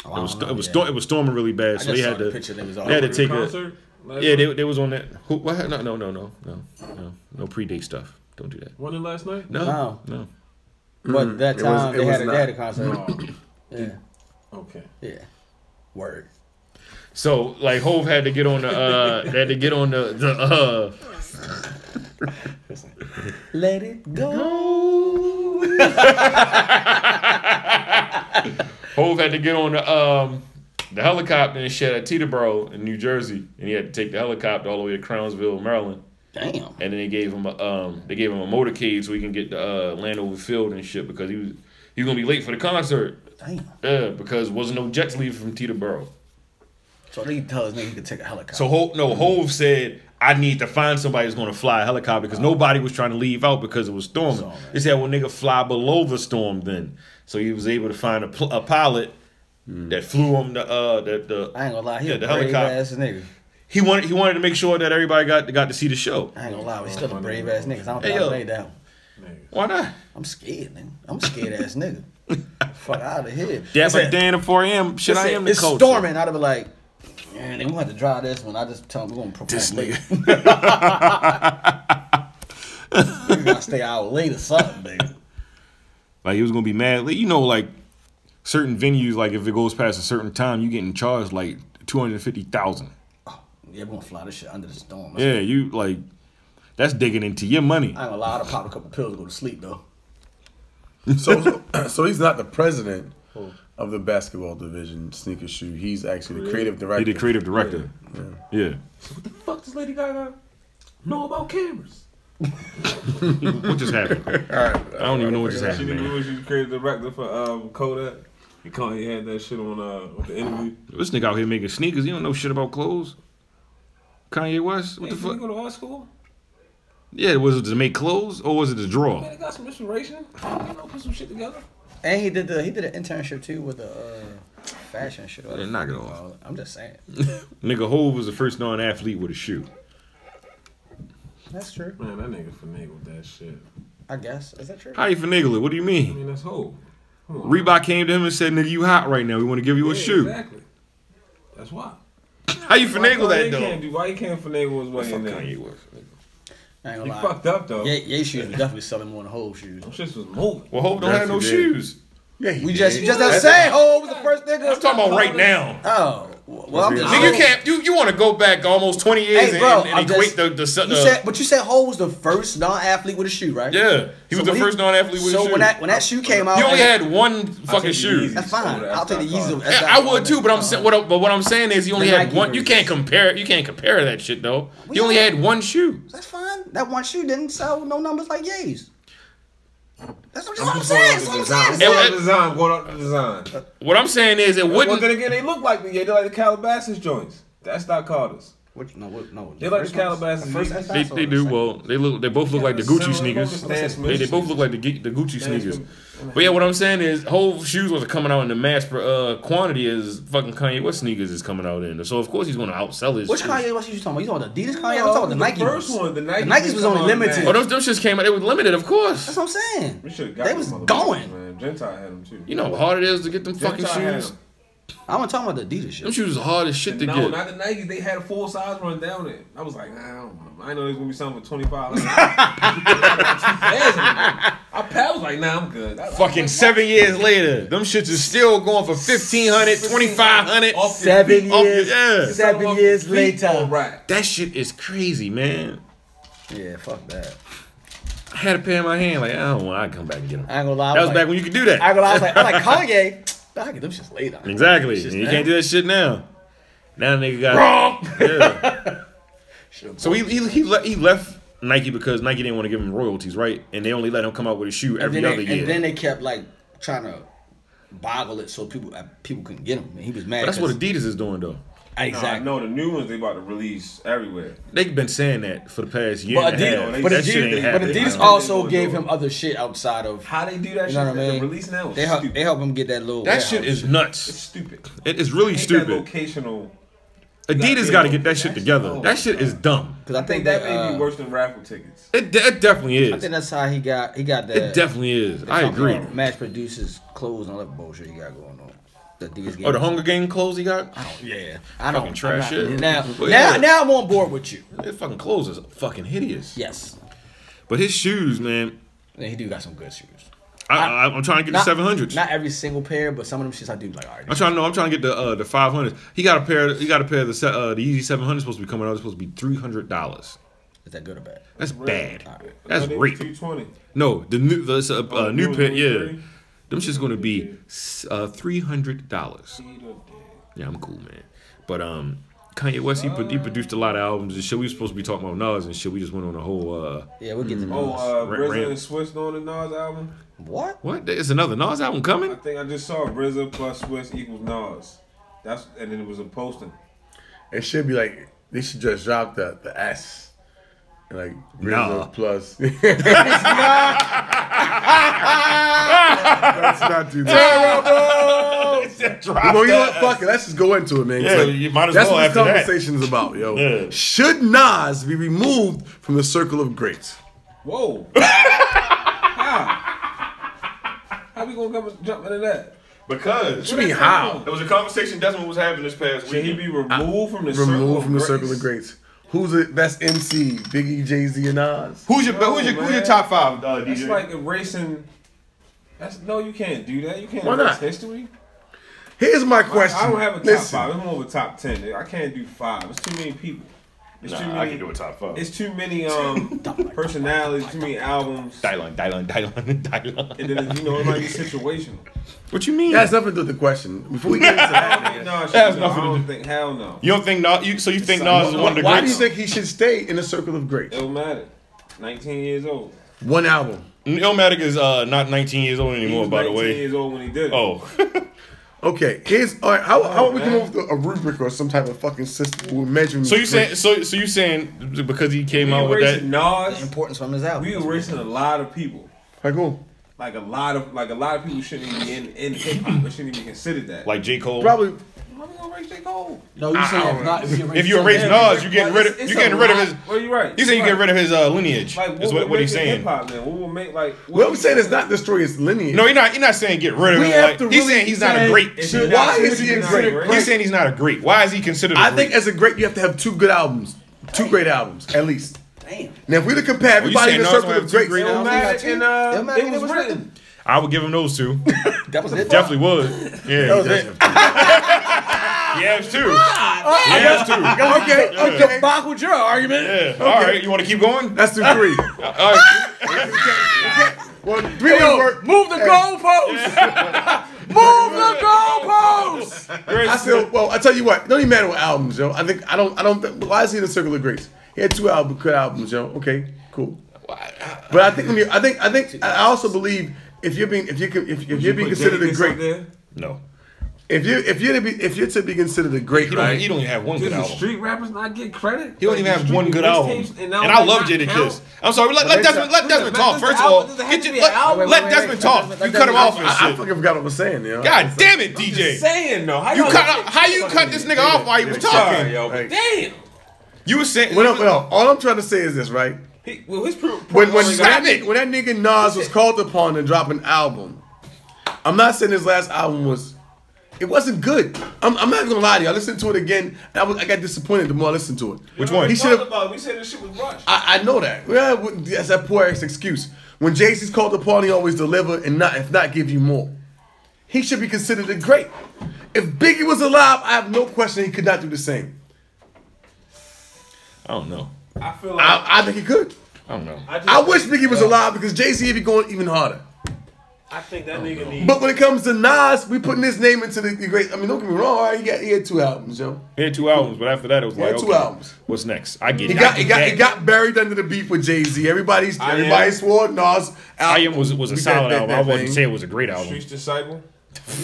Speaker 6: it was
Speaker 5: don't know,
Speaker 6: it was
Speaker 5: yeah.
Speaker 6: stor- it was storming really bad, so
Speaker 5: just
Speaker 6: they
Speaker 5: saw
Speaker 6: had
Speaker 5: the
Speaker 6: to
Speaker 5: picture that was all
Speaker 6: they had to
Speaker 5: over
Speaker 6: take a
Speaker 7: Concert? Last
Speaker 6: yeah
Speaker 7: night?
Speaker 6: they, they was on that who what no no no no no no no predate stuff. Don't do that.
Speaker 7: Won it last night?
Speaker 6: No
Speaker 5: Wow.
Speaker 6: no.
Speaker 5: Oh,
Speaker 6: Mm-hmm.
Speaker 5: But that
Speaker 4: it was-
Speaker 5: time
Speaker 4: it
Speaker 5: they,
Speaker 4: was
Speaker 5: had a,
Speaker 4: not.
Speaker 5: they had a concert. yeah.
Speaker 7: Okay.
Speaker 5: Yeah. Word.
Speaker 6: So like Hove had to get on the uh, they had to get on the the uh,
Speaker 5: Let it go.
Speaker 6: Hove had to get on the um the helicopter and shit at Teterboro in New Jersey, and he had to take the helicopter all the way to Crownsville, Maryland.
Speaker 5: Damn.
Speaker 6: And then they gave him a um they gave him a motorcade so he can get to uh, Landover Field and shit because he was he was gonna be late for the concert.
Speaker 5: Damn.
Speaker 6: Yeah, because wasn't no jets leaving from Teterboro.
Speaker 5: So they tell us nigga could take a helicopter.
Speaker 6: So Hove no Hove said. I need to find somebody who's gonna fly a helicopter because nobody was trying to leave out because it was storming.
Speaker 5: Storming.
Speaker 6: They said, "Well, nigga, fly below the storm then." So he was able to find a, pl- a pilot that flew him the uh the, the
Speaker 5: I ain't gonna lie, he
Speaker 6: Yeah,
Speaker 5: a
Speaker 6: the
Speaker 5: brave
Speaker 6: helicopter.
Speaker 5: ass nigga.
Speaker 6: he wanted he wanted to make sure that everybody got got to see the show.
Speaker 5: I ain't gonna lie, he's still a brave ass nigga. I don't
Speaker 6: Oh, Hey,
Speaker 5: think I
Speaker 6: yo.
Speaker 5: played that one.
Speaker 6: Why not?
Speaker 5: I'm scared, nigga. I'm scared ass nigga. Fuck out of here.
Speaker 6: That's
Speaker 5: They
Speaker 6: like
Speaker 5: said-
Speaker 6: Dan at 4 a.m. Shit,
Speaker 5: they
Speaker 6: I
Speaker 5: said,
Speaker 6: am the
Speaker 5: It's
Speaker 6: coach.
Speaker 5: storming. I'd have been like, man, they gonna have to drive this one. I just tell them we're gonna perform
Speaker 6: This
Speaker 5: later.
Speaker 6: nigga.
Speaker 5: we gotta stay out late or something, baby.
Speaker 6: Like he was gonna be mad. Like, you know, like certain venues, like if it goes past a certain time, you getting charged like two hundred fifty thousand.
Speaker 5: Yeah, we're gonna fly this shit under the storm.
Speaker 6: Yeah, you like that's digging into your money.
Speaker 5: I ain't gonna lie, I'd have popped a couple pills to go to sleep though.
Speaker 4: So, so he's not the president of the basketball division sneaker shoe. He's actually the creative
Speaker 6: He
Speaker 4: director.
Speaker 6: the creative director. Yeah.
Speaker 7: Fuck does Lady Gaga know about cameras?
Speaker 6: What just happened? I don't even know what just
Speaker 7: She
Speaker 6: happened,
Speaker 7: didn't
Speaker 6: man.
Speaker 7: remember she was creative director for um, Kodak. And Kanye had that shit on uh, with the interview.
Speaker 6: This nigga out here making sneakers. You don't know shit about clothes. Kanye West? What
Speaker 7: Hey,
Speaker 6: the
Speaker 7: did you
Speaker 6: fuck?
Speaker 7: go to art school?
Speaker 6: Yeah, was it to make clothes or was it to draw?
Speaker 7: Man, I got some inspiration. You know, put some shit together.
Speaker 5: And he did the he did an internship too with the uh, fashion shit.
Speaker 6: Yeah, knock it off.
Speaker 5: I'm just saying.
Speaker 6: Nigga Hove was the first non-athlete with a shoe.
Speaker 5: That's true.
Speaker 7: Man, that nigga finagled that shit.
Speaker 5: I guess. Is that true?
Speaker 6: How you finagle it? What do you
Speaker 7: I
Speaker 6: mean?
Speaker 7: mean, that's whole. Come on.
Speaker 6: Reebok came to him and said, "Nigga, you hot right now. We want to give you a
Speaker 7: Yeah,
Speaker 6: shoe."
Speaker 7: Exactly. That's why.
Speaker 6: How you
Speaker 7: Why
Speaker 6: finagle
Speaker 7: Kanye
Speaker 6: that
Speaker 7: can't
Speaker 6: though?
Speaker 7: do- Why you can't finagle his way in
Speaker 6: Fuck
Speaker 7: there?
Speaker 6: Kanye
Speaker 7: You
Speaker 6: West, nigga.
Speaker 5: I ain't gonna lie.
Speaker 7: fucked up though.
Speaker 5: Yeah, yeah, shoes were definitely selling more than whole shoes.
Speaker 7: Them shits was moving.
Speaker 6: Well, Hove don't
Speaker 4: Yes,
Speaker 6: have no
Speaker 4: he did.
Speaker 6: shoes.
Speaker 4: Yeah, he
Speaker 5: We
Speaker 4: did.
Speaker 5: just just
Speaker 4: That's-
Speaker 5: that same hole was the first nigga.
Speaker 6: I'm talking about right now.
Speaker 5: Oh, well, I'm just.
Speaker 6: Nigga, you can't. You, you want to go back almost 20 years
Speaker 5: Hey, bro,
Speaker 6: and, and
Speaker 5: I'm just-
Speaker 6: equate the the, the,
Speaker 5: You said, but you said Hole was the first non-athlete with a shoe, right?
Speaker 6: yeah. He was
Speaker 5: So
Speaker 6: the
Speaker 5: when
Speaker 6: first non-athlete with
Speaker 5: so
Speaker 6: a shoe.
Speaker 5: when that when that shoe came out,
Speaker 6: he only
Speaker 5: and-
Speaker 6: had one fucking
Speaker 7: take the
Speaker 6: shoe.
Speaker 7: Yeezys.
Speaker 5: that's fine.
Speaker 7: That's
Speaker 5: I'll take the
Speaker 7: not
Speaker 5: Yeezy.
Speaker 7: fine.
Speaker 5: That's
Speaker 6: I I
Speaker 5: not
Speaker 6: would
Speaker 5: fine.
Speaker 6: too, but I'm saying what. I- But what I'm saying is, he only
Speaker 5: The
Speaker 6: had
Speaker 5: Nike
Speaker 6: one. You
Speaker 5: versions.
Speaker 6: can't compare. You can't compare that shit though. He only had one shoe.
Speaker 5: That's fine. That one shoe didn't sell no numbers like Yee's. That's what, that's what I'm
Speaker 7: just
Speaker 5: saying.
Speaker 7: going
Speaker 5: That's what
Speaker 7: off the
Speaker 5: I'm
Speaker 7: design.
Speaker 5: saying.
Speaker 6: It-
Speaker 7: Go
Speaker 6: It-
Speaker 7: out the design. Go out the design.
Speaker 6: What I'm saying is, it
Speaker 7: Well,
Speaker 6: wouldn't.
Speaker 7: then again, they look like yeah, they're like the Calabasas joints. That's not Carter's.
Speaker 5: What, no, what, no.
Speaker 7: They like the
Speaker 5: first ones-
Speaker 7: Calabasas
Speaker 5: the first
Speaker 7: Yeezys.
Speaker 5: Estes
Speaker 6: They,
Speaker 5: or
Speaker 6: they
Speaker 5: the
Speaker 6: do
Speaker 5: second?
Speaker 6: well. They look. They both look like the Gucci
Speaker 7: Stan
Speaker 6: sneakers.
Speaker 7: Smith.
Speaker 6: They, they both look like the, Gu- the Gucci
Speaker 7: Stan
Speaker 6: sneakers.
Speaker 7: Smith.
Speaker 6: But yeah, what I'm saying is, whole shoes was coming out in the mass for, uh, quantity as fucking Kanye West sneakers is coming out in. So of course he's going to outsell his.
Speaker 5: Which
Speaker 6: shit.
Speaker 5: Kanye? What you talking about? You talking about the Adidas Kanye?
Speaker 7: No,
Speaker 5: I'm talking about the
Speaker 7: the
Speaker 5: Nike.
Speaker 7: first
Speaker 5: ones.
Speaker 7: one, the
Speaker 5: Nikes
Speaker 7: Nike
Speaker 5: was
Speaker 7: come
Speaker 5: only
Speaker 7: out
Speaker 5: limited.
Speaker 7: now.
Speaker 6: Oh, them, them shits came out. They were limited, of course.
Speaker 5: That's what I'm saying.
Speaker 7: We should have got.
Speaker 5: They
Speaker 7: them
Speaker 5: was
Speaker 7: motherfuckers,
Speaker 5: going.
Speaker 7: Man. Gentile had them too.
Speaker 6: You know how hard it is to get them
Speaker 7: Gentile
Speaker 6: fucking
Speaker 7: had
Speaker 6: shoes.
Speaker 7: them.
Speaker 5: I'm not talking about the Adidas shit.
Speaker 6: Them shoes are hard as shit to
Speaker 7: no,
Speaker 6: get.
Speaker 7: not the Nikes. They had a full size run down it. I was like, nah, I don't know. I know there's gonna be something for twenty five. I pat was like, nah, I'm good. I- I was
Speaker 6: Fucking
Speaker 7: like,
Speaker 6: seven years later, them shits is still going for 1500 2500
Speaker 7: Off your
Speaker 5: Seven
Speaker 6: Off your-
Speaker 5: years.
Speaker 6: yeah.
Speaker 5: Seven
Speaker 7: Off
Speaker 5: years
Speaker 7: your feet,
Speaker 5: later.
Speaker 7: all right.
Speaker 6: That shit is crazy, man.
Speaker 5: Yeah, fuck that.
Speaker 6: I had a pair in my hand, like, I don't want I come back and get them.
Speaker 5: I ain't gonna lie. I
Speaker 6: That was
Speaker 5: like,
Speaker 6: back when you could do that.
Speaker 5: I ain't gonna lie. I was like, I like Kanye. I can get them shits later.
Speaker 6: Exactly.
Speaker 5: Shits
Speaker 6: And you
Speaker 5: now.
Speaker 6: can't do that shit now. Now nigga got Yeah. so he he he, le- he left Nike because Nike didn't want to give him royalties, right? And they only let him come out with a shoe every
Speaker 5: and then
Speaker 6: other
Speaker 5: they,
Speaker 6: year.
Speaker 5: And then they kept like trying to boggle it so people uh, people couldn't get him. And he was mad.
Speaker 6: But that's what
Speaker 5: 'cause-
Speaker 6: Adidas is doing though.
Speaker 5: exactly.
Speaker 7: No, I know the new ones they about to release everywhere.
Speaker 6: They've been saying that for the past year.
Speaker 5: But
Speaker 6: and a
Speaker 5: Adidas,
Speaker 6: half.
Speaker 5: but
Speaker 6: that shit ain't
Speaker 5: Adidas, but
Speaker 6: happening.
Speaker 5: Adidas
Speaker 7: Nah.
Speaker 5: also gave him other shit outside of
Speaker 7: How they do that
Speaker 5: you
Speaker 7: shit?
Speaker 5: know what I
Speaker 7: that
Speaker 5: mean.
Speaker 7: The release now. Is
Speaker 5: they help
Speaker 7: stupid.
Speaker 5: they help him get that little.
Speaker 6: That shit
Speaker 5: warehouse.
Speaker 6: is nuts.
Speaker 7: stupid.
Speaker 6: It is really
Speaker 7: Ain't
Speaker 6: stupid.
Speaker 7: That locational
Speaker 6: Adidas got to get that shit together.
Speaker 7: Oh,
Speaker 6: That shit is dumb.
Speaker 5: Because I
Speaker 7: I
Speaker 5: think
Speaker 7: think that
Speaker 5: that
Speaker 7: may be
Speaker 5: uh,
Speaker 7: worse than raffle tickets.
Speaker 6: It, de- it definitely
Speaker 5: I think
Speaker 6: is.
Speaker 5: that's how he got he got that.
Speaker 6: It definitely is. I agree.
Speaker 5: Match producers clothes and all that bullshit you got going on. The these
Speaker 6: Oh, the
Speaker 5: games.
Speaker 6: Hunger Game clothes he got?
Speaker 5: Yeah, I
Speaker 6: Fucking
Speaker 5: don't
Speaker 6: trash
Speaker 5: I'm not-
Speaker 6: shit.
Speaker 5: Now,
Speaker 6: Well,
Speaker 5: now,
Speaker 6: yeah.
Speaker 5: now I'm on board with you.
Speaker 6: His fucking clothes is fucking hideous.
Speaker 5: Yes,
Speaker 6: But his shoes, man,
Speaker 5: and he do got some good shoes.
Speaker 6: I, I, I'm trying to get the seven hundreds.
Speaker 5: Not every single pair, but some of them shoes I do like. All right,
Speaker 6: I'm trying to know. I'm trying to get the uh, the five hundreds. He got a pair. He got a pair of the se- uh, the Easy seven hundred supposed to be coming out. It's supposed to be three hundred dollars.
Speaker 5: is that good or bad?
Speaker 6: That's bad.
Speaker 7: I
Speaker 6: That's
Speaker 7: think
Speaker 6: rape.
Speaker 7: Two
Speaker 4: Uh,
Speaker 7: twenty.
Speaker 6: No, the new the uh, uh,
Speaker 7: Oh,
Speaker 6: new
Speaker 7: new
Speaker 6: pair.
Speaker 7: one,
Speaker 6: Yeah,
Speaker 7: three?
Speaker 6: them shit's gonna be s- uh, three hundred dollars. Yeah, I'm cool, man. But um, Kanye West he, pro- he produced a lot of albums and shit. We were supposed to be talking about Nas and shit. We just went on a whole uh,
Speaker 5: Yeah, we'll get to
Speaker 7: Oh,
Speaker 5: those.
Speaker 7: uh,
Speaker 6: Ra-
Speaker 7: RZA
Speaker 6: Ram-
Speaker 7: and Swiss doing the Nas album.
Speaker 5: what?
Speaker 6: what? There's another Nas album
Speaker 7: I
Speaker 6: coming.
Speaker 7: think I just saw RZA plus Swiss equals Nas. That's and then it was a posting.
Speaker 4: It should be like they should just drop the the S. And like RZA
Speaker 6: Nah.
Speaker 4: plus. Let's not do that. Well, you know what? Fuck it. Let's just go into it, man. 'Cause,
Speaker 6: Yeah,
Speaker 4: like,
Speaker 6: you might as
Speaker 4: That's
Speaker 6: well
Speaker 4: what this
Speaker 6: after that.
Speaker 4: conversation is about, yo.
Speaker 6: Yeah.
Speaker 4: Should Nas be removed from the circle of greats?
Speaker 7: Whoa! How? How we gonna come jump into that?
Speaker 6: Because
Speaker 4: What you mean how?
Speaker 6: was a conversation Desmond was having this past
Speaker 7: Should he be removed from the circle
Speaker 4: Removed
Speaker 7: of
Speaker 4: from the
Speaker 7: grace?
Speaker 4: circle of greats. Who's the best MC? Biggie, Jay Z, and Nas?
Speaker 6: Who's your who's your
Speaker 7: No,
Speaker 6: who's your
Speaker 7: man.
Speaker 6: top five? Uh,
Speaker 7: That's
Speaker 6: DJ?
Speaker 7: like erasing. That's no, you can't do that. You can't
Speaker 4: Why
Speaker 7: erase
Speaker 4: not?
Speaker 7: history.
Speaker 4: Here's my
Speaker 7: I-
Speaker 4: question.
Speaker 7: I, don't have a top
Speaker 4: Listen,
Speaker 7: five. I'm over top ten. I can't do five. It's too many people. It's too many.
Speaker 6: top five.
Speaker 7: It's too many um personalities. Too many albums.
Speaker 6: Dylan, Dylan, Dylan, Dylan.
Speaker 7: And then you know it might be situational.
Speaker 6: What you mean?
Speaker 4: That has nothing to do with the question. Before we get into that, nigga,
Speaker 7: No, shit,
Speaker 6: has
Speaker 7: no, I
Speaker 6: nothing to
Speaker 7: don't
Speaker 6: do-
Speaker 7: think. Hell no.
Speaker 6: you don't think Nas? You, so you think
Speaker 7: like-
Speaker 6: Nas is one of the
Speaker 4: why do you think
Speaker 6: greats?
Speaker 4: he should stay in the circle of greats?
Speaker 7: It don't matter. 19 years old.
Speaker 4: One album.
Speaker 6: Illmatic is uh, not 19 years old
Speaker 7: He
Speaker 6: anymore,
Speaker 7: was
Speaker 6: by the
Speaker 7: 19
Speaker 6: way.
Speaker 7: years old when he did it.
Speaker 6: Oh,
Speaker 4: Okay, here's all right, how how about we come
Speaker 7: man.
Speaker 4: up with a rubric or some type of fucking system we're measuring.
Speaker 6: so you
Speaker 4: these
Speaker 6: saying
Speaker 4: greats?
Speaker 6: so so you saying because he came
Speaker 7: we
Speaker 6: out with
Speaker 7: erasing
Speaker 6: that?
Speaker 5: The
Speaker 7: Nas.
Speaker 5: importance from his album.
Speaker 7: We erasing a lot of people.
Speaker 4: like oh, who?
Speaker 7: Like a lot of like a lot of people shouldn't even be in in hip hop. They shouldn't even consider that.
Speaker 6: Like J Cole.
Speaker 4: Probably
Speaker 7: Why we gonna erase J Cole?
Speaker 5: no, you saying if not, if you erase,
Speaker 6: If you erase Nas, you getting
Speaker 7: Like,
Speaker 6: rid
Speaker 7: it's-
Speaker 6: of
Speaker 7: it's
Speaker 6: you
Speaker 7: a
Speaker 6: getting rid of
Speaker 7: lot-
Speaker 6: his.
Speaker 7: Well, you're right.
Speaker 6: You saying you
Speaker 7: You're
Speaker 6: getting rid of his uh, lineage?
Speaker 7: Like what,
Speaker 6: Is what, what he's saying.
Speaker 7: Hip-hop, then? What will make like what
Speaker 4: what I'm saying is not destroy his lineage.
Speaker 6: No, you're not. You're not saying get rid of
Speaker 4: We
Speaker 6: him.
Speaker 4: have
Speaker 6: Like,
Speaker 4: to
Speaker 6: he's
Speaker 4: really
Speaker 6: saying he's not a
Speaker 4: say-
Speaker 6: great.
Speaker 4: Is
Speaker 6: He's
Speaker 4: he- Why is he a great- great?
Speaker 6: saying he's not a great. Why is he considered? a
Speaker 4: I
Speaker 6: great?
Speaker 4: think as a great you have to have two good albums. Two great albums, at least.
Speaker 5: Damn.
Speaker 4: Now if we were to compare
Speaker 6: you
Speaker 4: everybody in the
Speaker 6: saying Nas
Speaker 4: circle
Speaker 6: don't
Speaker 4: of
Speaker 6: have two
Speaker 4: greats,
Speaker 6: great albums?
Speaker 7: Illmatic and uh,
Speaker 5: Illmatic and
Speaker 7: it was written.
Speaker 6: I would give him those two.
Speaker 5: That was it.
Speaker 6: Definitely would. Yeah.
Speaker 4: Okay,
Speaker 6: Yabs too. Yabs too.
Speaker 4: okay.
Speaker 5: Fuck with your argument.
Speaker 6: Yeah. All right. You want to keep going?
Speaker 4: That's the three.
Speaker 6: All right.
Speaker 4: Well, three would work.
Speaker 5: Move the goalpost. Move the goalpost.
Speaker 4: I still, well, I tell you what, it don't even matter what albums, yo. I think I don't, I don't. Think, why is he in the circle of greats? He had two album, good albums, yo. Okay, cool. But I think, when you're, I think, I think, I also believe if you're being, if you can, if, if you're being considered a great,
Speaker 6: No.
Speaker 4: if you, if you're to be, if you're to be considered a
Speaker 6: He
Speaker 4: great,
Speaker 6: don't,
Speaker 4: right?
Speaker 6: he don't even have one
Speaker 7: Did
Speaker 6: good
Speaker 7: the
Speaker 6: album.
Speaker 7: street rappers not get credit?
Speaker 6: He don't even have one good album. And I love Jada Kiss. I'm sorry. Let,
Speaker 4: But
Speaker 6: let
Speaker 4: they
Speaker 6: Desmond,
Speaker 4: got-
Speaker 6: let Desmond
Speaker 7: but
Speaker 6: talk.
Speaker 7: does
Speaker 6: First
Speaker 7: the
Speaker 6: of all,
Speaker 7: album- does it have
Speaker 6: get
Speaker 7: to
Speaker 6: your-
Speaker 7: be an
Speaker 6: let, let
Speaker 7: album? Wait, wait,
Speaker 6: Desmond
Speaker 7: wait.
Speaker 5: Let
Speaker 6: talk. you
Speaker 5: Desmond-
Speaker 6: cut him
Speaker 5: let
Speaker 6: off and
Speaker 4: I, I
Speaker 6: shit.
Speaker 4: fucking forgot what I was saying, yo.
Speaker 6: God damn it, DJ.
Speaker 7: Saying though, how
Speaker 6: You
Speaker 7: y'all
Speaker 6: cut.
Speaker 7: get-
Speaker 6: How you cut this nigga off while he was
Speaker 7: Sorry,
Speaker 6: talking?
Speaker 7: yo, but
Speaker 4: Like-
Speaker 7: damn.
Speaker 6: You were saying.
Speaker 4: Well, no, well, all I'm trying to say is this, right?
Speaker 7: He, well, his pro-
Speaker 4: When when, when,
Speaker 7: promo-
Speaker 4: that, nigga- when that nigga Nas was called upon to drop an album, I'm not saying his last album was. It wasn't good. I'm, I'm not gonna lie to you. I listened to it again, and I, was, I got disappointed the more I listened to it.
Speaker 6: Which one?
Speaker 4: He
Speaker 7: Talk
Speaker 4: should have.
Speaker 7: about it. we said this shit was rushed.
Speaker 4: I, I know that. Yeah, well, that's that poor ass excuse. When Jay Z's called upon, he always deliver, and not if not give you more. He should be considered a great. If Biggie was alive, I have no question he could not do the same.
Speaker 6: I don't know.
Speaker 7: I feel like
Speaker 4: I, I think he could.
Speaker 6: I don't know.
Speaker 7: just,
Speaker 4: I wish Biggie was alive because Jay Z would be going even harder.
Speaker 7: I think that nigga needs.
Speaker 4: But when it comes to Nas, we putting his name into the, the great. I mean, don't get me wrong. All right, he got he had two albums, yo.
Speaker 6: He had two albums, but after that it was
Speaker 4: had
Speaker 6: like
Speaker 4: two
Speaker 6: okay,
Speaker 4: albums.
Speaker 6: What's next? I get.
Speaker 4: He
Speaker 6: I
Speaker 4: got
Speaker 6: get
Speaker 4: he got he
Speaker 6: that.
Speaker 4: got buried under the beef with Jay Z. Everybody's
Speaker 7: Am.
Speaker 4: everybody swore Nas.
Speaker 6: I am was was a
Speaker 4: We that-
Speaker 6: solid
Speaker 4: that-
Speaker 6: album.
Speaker 4: that
Speaker 6: I wouldn't
Speaker 4: thing.
Speaker 6: say it was a great album.
Speaker 7: Streets disciple.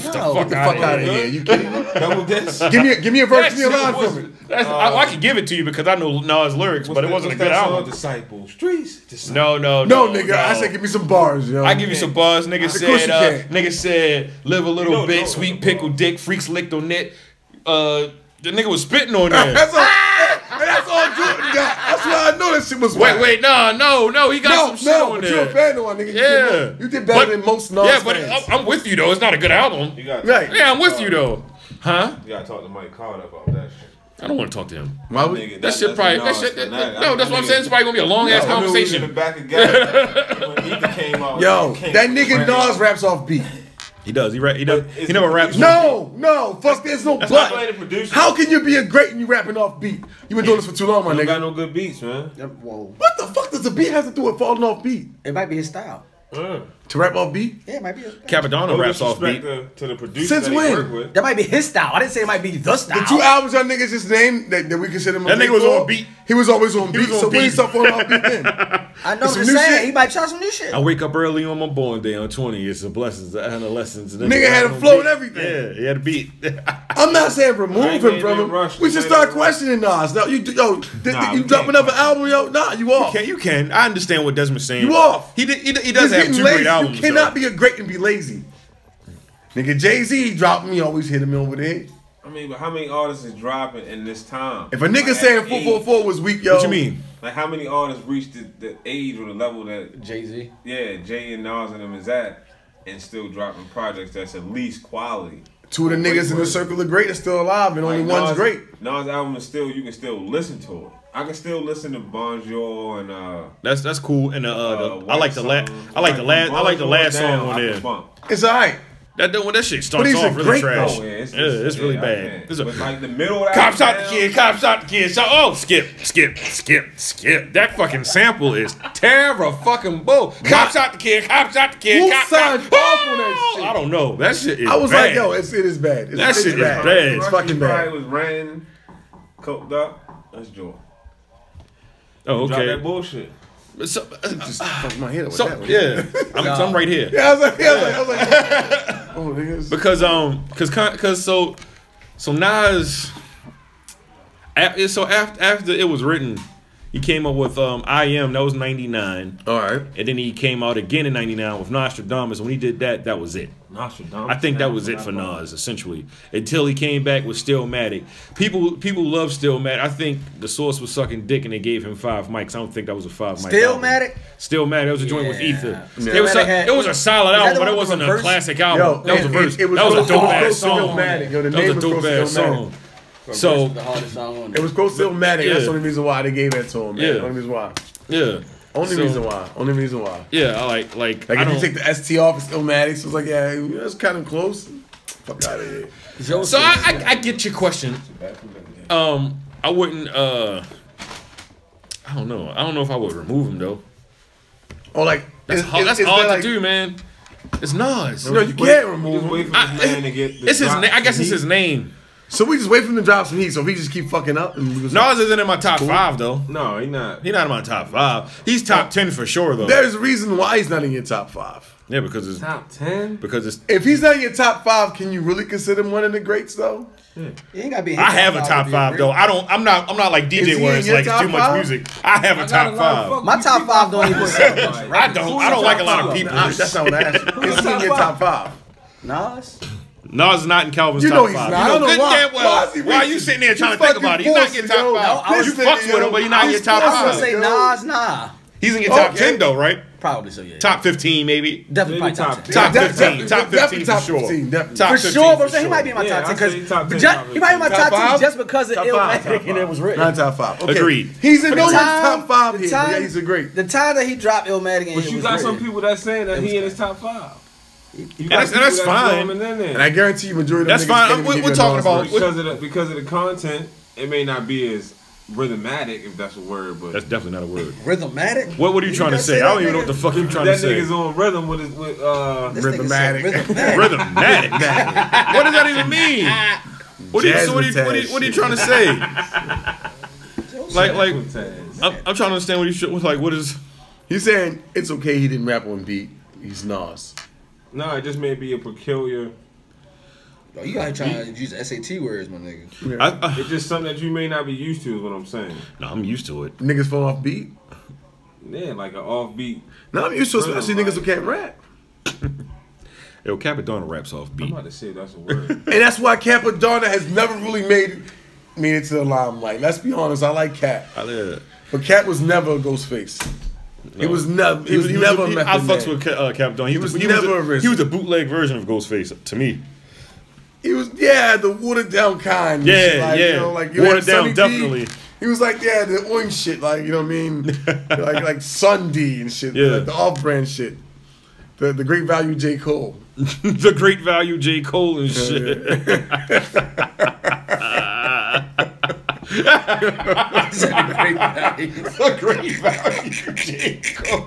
Speaker 5: No.
Speaker 4: Get the fuck out of here. You kidding me?
Speaker 7: Double this.
Speaker 4: Give me a, give me a verse. Give
Speaker 6: That
Speaker 4: me a
Speaker 6: shit
Speaker 4: line
Speaker 6: was-
Speaker 4: from it.
Speaker 6: that's- I,
Speaker 4: Um,
Speaker 6: I could give it to you because I know Nas lyrics, Uh, but it wasn't a good album.
Speaker 7: Disciple. Streets. Disciple.
Speaker 6: No, no,
Speaker 4: No,
Speaker 6: no,
Speaker 4: nigga. I
Speaker 6: no.
Speaker 4: said give me some bars, yo.
Speaker 6: I give you some buzz. Nigga
Speaker 4: Of course
Speaker 6: said,
Speaker 4: you
Speaker 6: uh,
Speaker 4: can.
Speaker 6: nigga said, live a little
Speaker 7: You don't
Speaker 6: bit,
Speaker 7: know
Speaker 6: sweet
Speaker 7: that, bro.
Speaker 6: pickle dick, freaks licked on it. Uh, The nigga was spitting on there.
Speaker 4: That's all. and that's all Jordan got. That's why I know that shit was
Speaker 6: wait,
Speaker 4: whack.
Speaker 6: wait, no, no, no. He got
Speaker 4: No,
Speaker 6: some shit
Speaker 4: no, but
Speaker 6: on there.
Speaker 4: you're a fan of my nigga. You
Speaker 6: Yeah.
Speaker 4: did more- you did better
Speaker 6: But-
Speaker 4: than most non
Speaker 6: yeah, but I'm, I'm with you though. It's not a good album.
Speaker 7: You gotta,
Speaker 4: Right.
Speaker 6: Yeah, I'm with you though. Huh?
Speaker 7: you gotta talk to Mike Carter about that shit.
Speaker 6: I don't want to talk to him.
Speaker 4: Why would,
Speaker 7: Nigga,
Speaker 6: Oh, That shit probably. That shit. that- that- no, that's what I'm saying. It's probably gonna be a long ass
Speaker 4: No,
Speaker 7: Conversation in
Speaker 6: conversation.
Speaker 7: the back of Gary when Ether came out.
Speaker 4: yo,
Speaker 7: he came
Speaker 4: that
Speaker 7: with
Speaker 4: nigga
Speaker 7: the brand.
Speaker 4: Nas raps off beat.
Speaker 6: He does. He rap. He does.
Speaker 7: But
Speaker 6: He
Speaker 7: it's-
Speaker 6: never raps.
Speaker 4: No, no, fuck. There's no
Speaker 7: not the way
Speaker 4: blood.
Speaker 7: the producer-
Speaker 4: How can you be a great and you rapping off beat? You been doing this for too long, my
Speaker 7: Don't
Speaker 4: nigga.
Speaker 7: got no good beats, man.
Speaker 5: Whoa.
Speaker 4: What the fuck does a beat have to do with falling off beat?
Speaker 5: It might be his style.
Speaker 7: Mm.
Speaker 4: To rap off beat?
Speaker 5: Yeah, it might be. His style.
Speaker 6: Capadonna
Speaker 7: No
Speaker 6: raps off
Speaker 7: disrespect
Speaker 6: beat.
Speaker 7: To, to the producer
Speaker 4: Since
Speaker 7: that he
Speaker 4: when?
Speaker 7: worked with.
Speaker 5: That might be his style. I didn't say it might be the style.
Speaker 4: The two albums y'all niggas just named that, that we consider him a
Speaker 6: That nigga was
Speaker 4: for,
Speaker 6: on beat.
Speaker 4: He was always on beat.
Speaker 6: was on
Speaker 4: so when
Speaker 6: beat.
Speaker 4: he start falling off beat then?
Speaker 5: I
Speaker 4: It's
Speaker 5: know what
Speaker 4: some
Speaker 5: you're
Speaker 4: new
Speaker 5: saying.
Speaker 4: shit.
Speaker 5: He might try some new shit.
Speaker 6: I wake up early on my born day on 20. It's the blessings, the adolescence. and then
Speaker 4: Nigga
Speaker 6: the
Speaker 4: had a
Speaker 6: rap on
Speaker 4: flow
Speaker 6: beat.
Speaker 4: and everything.
Speaker 6: Yeah, he had a beat.
Speaker 4: I'm not saying remove
Speaker 7: Ain't
Speaker 4: him from
Speaker 7: no
Speaker 4: him.
Speaker 7: rush.
Speaker 4: We should
Speaker 7: Ain't
Speaker 4: start
Speaker 7: no rush.
Speaker 4: questioning Nas. No, you yo, th- th-
Speaker 7: Nah,
Speaker 4: you
Speaker 7: we
Speaker 4: drop
Speaker 7: can't.
Speaker 4: another album, yo. Nah, you off.
Speaker 6: Okay, you can. I understand what Desmond's saying.
Speaker 4: You off.
Speaker 6: He did, he, he does
Speaker 4: He's
Speaker 6: have
Speaker 4: lazy.
Speaker 6: two great albums.
Speaker 4: You cannot be a great and be lazy. Nigga, Jay Z dropped me. Always hit him over there.
Speaker 7: I mean, but how many artists is dropping in this time?
Speaker 4: If a nigga
Speaker 7: Like,
Speaker 4: saying
Speaker 7: at
Speaker 4: four
Speaker 7: age-
Speaker 4: four four was weak, yo,
Speaker 6: What you mean?
Speaker 7: Like, how many artists reached the, the age or the level that,
Speaker 5: Jay Z.
Speaker 7: yeah, Jay and Nas and them is at and still dropping projects that's at least quality?
Speaker 4: Two of the niggas in the
Speaker 7: word.
Speaker 4: circle of great are still alive, and only
Speaker 7: Like,
Speaker 4: one's
Speaker 7: Nas-
Speaker 4: great.
Speaker 7: Nas album is still, you can still listen to it. I can still listen to Bonjour and, uh,
Speaker 6: That's that's cool. And uh, uh, the, I
Speaker 7: White
Speaker 6: like the last.
Speaker 7: Song.
Speaker 6: I like the last. I like the
Speaker 7: Bonjour
Speaker 6: last
Speaker 7: down,
Speaker 6: song
Speaker 7: I
Speaker 6: on
Speaker 7: can
Speaker 6: there.
Speaker 7: bump.
Speaker 4: It's alright.
Speaker 6: That that- when that shit starts
Speaker 4: he's a
Speaker 6: off really
Speaker 4: great-
Speaker 6: trash.
Speaker 7: Oh, yeah, it's,
Speaker 6: yeah, it's really
Speaker 7: yeah, I
Speaker 6: bad.
Speaker 7: can't.
Speaker 6: It's a-
Speaker 7: but like the middle. of that
Speaker 6: Cop shot the
Speaker 7: down,
Speaker 6: kid. Cop shot the kid. Shot. Oh, skip, skip, skip, skip. That fucking sample is terror fucking bull. Cop shot the kid. Cop shot the kid.
Speaker 4: Who
Speaker 6: Cop
Speaker 4: signed
Speaker 6: shot.
Speaker 4: off on that
Speaker 6: Oh,
Speaker 4: shit?
Speaker 6: I don't know. That shit is.
Speaker 4: I was
Speaker 6: bad.
Speaker 4: like, yo, it's, it is bad. It's,
Speaker 6: That
Speaker 4: it's
Speaker 6: shit is
Speaker 4: bad.
Speaker 6: bad.
Speaker 4: It's fucking
Speaker 7: Everybody
Speaker 4: bad.
Speaker 7: was ran, coked up. That's joy.
Speaker 6: Oh,
Speaker 7: Drop that
Speaker 6: okay.
Speaker 7: bullshit.
Speaker 6: So, uh,
Speaker 4: Just fucked my head up with
Speaker 6: so
Speaker 4: that one.
Speaker 6: yeah, I'm, so I'm right here.
Speaker 4: Yeah, I was like, yeah, I was like, I was like, oh, niggas.
Speaker 6: because um because because so so Nas af- so after after it was written he came up with um I am that was 99
Speaker 4: all right.
Speaker 6: and then he came out again in 99 with Nostradamus when he did that that was it I think that was it for Nas essentially until he came back with Stillmatic people people love Stillmatic I think the source was sucking dick and they gave him five mics I don't think that was a five mic album.
Speaker 5: Stillmatic?
Speaker 6: Stillmatic that was a joint with
Speaker 5: Yeah.
Speaker 6: Ether it was a,
Speaker 5: Stillmatic had-
Speaker 6: it was a solid
Speaker 5: Is that
Speaker 6: album
Speaker 5: the one
Speaker 6: but it
Speaker 5: with the
Speaker 6: wasn't a
Speaker 5: reverse?
Speaker 6: classic album
Speaker 4: Yo,
Speaker 6: that was a
Speaker 4: it-
Speaker 6: verse
Speaker 4: it- it was
Speaker 6: that was
Speaker 4: close- it
Speaker 6: a
Speaker 4: was
Speaker 6: dope ass
Speaker 4: close to
Speaker 6: song
Speaker 4: Illmatic. Yo, the
Speaker 6: that
Speaker 4: name
Speaker 6: was a
Speaker 4: was
Speaker 6: dope
Speaker 4: close to
Speaker 6: ass song
Speaker 4: Illmatic.
Speaker 6: so
Speaker 5: the hardest song on
Speaker 4: It
Speaker 5: there.
Speaker 4: was Gross Illmatic.
Speaker 6: Yeah.
Speaker 4: That's the only reason why they gave that to him, man.
Speaker 6: Yeah.
Speaker 4: Only reason why.
Speaker 6: yeah
Speaker 4: Only
Speaker 6: So,
Speaker 4: reason why. Only reason why.
Speaker 6: yeah I like like,
Speaker 4: Like,
Speaker 6: I
Speaker 4: if
Speaker 6: don't
Speaker 4: you take the ST off, it's Illmatic. So it's like, yeah, it's kind of close. Fuck out of here.
Speaker 5: Joseph.
Speaker 6: so I, I I get your question um I wouldn't uh I don't know I don't know if I would remove him though
Speaker 4: Or like,
Speaker 6: That's
Speaker 4: is-
Speaker 6: hard,
Speaker 4: is-
Speaker 6: that's
Speaker 4: is
Speaker 6: hard
Speaker 4: there,
Speaker 6: to
Speaker 4: like-
Speaker 6: do, man. It's Nas.
Speaker 4: No, you can't remove
Speaker 7: Just
Speaker 4: him.
Speaker 7: wait for
Speaker 6: I-
Speaker 7: this man to get. the
Speaker 6: it's his.
Speaker 7: drop.
Speaker 6: Na- I guess it's
Speaker 7: He-
Speaker 6: his name.
Speaker 4: So we just wait for him to drop some heat. So if he just keep fucking up, and we just,
Speaker 6: Nas isn't in my top five though.
Speaker 7: No, he not.
Speaker 6: He's not in my top five. He's top ten for sure though.
Speaker 4: there's a reason why he's not in your top five.
Speaker 6: yeah, because it's
Speaker 7: Top ten.
Speaker 6: because it's.
Speaker 4: If he's not in your top five, can you really consider him one of the greats though?
Speaker 5: He ain't gotta be.
Speaker 6: I have a top five though. I don't. I'm not. I'm not like
Speaker 4: Is he
Speaker 6: DJ where
Speaker 4: in
Speaker 6: it's
Speaker 4: your
Speaker 6: like it's
Speaker 4: top
Speaker 6: too much
Speaker 4: five?
Speaker 6: music. I have a
Speaker 7: Got a
Speaker 6: top
Speaker 7: lot of
Speaker 6: five.
Speaker 7: fuck
Speaker 5: My
Speaker 7: you
Speaker 5: top
Speaker 7: people
Speaker 5: five don't even sound
Speaker 7: like.
Speaker 5: right.
Speaker 6: I don't. I don't like a lot of people.
Speaker 4: Nah, that's not what I asked. you. Is he in your top five?
Speaker 5: Nas.
Speaker 6: Nas is not in Calvin's
Speaker 4: You
Speaker 6: top
Speaker 4: know he's
Speaker 6: five.
Speaker 4: not.
Speaker 6: You
Speaker 4: I don't know
Speaker 6: good
Speaker 4: why.
Speaker 6: damn
Speaker 4: Why
Speaker 6: well.
Speaker 4: is he
Speaker 6: Why are you
Speaker 4: racist?
Speaker 6: sitting there
Speaker 4: You
Speaker 6: trying to think
Speaker 4: fucking
Speaker 6: about it? He's not
Speaker 4: forced
Speaker 6: getting
Speaker 4: it, yo.
Speaker 6: top
Speaker 4: I
Speaker 6: five.
Speaker 4: was
Speaker 6: You
Speaker 4: listening,
Speaker 6: fucks with
Speaker 4: yo.
Speaker 6: him, but you're not in your
Speaker 4: I was
Speaker 6: top
Speaker 5: I was
Speaker 6: five.
Speaker 5: gonna say Nas. Nah.
Speaker 6: He's in your top
Speaker 4: Okay.
Speaker 6: ten though, right?
Speaker 5: Probably so. Yeah.
Speaker 6: Top fifteen maybe.
Speaker 5: Definitely
Speaker 7: Maybe
Speaker 5: probably top.
Speaker 7: top
Speaker 5: ten.
Speaker 6: Top
Speaker 4: Yeah,
Speaker 6: 15,
Speaker 4: definitely,
Speaker 6: top 15
Speaker 4: definitely
Speaker 6: for
Speaker 4: top
Speaker 6: sure.
Speaker 4: 15, definitely.
Speaker 6: Top
Speaker 5: For
Speaker 6: 15
Speaker 5: sure, but I'm saying he might be in my
Speaker 7: Yeah,
Speaker 5: top ten
Speaker 7: I'd say top
Speaker 5: because
Speaker 7: 10,
Speaker 5: just,
Speaker 7: probably.
Speaker 5: he might be in my
Speaker 4: Top
Speaker 5: top, ten
Speaker 4: five?
Speaker 5: just because of
Speaker 7: Top five, top
Speaker 5: Illmatic and it
Speaker 7: five.
Speaker 5: was written.
Speaker 4: Not top five. Okay.
Speaker 6: Agreed.
Speaker 4: He's in no
Speaker 5: The
Speaker 4: one's
Speaker 5: time-
Speaker 4: top five
Speaker 5: the
Speaker 4: here.
Speaker 5: time-
Speaker 4: yeah, he's a great.
Speaker 5: The time that he dropped Illmatic and
Speaker 7: But
Speaker 5: it
Speaker 7: you
Speaker 5: was
Speaker 7: got some
Speaker 5: written.
Speaker 7: people that saying that
Speaker 5: was
Speaker 7: he in his top five. You got
Speaker 6: that's- and
Speaker 7: people
Speaker 6: that's
Speaker 7: that
Speaker 6: fine.
Speaker 7: throw him in there.
Speaker 4: And I guarantee you, majority of
Speaker 6: That's
Speaker 4: them
Speaker 6: fine.
Speaker 4: niggas can't
Speaker 6: I'm-
Speaker 4: even
Speaker 6: we're-
Speaker 4: give
Speaker 6: we're
Speaker 4: you a
Speaker 6: talking
Speaker 4: Nas
Speaker 6: about-
Speaker 4: verse.
Speaker 7: because of the because of the content, it may not be as rhythmatic if that's a word, but
Speaker 6: That's definitely not a word.
Speaker 5: Rhythmatic.
Speaker 6: What what are you trying to
Speaker 5: guys
Speaker 6: say?
Speaker 5: say
Speaker 6: I
Speaker 5: that,
Speaker 6: don't even know what the
Speaker 5: nigga?
Speaker 6: fuck you trying to
Speaker 7: that nigga's
Speaker 6: say.
Speaker 7: on rhythm with his with uh
Speaker 5: This nigga said
Speaker 4: Rhythmatic.
Speaker 5: Rhythmatic.
Speaker 6: Rhythmatic. what does that even mean? What are you, so what are you, what are you, what are you trying to say? Like like
Speaker 7: Quintez.
Speaker 6: I'm, I'm trying to understand what you should what's like what is
Speaker 4: He's saying it's okay he didn't rap on beat. He's Nas.
Speaker 7: No, it just may be a peculiar.
Speaker 5: Yo, Oh, You gotta try to use SAT words, my nigga.
Speaker 6: I, I,
Speaker 7: It's just something that you may not be used to, is what I'm saying.
Speaker 6: no, I'm used to it.
Speaker 4: Niggas fall off beat.
Speaker 7: Yeah, like an offbeat.
Speaker 4: Now I'm used to
Speaker 7: Rhythm,
Speaker 4: especially niggas who
Speaker 7: like-
Speaker 4: can't rap.
Speaker 6: Yo, Capadonna raps off
Speaker 7: I'm
Speaker 6: beat.
Speaker 7: about to say that's a word.
Speaker 4: And that's why Capadonna has never really made made it to the limelight. Let's be honest, I like Cat,
Speaker 6: I did.
Speaker 4: but Cat was never a Ghostface. It was never. It was, never.
Speaker 6: he-
Speaker 4: a
Speaker 6: I
Speaker 4: Method
Speaker 6: fucks
Speaker 4: Man.
Speaker 6: with Ca- uh, Cap Don. He, was,
Speaker 4: was
Speaker 6: he
Speaker 4: never
Speaker 6: was a,
Speaker 4: original.
Speaker 6: he was the bootleg version of Ghostface to me.
Speaker 4: He was yeah, the watered down kind. and
Speaker 6: Yeah,
Speaker 4: shit, like,
Speaker 6: yeah.
Speaker 4: You know, like you
Speaker 6: Watered
Speaker 4: had Sunny
Speaker 6: down,
Speaker 4: D.
Speaker 6: definitely.
Speaker 4: He was like yeah, the orange shit, like you know what I mean, like like Sunday and shit,
Speaker 6: Yeah.
Speaker 4: like the off brand shit, the the great value J Cole.
Speaker 6: the great value J Cole and shit.
Speaker 5: Great value, J. Cole.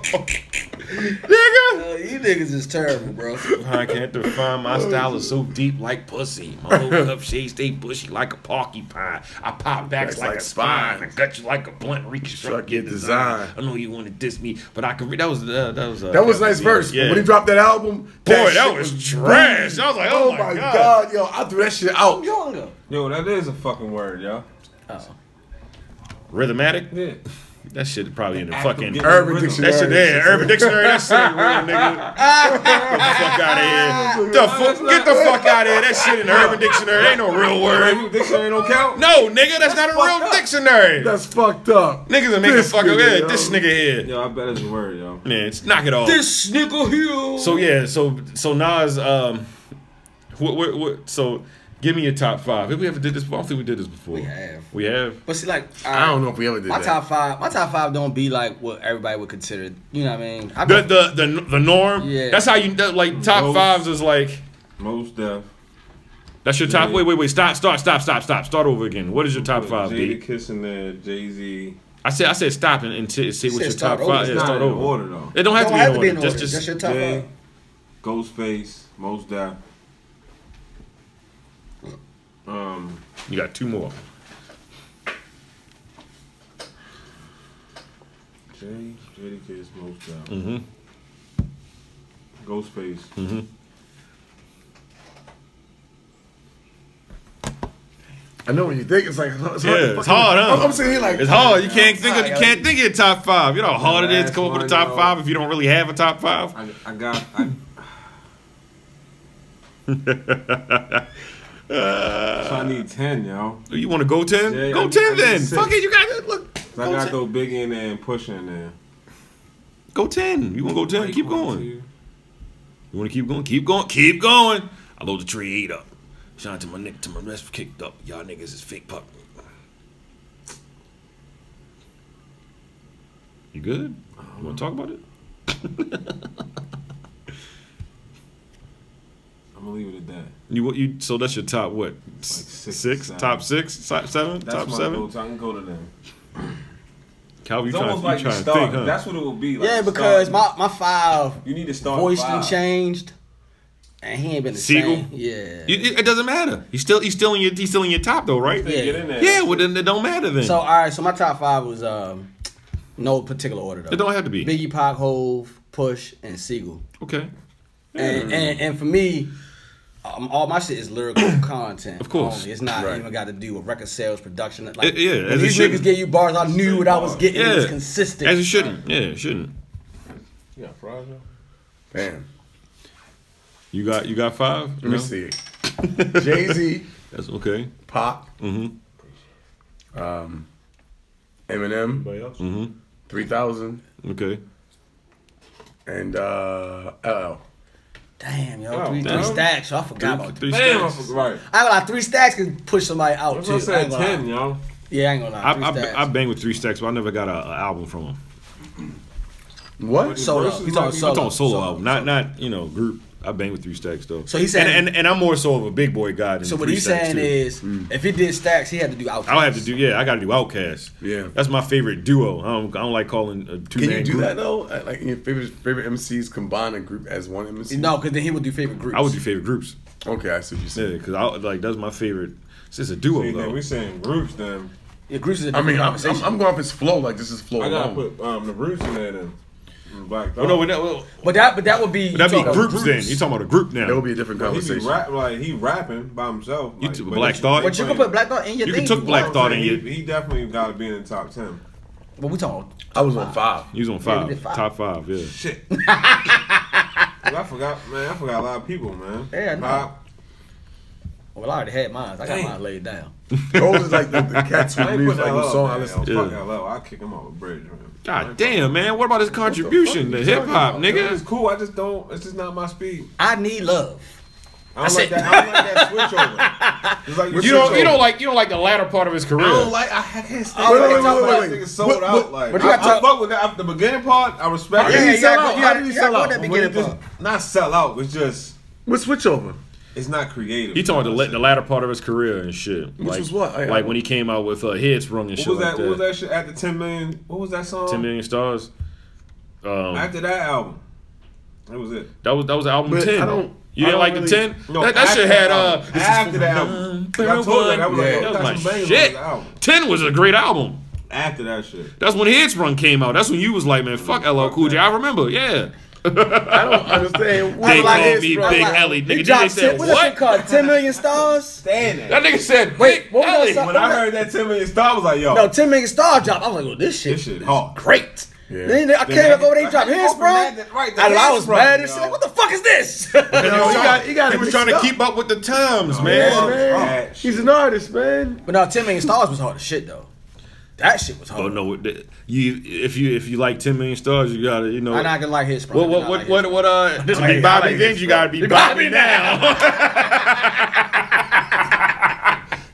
Speaker 6: Nigga.
Speaker 5: Uh, you niggas is terrible, bro.
Speaker 6: I can't define my style is so deep like pussy. My whole cup shades stay bushy like a porcupine. I pop backs
Speaker 4: Backs
Speaker 6: like,
Speaker 4: like
Speaker 6: a spine.
Speaker 4: spines.
Speaker 6: I cut you like a blunt.
Speaker 4: Struck
Speaker 6: Reconstruct
Speaker 4: your
Speaker 6: your design.
Speaker 4: design.
Speaker 6: I know you want to diss me, but I can. Re- that was uh, that was uh,
Speaker 4: That was a nice verse.
Speaker 6: Yeah.
Speaker 4: But when he dropped that album,
Speaker 6: Boy, that
Speaker 4: shit
Speaker 6: was trash.
Speaker 4: booty.
Speaker 6: I was like, oh my God.
Speaker 4: yo, I threw that shit out.
Speaker 5: Younger.
Speaker 7: Yo, that is a fucking word, yo.
Speaker 6: Rhythmatic.
Speaker 7: Yeah.
Speaker 6: That shit probably in the
Speaker 7: Act of
Speaker 6: fucking.
Speaker 7: getting
Speaker 4: Urban
Speaker 6: Urban,
Speaker 7: rhythm.
Speaker 4: Dictionary.
Speaker 6: that shit there. Urban Dictionary. That shit real, nigga. Get the fuck out of here. The fu- get the fuck out of here. That shit in the Urban Dictionary. Ain't no real word.
Speaker 7: Urban Dictionary don't count?
Speaker 6: No, nigga, that's, not a
Speaker 7: fucked
Speaker 6: real
Speaker 7: up.
Speaker 6: dictionary.
Speaker 4: That's fucked up.
Speaker 6: Niggas are making
Speaker 4: This
Speaker 6: fuck up.
Speaker 4: nigga,
Speaker 6: Yeah, this
Speaker 4: yo.
Speaker 6: nigga here.
Speaker 7: Yo, I bet it's a word, yo.
Speaker 6: Yeah, it's knock it off.
Speaker 5: This nigga here.
Speaker 6: so yeah, so so Nas, um, what, what, what, so give me your top five. Have we ever did this? before? I don't think we did this before. We
Speaker 5: have.
Speaker 6: We have.
Speaker 5: But see, like,
Speaker 4: I don't know if we ever did
Speaker 5: My
Speaker 4: that.
Speaker 5: top five, my top five don't be like what everybody would consider. You know what I mean? I
Speaker 6: The
Speaker 5: go-
Speaker 6: the the, the norm.
Speaker 5: Yeah.
Speaker 6: That's how you that, like top
Speaker 7: Those-
Speaker 6: fives is like.
Speaker 7: Most deaf.
Speaker 6: That's your top. Wait, wait, wait. Stop, stop, stop, stop, stop. Start over again. What is your top five,
Speaker 7: Jada
Speaker 6: B?
Speaker 7: kissing there, Jay Z.
Speaker 6: I said, I said, stop and, and t- see what
Speaker 5: said
Speaker 6: your
Speaker 5: start
Speaker 6: top
Speaker 5: over.
Speaker 6: five.
Speaker 5: It's
Speaker 6: Yeah,
Speaker 7: Not
Speaker 6: start
Speaker 7: in
Speaker 6: over.
Speaker 7: order though.
Speaker 6: It don't have
Speaker 5: don't
Speaker 6: to be in
Speaker 5: order.
Speaker 6: order. Just,
Speaker 5: That's
Speaker 6: just.
Speaker 5: your top
Speaker 7: Jay,
Speaker 5: five.
Speaker 7: Ghostface, Most Def. Um,
Speaker 6: You got two more.
Speaker 7: Jay, Jada Kiss, Most Def.
Speaker 6: Mm-hmm.
Speaker 7: Ghostface.
Speaker 4: I know what you think. It's like it's hard.
Speaker 6: Yeah,
Speaker 4: to
Speaker 6: it's
Speaker 4: fucking-
Speaker 6: hard, huh?
Speaker 4: I'm, I'm sitting here like
Speaker 6: It's hard. You can't think of you
Speaker 5: Alright,
Speaker 6: can't think of your top five. You know how hard it is to come up with a top
Speaker 7: Last one,
Speaker 6: five if you don't really have a top five.
Speaker 7: I, I got. I, so I need ten, yo.
Speaker 6: You want to go ten?
Speaker 7: Yeah,
Speaker 6: go
Speaker 7: I need- I
Speaker 6: ten
Speaker 7: need
Speaker 6: then.
Speaker 7: six.
Speaker 6: Fuck it. You got it. Look.
Speaker 7: So I
Speaker 6: Go
Speaker 7: got
Speaker 6: ten.
Speaker 7: those big in there and push in there.
Speaker 6: go ten. You want to go ten?
Speaker 7: Like,
Speaker 6: Keep
Speaker 7: one,
Speaker 6: going.
Speaker 7: two.
Speaker 6: You want to keep going? Keep going. Keep going. I load the tree eight up. Shine to my neck to my wrist kicked up. Y'all niggas is fake puck. You good? You want to talk about it?
Speaker 7: I'm gonna leave it at that.
Speaker 6: You what you? So that's your top what?
Speaker 7: six,
Speaker 6: six?
Speaker 7: seven.
Speaker 6: Top six? Top seven?
Speaker 7: That's
Speaker 6: top
Speaker 7: my
Speaker 6: seven?
Speaker 7: goal. So I can go to them.
Speaker 6: Calvin, you
Speaker 7: It's
Speaker 6: trying,
Speaker 7: almost
Speaker 6: you
Speaker 7: like you
Speaker 6: trying to
Speaker 7: start.
Speaker 6: think, huh?
Speaker 7: That's what it will be. Like
Speaker 5: Yeah,
Speaker 7: you
Speaker 5: because
Speaker 7: start-
Speaker 5: my my five
Speaker 7: you need to start.
Speaker 5: voice done
Speaker 7: five.
Speaker 5: changed, and he ain't been the
Speaker 6: Siegel?
Speaker 5: same. Yeah.
Speaker 6: You- it, it doesn't matter. He's still he's still in your he's still in your top though, right?
Speaker 5: Yeah.
Speaker 7: Get in there.
Speaker 6: Yeah, well then it don't matter then.
Speaker 5: so all right, so my top five was um, no particular order though.
Speaker 6: it don't have to be.
Speaker 5: Biggie, Pac, Hove, Push, and Siegel.
Speaker 6: okay. Mm.
Speaker 5: And, and and for me, um, all my shit is lyrical content.
Speaker 6: Of course.
Speaker 5: only. it's not
Speaker 4: Right.
Speaker 5: even got to do with record sales, production. Like,
Speaker 6: It- yeah,
Speaker 5: when
Speaker 6: as it
Speaker 5: these
Speaker 6: shouldn't.
Speaker 5: niggas give you bars. I knew what I was getting. It was
Speaker 6: Yeah.
Speaker 5: consistent.
Speaker 6: As it shouldn't. Yeah, it shouldn't.
Speaker 7: You got fries, yo?
Speaker 4: Damn.
Speaker 6: You got you got five?
Speaker 4: Let me see it. Jay Z,
Speaker 6: That's okay.
Speaker 4: Pop, mm-hmm.
Speaker 6: Mm-hmm.
Speaker 4: um, Eminem,
Speaker 7: Anybody else?
Speaker 5: Mm-hmm.
Speaker 4: Three Thousand,
Speaker 6: Okay.
Speaker 4: and uh, LL.
Speaker 5: Damn, yo, three,
Speaker 7: damn.
Speaker 5: three stacks. Yo, I forgot about that.
Speaker 6: Three
Speaker 7: Damn, I
Speaker 6: stacks.
Speaker 7: forgot. Right.
Speaker 5: I ain't gonna lie, three stacks can push somebody out
Speaker 7: That's
Speaker 5: too.
Speaker 7: what I
Speaker 5: I
Speaker 7: said.
Speaker 5: ain't gonna lie.
Speaker 7: Ten, yo.
Speaker 5: Yeah, I ain't gonna lie.
Speaker 6: I,
Speaker 5: Three stacks.
Speaker 6: I, I bang with three stacks, but I never got an album from him.
Speaker 4: What?
Speaker 5: solo.
Speaker 7: verses
Speaker 5: He's
Speaker 7: might
Speaker 5: on
Speaker 7: be-
Speaker 5: solo.
Speaker 6: It's on solo,
Speaker 5: solo,
Speaker 6: album, not not you know group. I bang with three stacks though.
Speaker 5: So he's saying-
Speaker 6: and, and, and I'm more so of a big boy guy. Than
Speaker 5: So what
Speaker 6: Three
Speaker 5: he's
Speaker 6: Stacks,
Speaker 5: saying
Speaker 6: too.
Speaker 5: is, if he did stacks, he had to do out.
Speaker 6: I'll have to do. Yeah, I got to do Outkast.
Speaker 4: Yeah.
Speaker 6: that's my favorite duo. I don't, I don't like calling a two
Speaker 4: Can
Speaker 6: man
Speaker 4: you do
Speaker 6: group.
Speaker 4: that though? Uh, Like your favorite favorite MCs combine a group as one MC?
Speaker 5: No, because then he would do favorite groups.
Speaker 6: I would do favorite groups.
Speaker 4: Okay, I see what you
Speaker 6: Yeah,
Speaker 4: said.
Speaker 6: because I like that's my favorite. It's just a duo
Speaker 7: See, then
Speaker 6: though.
Speaker 7: we saying groups then.
Speaker 5: Yeah, groups is a
Speaker 4: I mean, I'm,
Speaker 5: conversation.
Speaker 4: I'm, I'm going off his flow. Like this is flow.
Speaker 7: I gotta
Speaker 4: alone.
Speaker 7: put um, the roots in there then. And Black
Speaker 6: Oh
Speaker 7: Thought.
Speaker 6: no, well, that, well,
Speaker 5: but that, but that would be.
Speaker 6: that'd
Speaker 5: you
Speaker 6: be
Speaker 5: talking
Speaker 6: groups,
Speaker 5: about
Speaker 6: then. You talking about a group now?
Speaker 4: That would be a different
Speaker 7: he be
Speaker 4: conversation.
Speaker 7: rap like he rapping by himself.
Speaker 6: You
Speaker 7: like,
Speaker 6: took
Speaker 7: but
Speaker 6: Black
Speaker 7: if
Speaker 6: Thought.
Speaker 5: But you can put Black Thought in your
Speaker 6: You
Speaker 5: thing.
Speaker 6: can took
Speaker 5: if
Speaker 6: Black
Speaker 5: want.
Speaker 6: Thought in
Speaker 7: he,
Speaker 6: you.
Speaker 7: he definitely gotta be in the top ten.
Speaker 5: But we talking. about-
Speaker 4: I was on five.
Speaker 6: He was on
Speaker 5: Yeah, we
Speaker 6: five,
Speaker 5: did five.
Speaker 6: top five. Yeah,
Speaker 7: Shit. 'Cause I forgot, man. I forgot a lot of people, man.
Speaker 5: Yeah, I know.
Speaker 7: Pop,
Speaker 5: Oh, Well, I already had mine. I got mine laid down.
Speaker 4: Those is like the, the cats
Speaker 7: I
Speaker 4: with
Speaker 7: ain't
Speaker 4: me. It's
Speaker 7: putting
Speaker 4: like
Speaker 7: LL
Speaker 4: the song I
Speaker 7: down,
Speaker 4: listen to.
Speaker 7: yo. Fuck LL. I'll kick him off a bridge, man.
Speaker 6: God damn, man. What about his contribution to hip hop,
Speaker 7: It's
Speaker 6: nigga?
Speaker 7: cool. I just don't. It's just not my speed.
Speaker 5: I need love.
Speaker 7: I don't like
Speaker 5: said-
Speaker 7: that. I don't like that switchover. It's like
Speaker 6: You don't, you don't like, you don't like the latter part of his career.
Speaker 7: I don't like. I can't stand.
Speaker 4: Wait,
Speaker 7: Wait,
Speaker 4: wait,
Speaker 7: wait,
Speaker 4: wait, wait,
Speaker 7: wait,
Speaker 4: wait.
Speaker 7: wait. Sold
Speaker 4: What-
Speaker 7: out.
Speaker 4: what-
Speaker 7: like,
Speaker 4: but you gotta
Speaker 7: I, I
Speaker 4: talk-
Speaker 7: fuck with that. The beginning part, I respect.
Speaker 5: Yeah,
Speaker 7: it.
Speaker 5: yeah,
Speaker 7: He sell
Speaker 5: yeah,
Speaker 7: out.
Speaker 5: yeah,
Speaker 7: How do you
Speaker 5: yeah,
Speaker 7: sell
Speaker 5: what
Speaker 7: out?
Speaker 5: that
Speaker 7: When you
Speaker 5: beginning
Speaker 7: just
Speaker 5: part?
Speaker 7: not sell out. It's just
Speaker 4: What switchover?
Speaker 7: it's not creative.
Speaker 6: He talking about the, the latter part of his career and shit. like,
Speaker 4: was what? I-
Speaker 6: like when he came out with uh, Heads Rung and
Speaker 7: What
Speaker 6: shit
Speaker 7: was
Speaker 6: like
Speaker 7: that?
Speaker 6: that.
Speaker 7: What was that shit after ten million? What was that song?
Speaker 6: 10 Million Stars. Um,
Speaker 7: After that album, that was it.
Speaker 6: that was that was album
Speaker 4: But
Speaker 6: 10.
Speaker 4: I don't-
Speaker 6: you
Speaker 4: I don't
Speaker 6: didn't like
Speaker 4: really-
Speaker 6: the 10?
Speaker 7: No,
Speaker 6: that that
Speaker 7: after
Speaker 6: shit had.
Speaker 7: that
Speaker 6: uh,
Speaker 7: album.
Speaker 6: this is
Speaker 7: After
Speaker 6: for
Speaker 7: that
Speaker 6: one,
Speaker 7: album.
Speaker 6: for
Speaker 7: I told you that, I was
Speaker 6: one.
Speaker 7: like, yo,
Speaker 6: that was
Speaker 7: that's some
Speaker 6: my
Speaker 7: bangers on
Speaker 6: shit.
Speaker 7: this album.
Speaker 6: 10 was a great album.
Speaker 7: After that shit,
Speaker 6: That's when Heads Run came out. That's when you was like, man, fuck LL Cool J. I remember, yeah.
Speaker 4: I don't understand. Why
Speaker 6: They
Speaker 4: like
Speaker 6: call
Speaker 4: his
Speaker 6: me
Speaker 4: bro-
Speaker 6: Big
Speaker 4: like-
Speaker 6: Ellie,
Speaker 5: He
Speaker 6: nigga. Then they
Speaker 5: dropped
Speaker 6: said,
Speaker 5: ten. What? that shit
Speaker 6: what?
Speaker 5: called? Ten million stars.
Speaker 7: stand
Speaker 6: That nigga said,
Speaker 5: Wait,
Speaker 6: Big
Speaker 5: what was that
Speaker 6: Ellie.
Speaker 5: song?
Speaker 7: When I heard that ten million star, I was like, yo,
Speaker 5: No, ten million star drop. I was like, oh, this shit,
Speaker 7: This shit
Speaker 5: is
Speaker 7: hard.
Speaker 5: great.
Speaker 4: Yeah.
Speaker 5: Then I came up over they dropped his bro.
Speaker 7: Right, the
Speaker 5: I, I was
Speaker 7: Hairspray,
Speaker 5: mad and shit.
Speaker 7: yo.
Speaker 5: Like, what the fuck is this?
Speaker 4: Yo,
Speaker 6: He
Speaker 4: he
Speaker 6: was
Speaker 4: got-
Speaker 6: trying-
Speaker 4: he got
Speaker 6: he
Speaker 4: it
Speaker 6: was
Speaker 4: mixed
Speaker 6: trying to
Speaker 4: up.
Speaker 6: keep up with the times, man.
Speaker 4: Yeah, man.
Speaker 7: Fuck.
Speaker 4: He's an artist, man.
Speaker 5: but no, ten million stars was hard as shit though. That shit was hard.
Speaker 6: Oh no, th- you if you if you like ten million stars, you gotta you know.
Speaker 5: I'm not gonna like his bro.
Speaker 6: what what what what, what uh? This
Speaker 5: like
Speaker 6: be
Speaker 5: it.
Speaker 6: Bobby
Speaker 4: I like
Speaker 6: then
Speaker 4: it.
Speaker 6: you gotta be
Speaker 5: Be
Speaker 6: Bobby,
Speaker 5: Bobby
Speaker 6: now.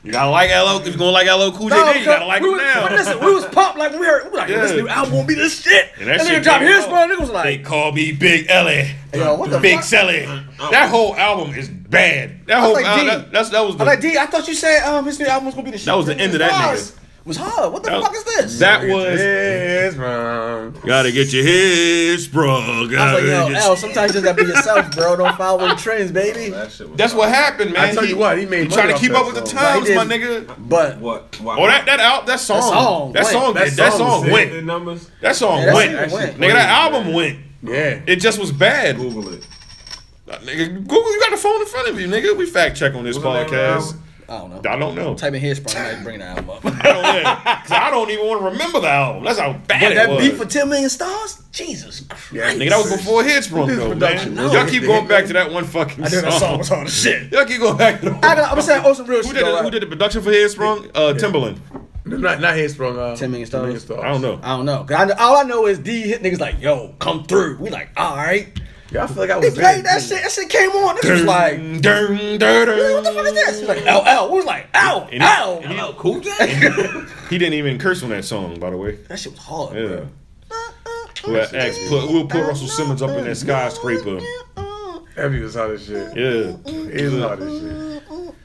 Speaker 6: you gotta like LO if you gonna like LO Cool J,
Speaker 5: No,
Speaker 6: then you gotta like
Speaker 5: we
Speaker 6: him
Speaker 5: was,
Speaker 6: now.
Speaker 5: but listen, we was pumped like when we heard. We were like, this
Speaker 6: Yeah.
Speaker 5: new album gonna be this shit.
Speaker 6: And
Speaker 5: And,
Speaker 6: that
Speaker 5: that
Speaker 6: shit
Speaker 5: nigga dropped
Speaker 6: came
Speaker 5: his
Speaker 6: out.
Speaker 5: bro. Nigga was
Speaker 6: they
Speaker 5: like,
Speaker 6: call me Big Ellie,
Speaker 5: yo, what the
Speaker 6: Big
Speaker 5: fuck?
Speaker 6: Selly. That whole album is bad. That whole
Speaker 5: Uh, like,
Speaker 6: album,
Speaker 5: D.
Speaker 6: that, that's that was the
Speaker 5: I'm like, D, I thought you said um his new album was gonna be the shit.
Speaker 6: was the
Speaker 5: Ten
Speaker 6: end of
Speaker 5: Million
Speaker 6: that
Speaker 5: Stars Was hard. What the
Speaker 6: That-
Speaker 5: fuck is this?
Speaker 6: that was
Speaker 4: Yes, man.
Speaker 6: gotta get your head sprung.
Speaker 5: I was
Speaker 6: Gotta
Speaker 5: like, yo,
Speaker 6: get-
Speaker 5: L, sometimes you just gotta be yourself, bro. Don't follow the trends, baby.
Speaker 7: That shit was
Speaker 6: That's what happened, man.
Speaker 4: I tell you what, he made
Speaker 6: He trying
Speaker 4: money
Speaker 6: to
Speaker 4: off
Speaker 6: keep
Speaker 4: that
Speaker 6: up with the
Speaker 4: song.
Speaker 6: times,
Speaker 5: Right,
Speaker 6: my
Speaker 5: he
Speaker 6: nigga.
Speaker 5: But oh,
Speaker 7: What?
Speaker 6: Oh, that that out that song.
Speaker 5: song
Speaker 6: That song that
Speaker 5: went.
Speaker 6: song,
Speaker 4: That
Speaker 6: did- that
Speaker 4: song
Speaker 6: song
Speaker 4: was it.
Speaker 6: went.
Speaker 7: the numbers.
Speaker 6: That song
Speaker 5: Yeah, that
Speaker 6: went.
Speaker 5: shit went.
Speaker 6: Nigga, that album went.
Speaker 4: Yeah.
Speaker 6: It just was bad.
Speaker 7: Google it.
Speaker 6: Uh, Nigga, Google, you got the phone in front of you, nigga. We fact check on this
Speaker 7: the name of the
Speaker 6: podcast.
Speaker 7: album?
Speaker 5: I don't know.
Speaker 6: I don't know.
Speaker 5: Type in his bro. I might bring the album up.
Speaker 6: I don't know. 'Cause I don't even want to remember the album. That's how bad it
Speaker 5: that
Speaker 6: was.
Speaker 5: beat for ten million stars? Jesus Christ.
Speaker 6: nigga, that was before Hits Run,
Speaker 4: This
Speaker 6: though,
Speaker 4: production
Speaker 6: man.
Speaker 4: was-
Speaker 6: Y'all keep going back to that one fucking
Speaker 5: I
Speaker 6: song.
Speaker 5: knew that song was hard as shit.
Speaker 6: Y'all keep going back to
Speaker 5: I
Speaker 6: that
Speaker 5: got, I'm saying, oh, some real
Speaker 6: who
Speaker 5: shit.
Speaker 6: did,
Speaker 5: though,
Speaker 6: the, who
Speaker 5: right?
Speaker 6: did the production for Head Sprung? Uh, Timberland.
Speaker 4: Not not his sprung. Uh,
Speaker 5: 10 million
Speaker 4: million
Speaker 5: stars.
Speaker 6: I don't know.
Speaker 5: I don't know. 'Cause I, kn- all I know is D hit niggas like, yo, come through. We like, all right.
Speaker 4: Yeah, I feel like I
Speaker 5: They
Speaker 4: was there.
Speaker 5: played that shit. That shit came on. This was like,
Speaker 6: Dun, dun, dun, dun.
Speaker 5: what the fuck is this? He's like, LL. We was like, ow,
Speaker 6: And he-
Speaker 5: ow.
Speaker 6: and he-
Speaker 5: Ow, cool J.
Speaker 6: He didn't even curse on that song, by the way.
Speaker 5: That shit was hard,
Speaker 6: Yeah.
Speaker 5: bro.
Speaker 6: We'll, ask, put, we'll put Russell Simmons up in that skyscraper.
Speaker 4: Heavy was hot as shit.
Speaker 6: Yeah.
Speaker 4: He was hot as shit.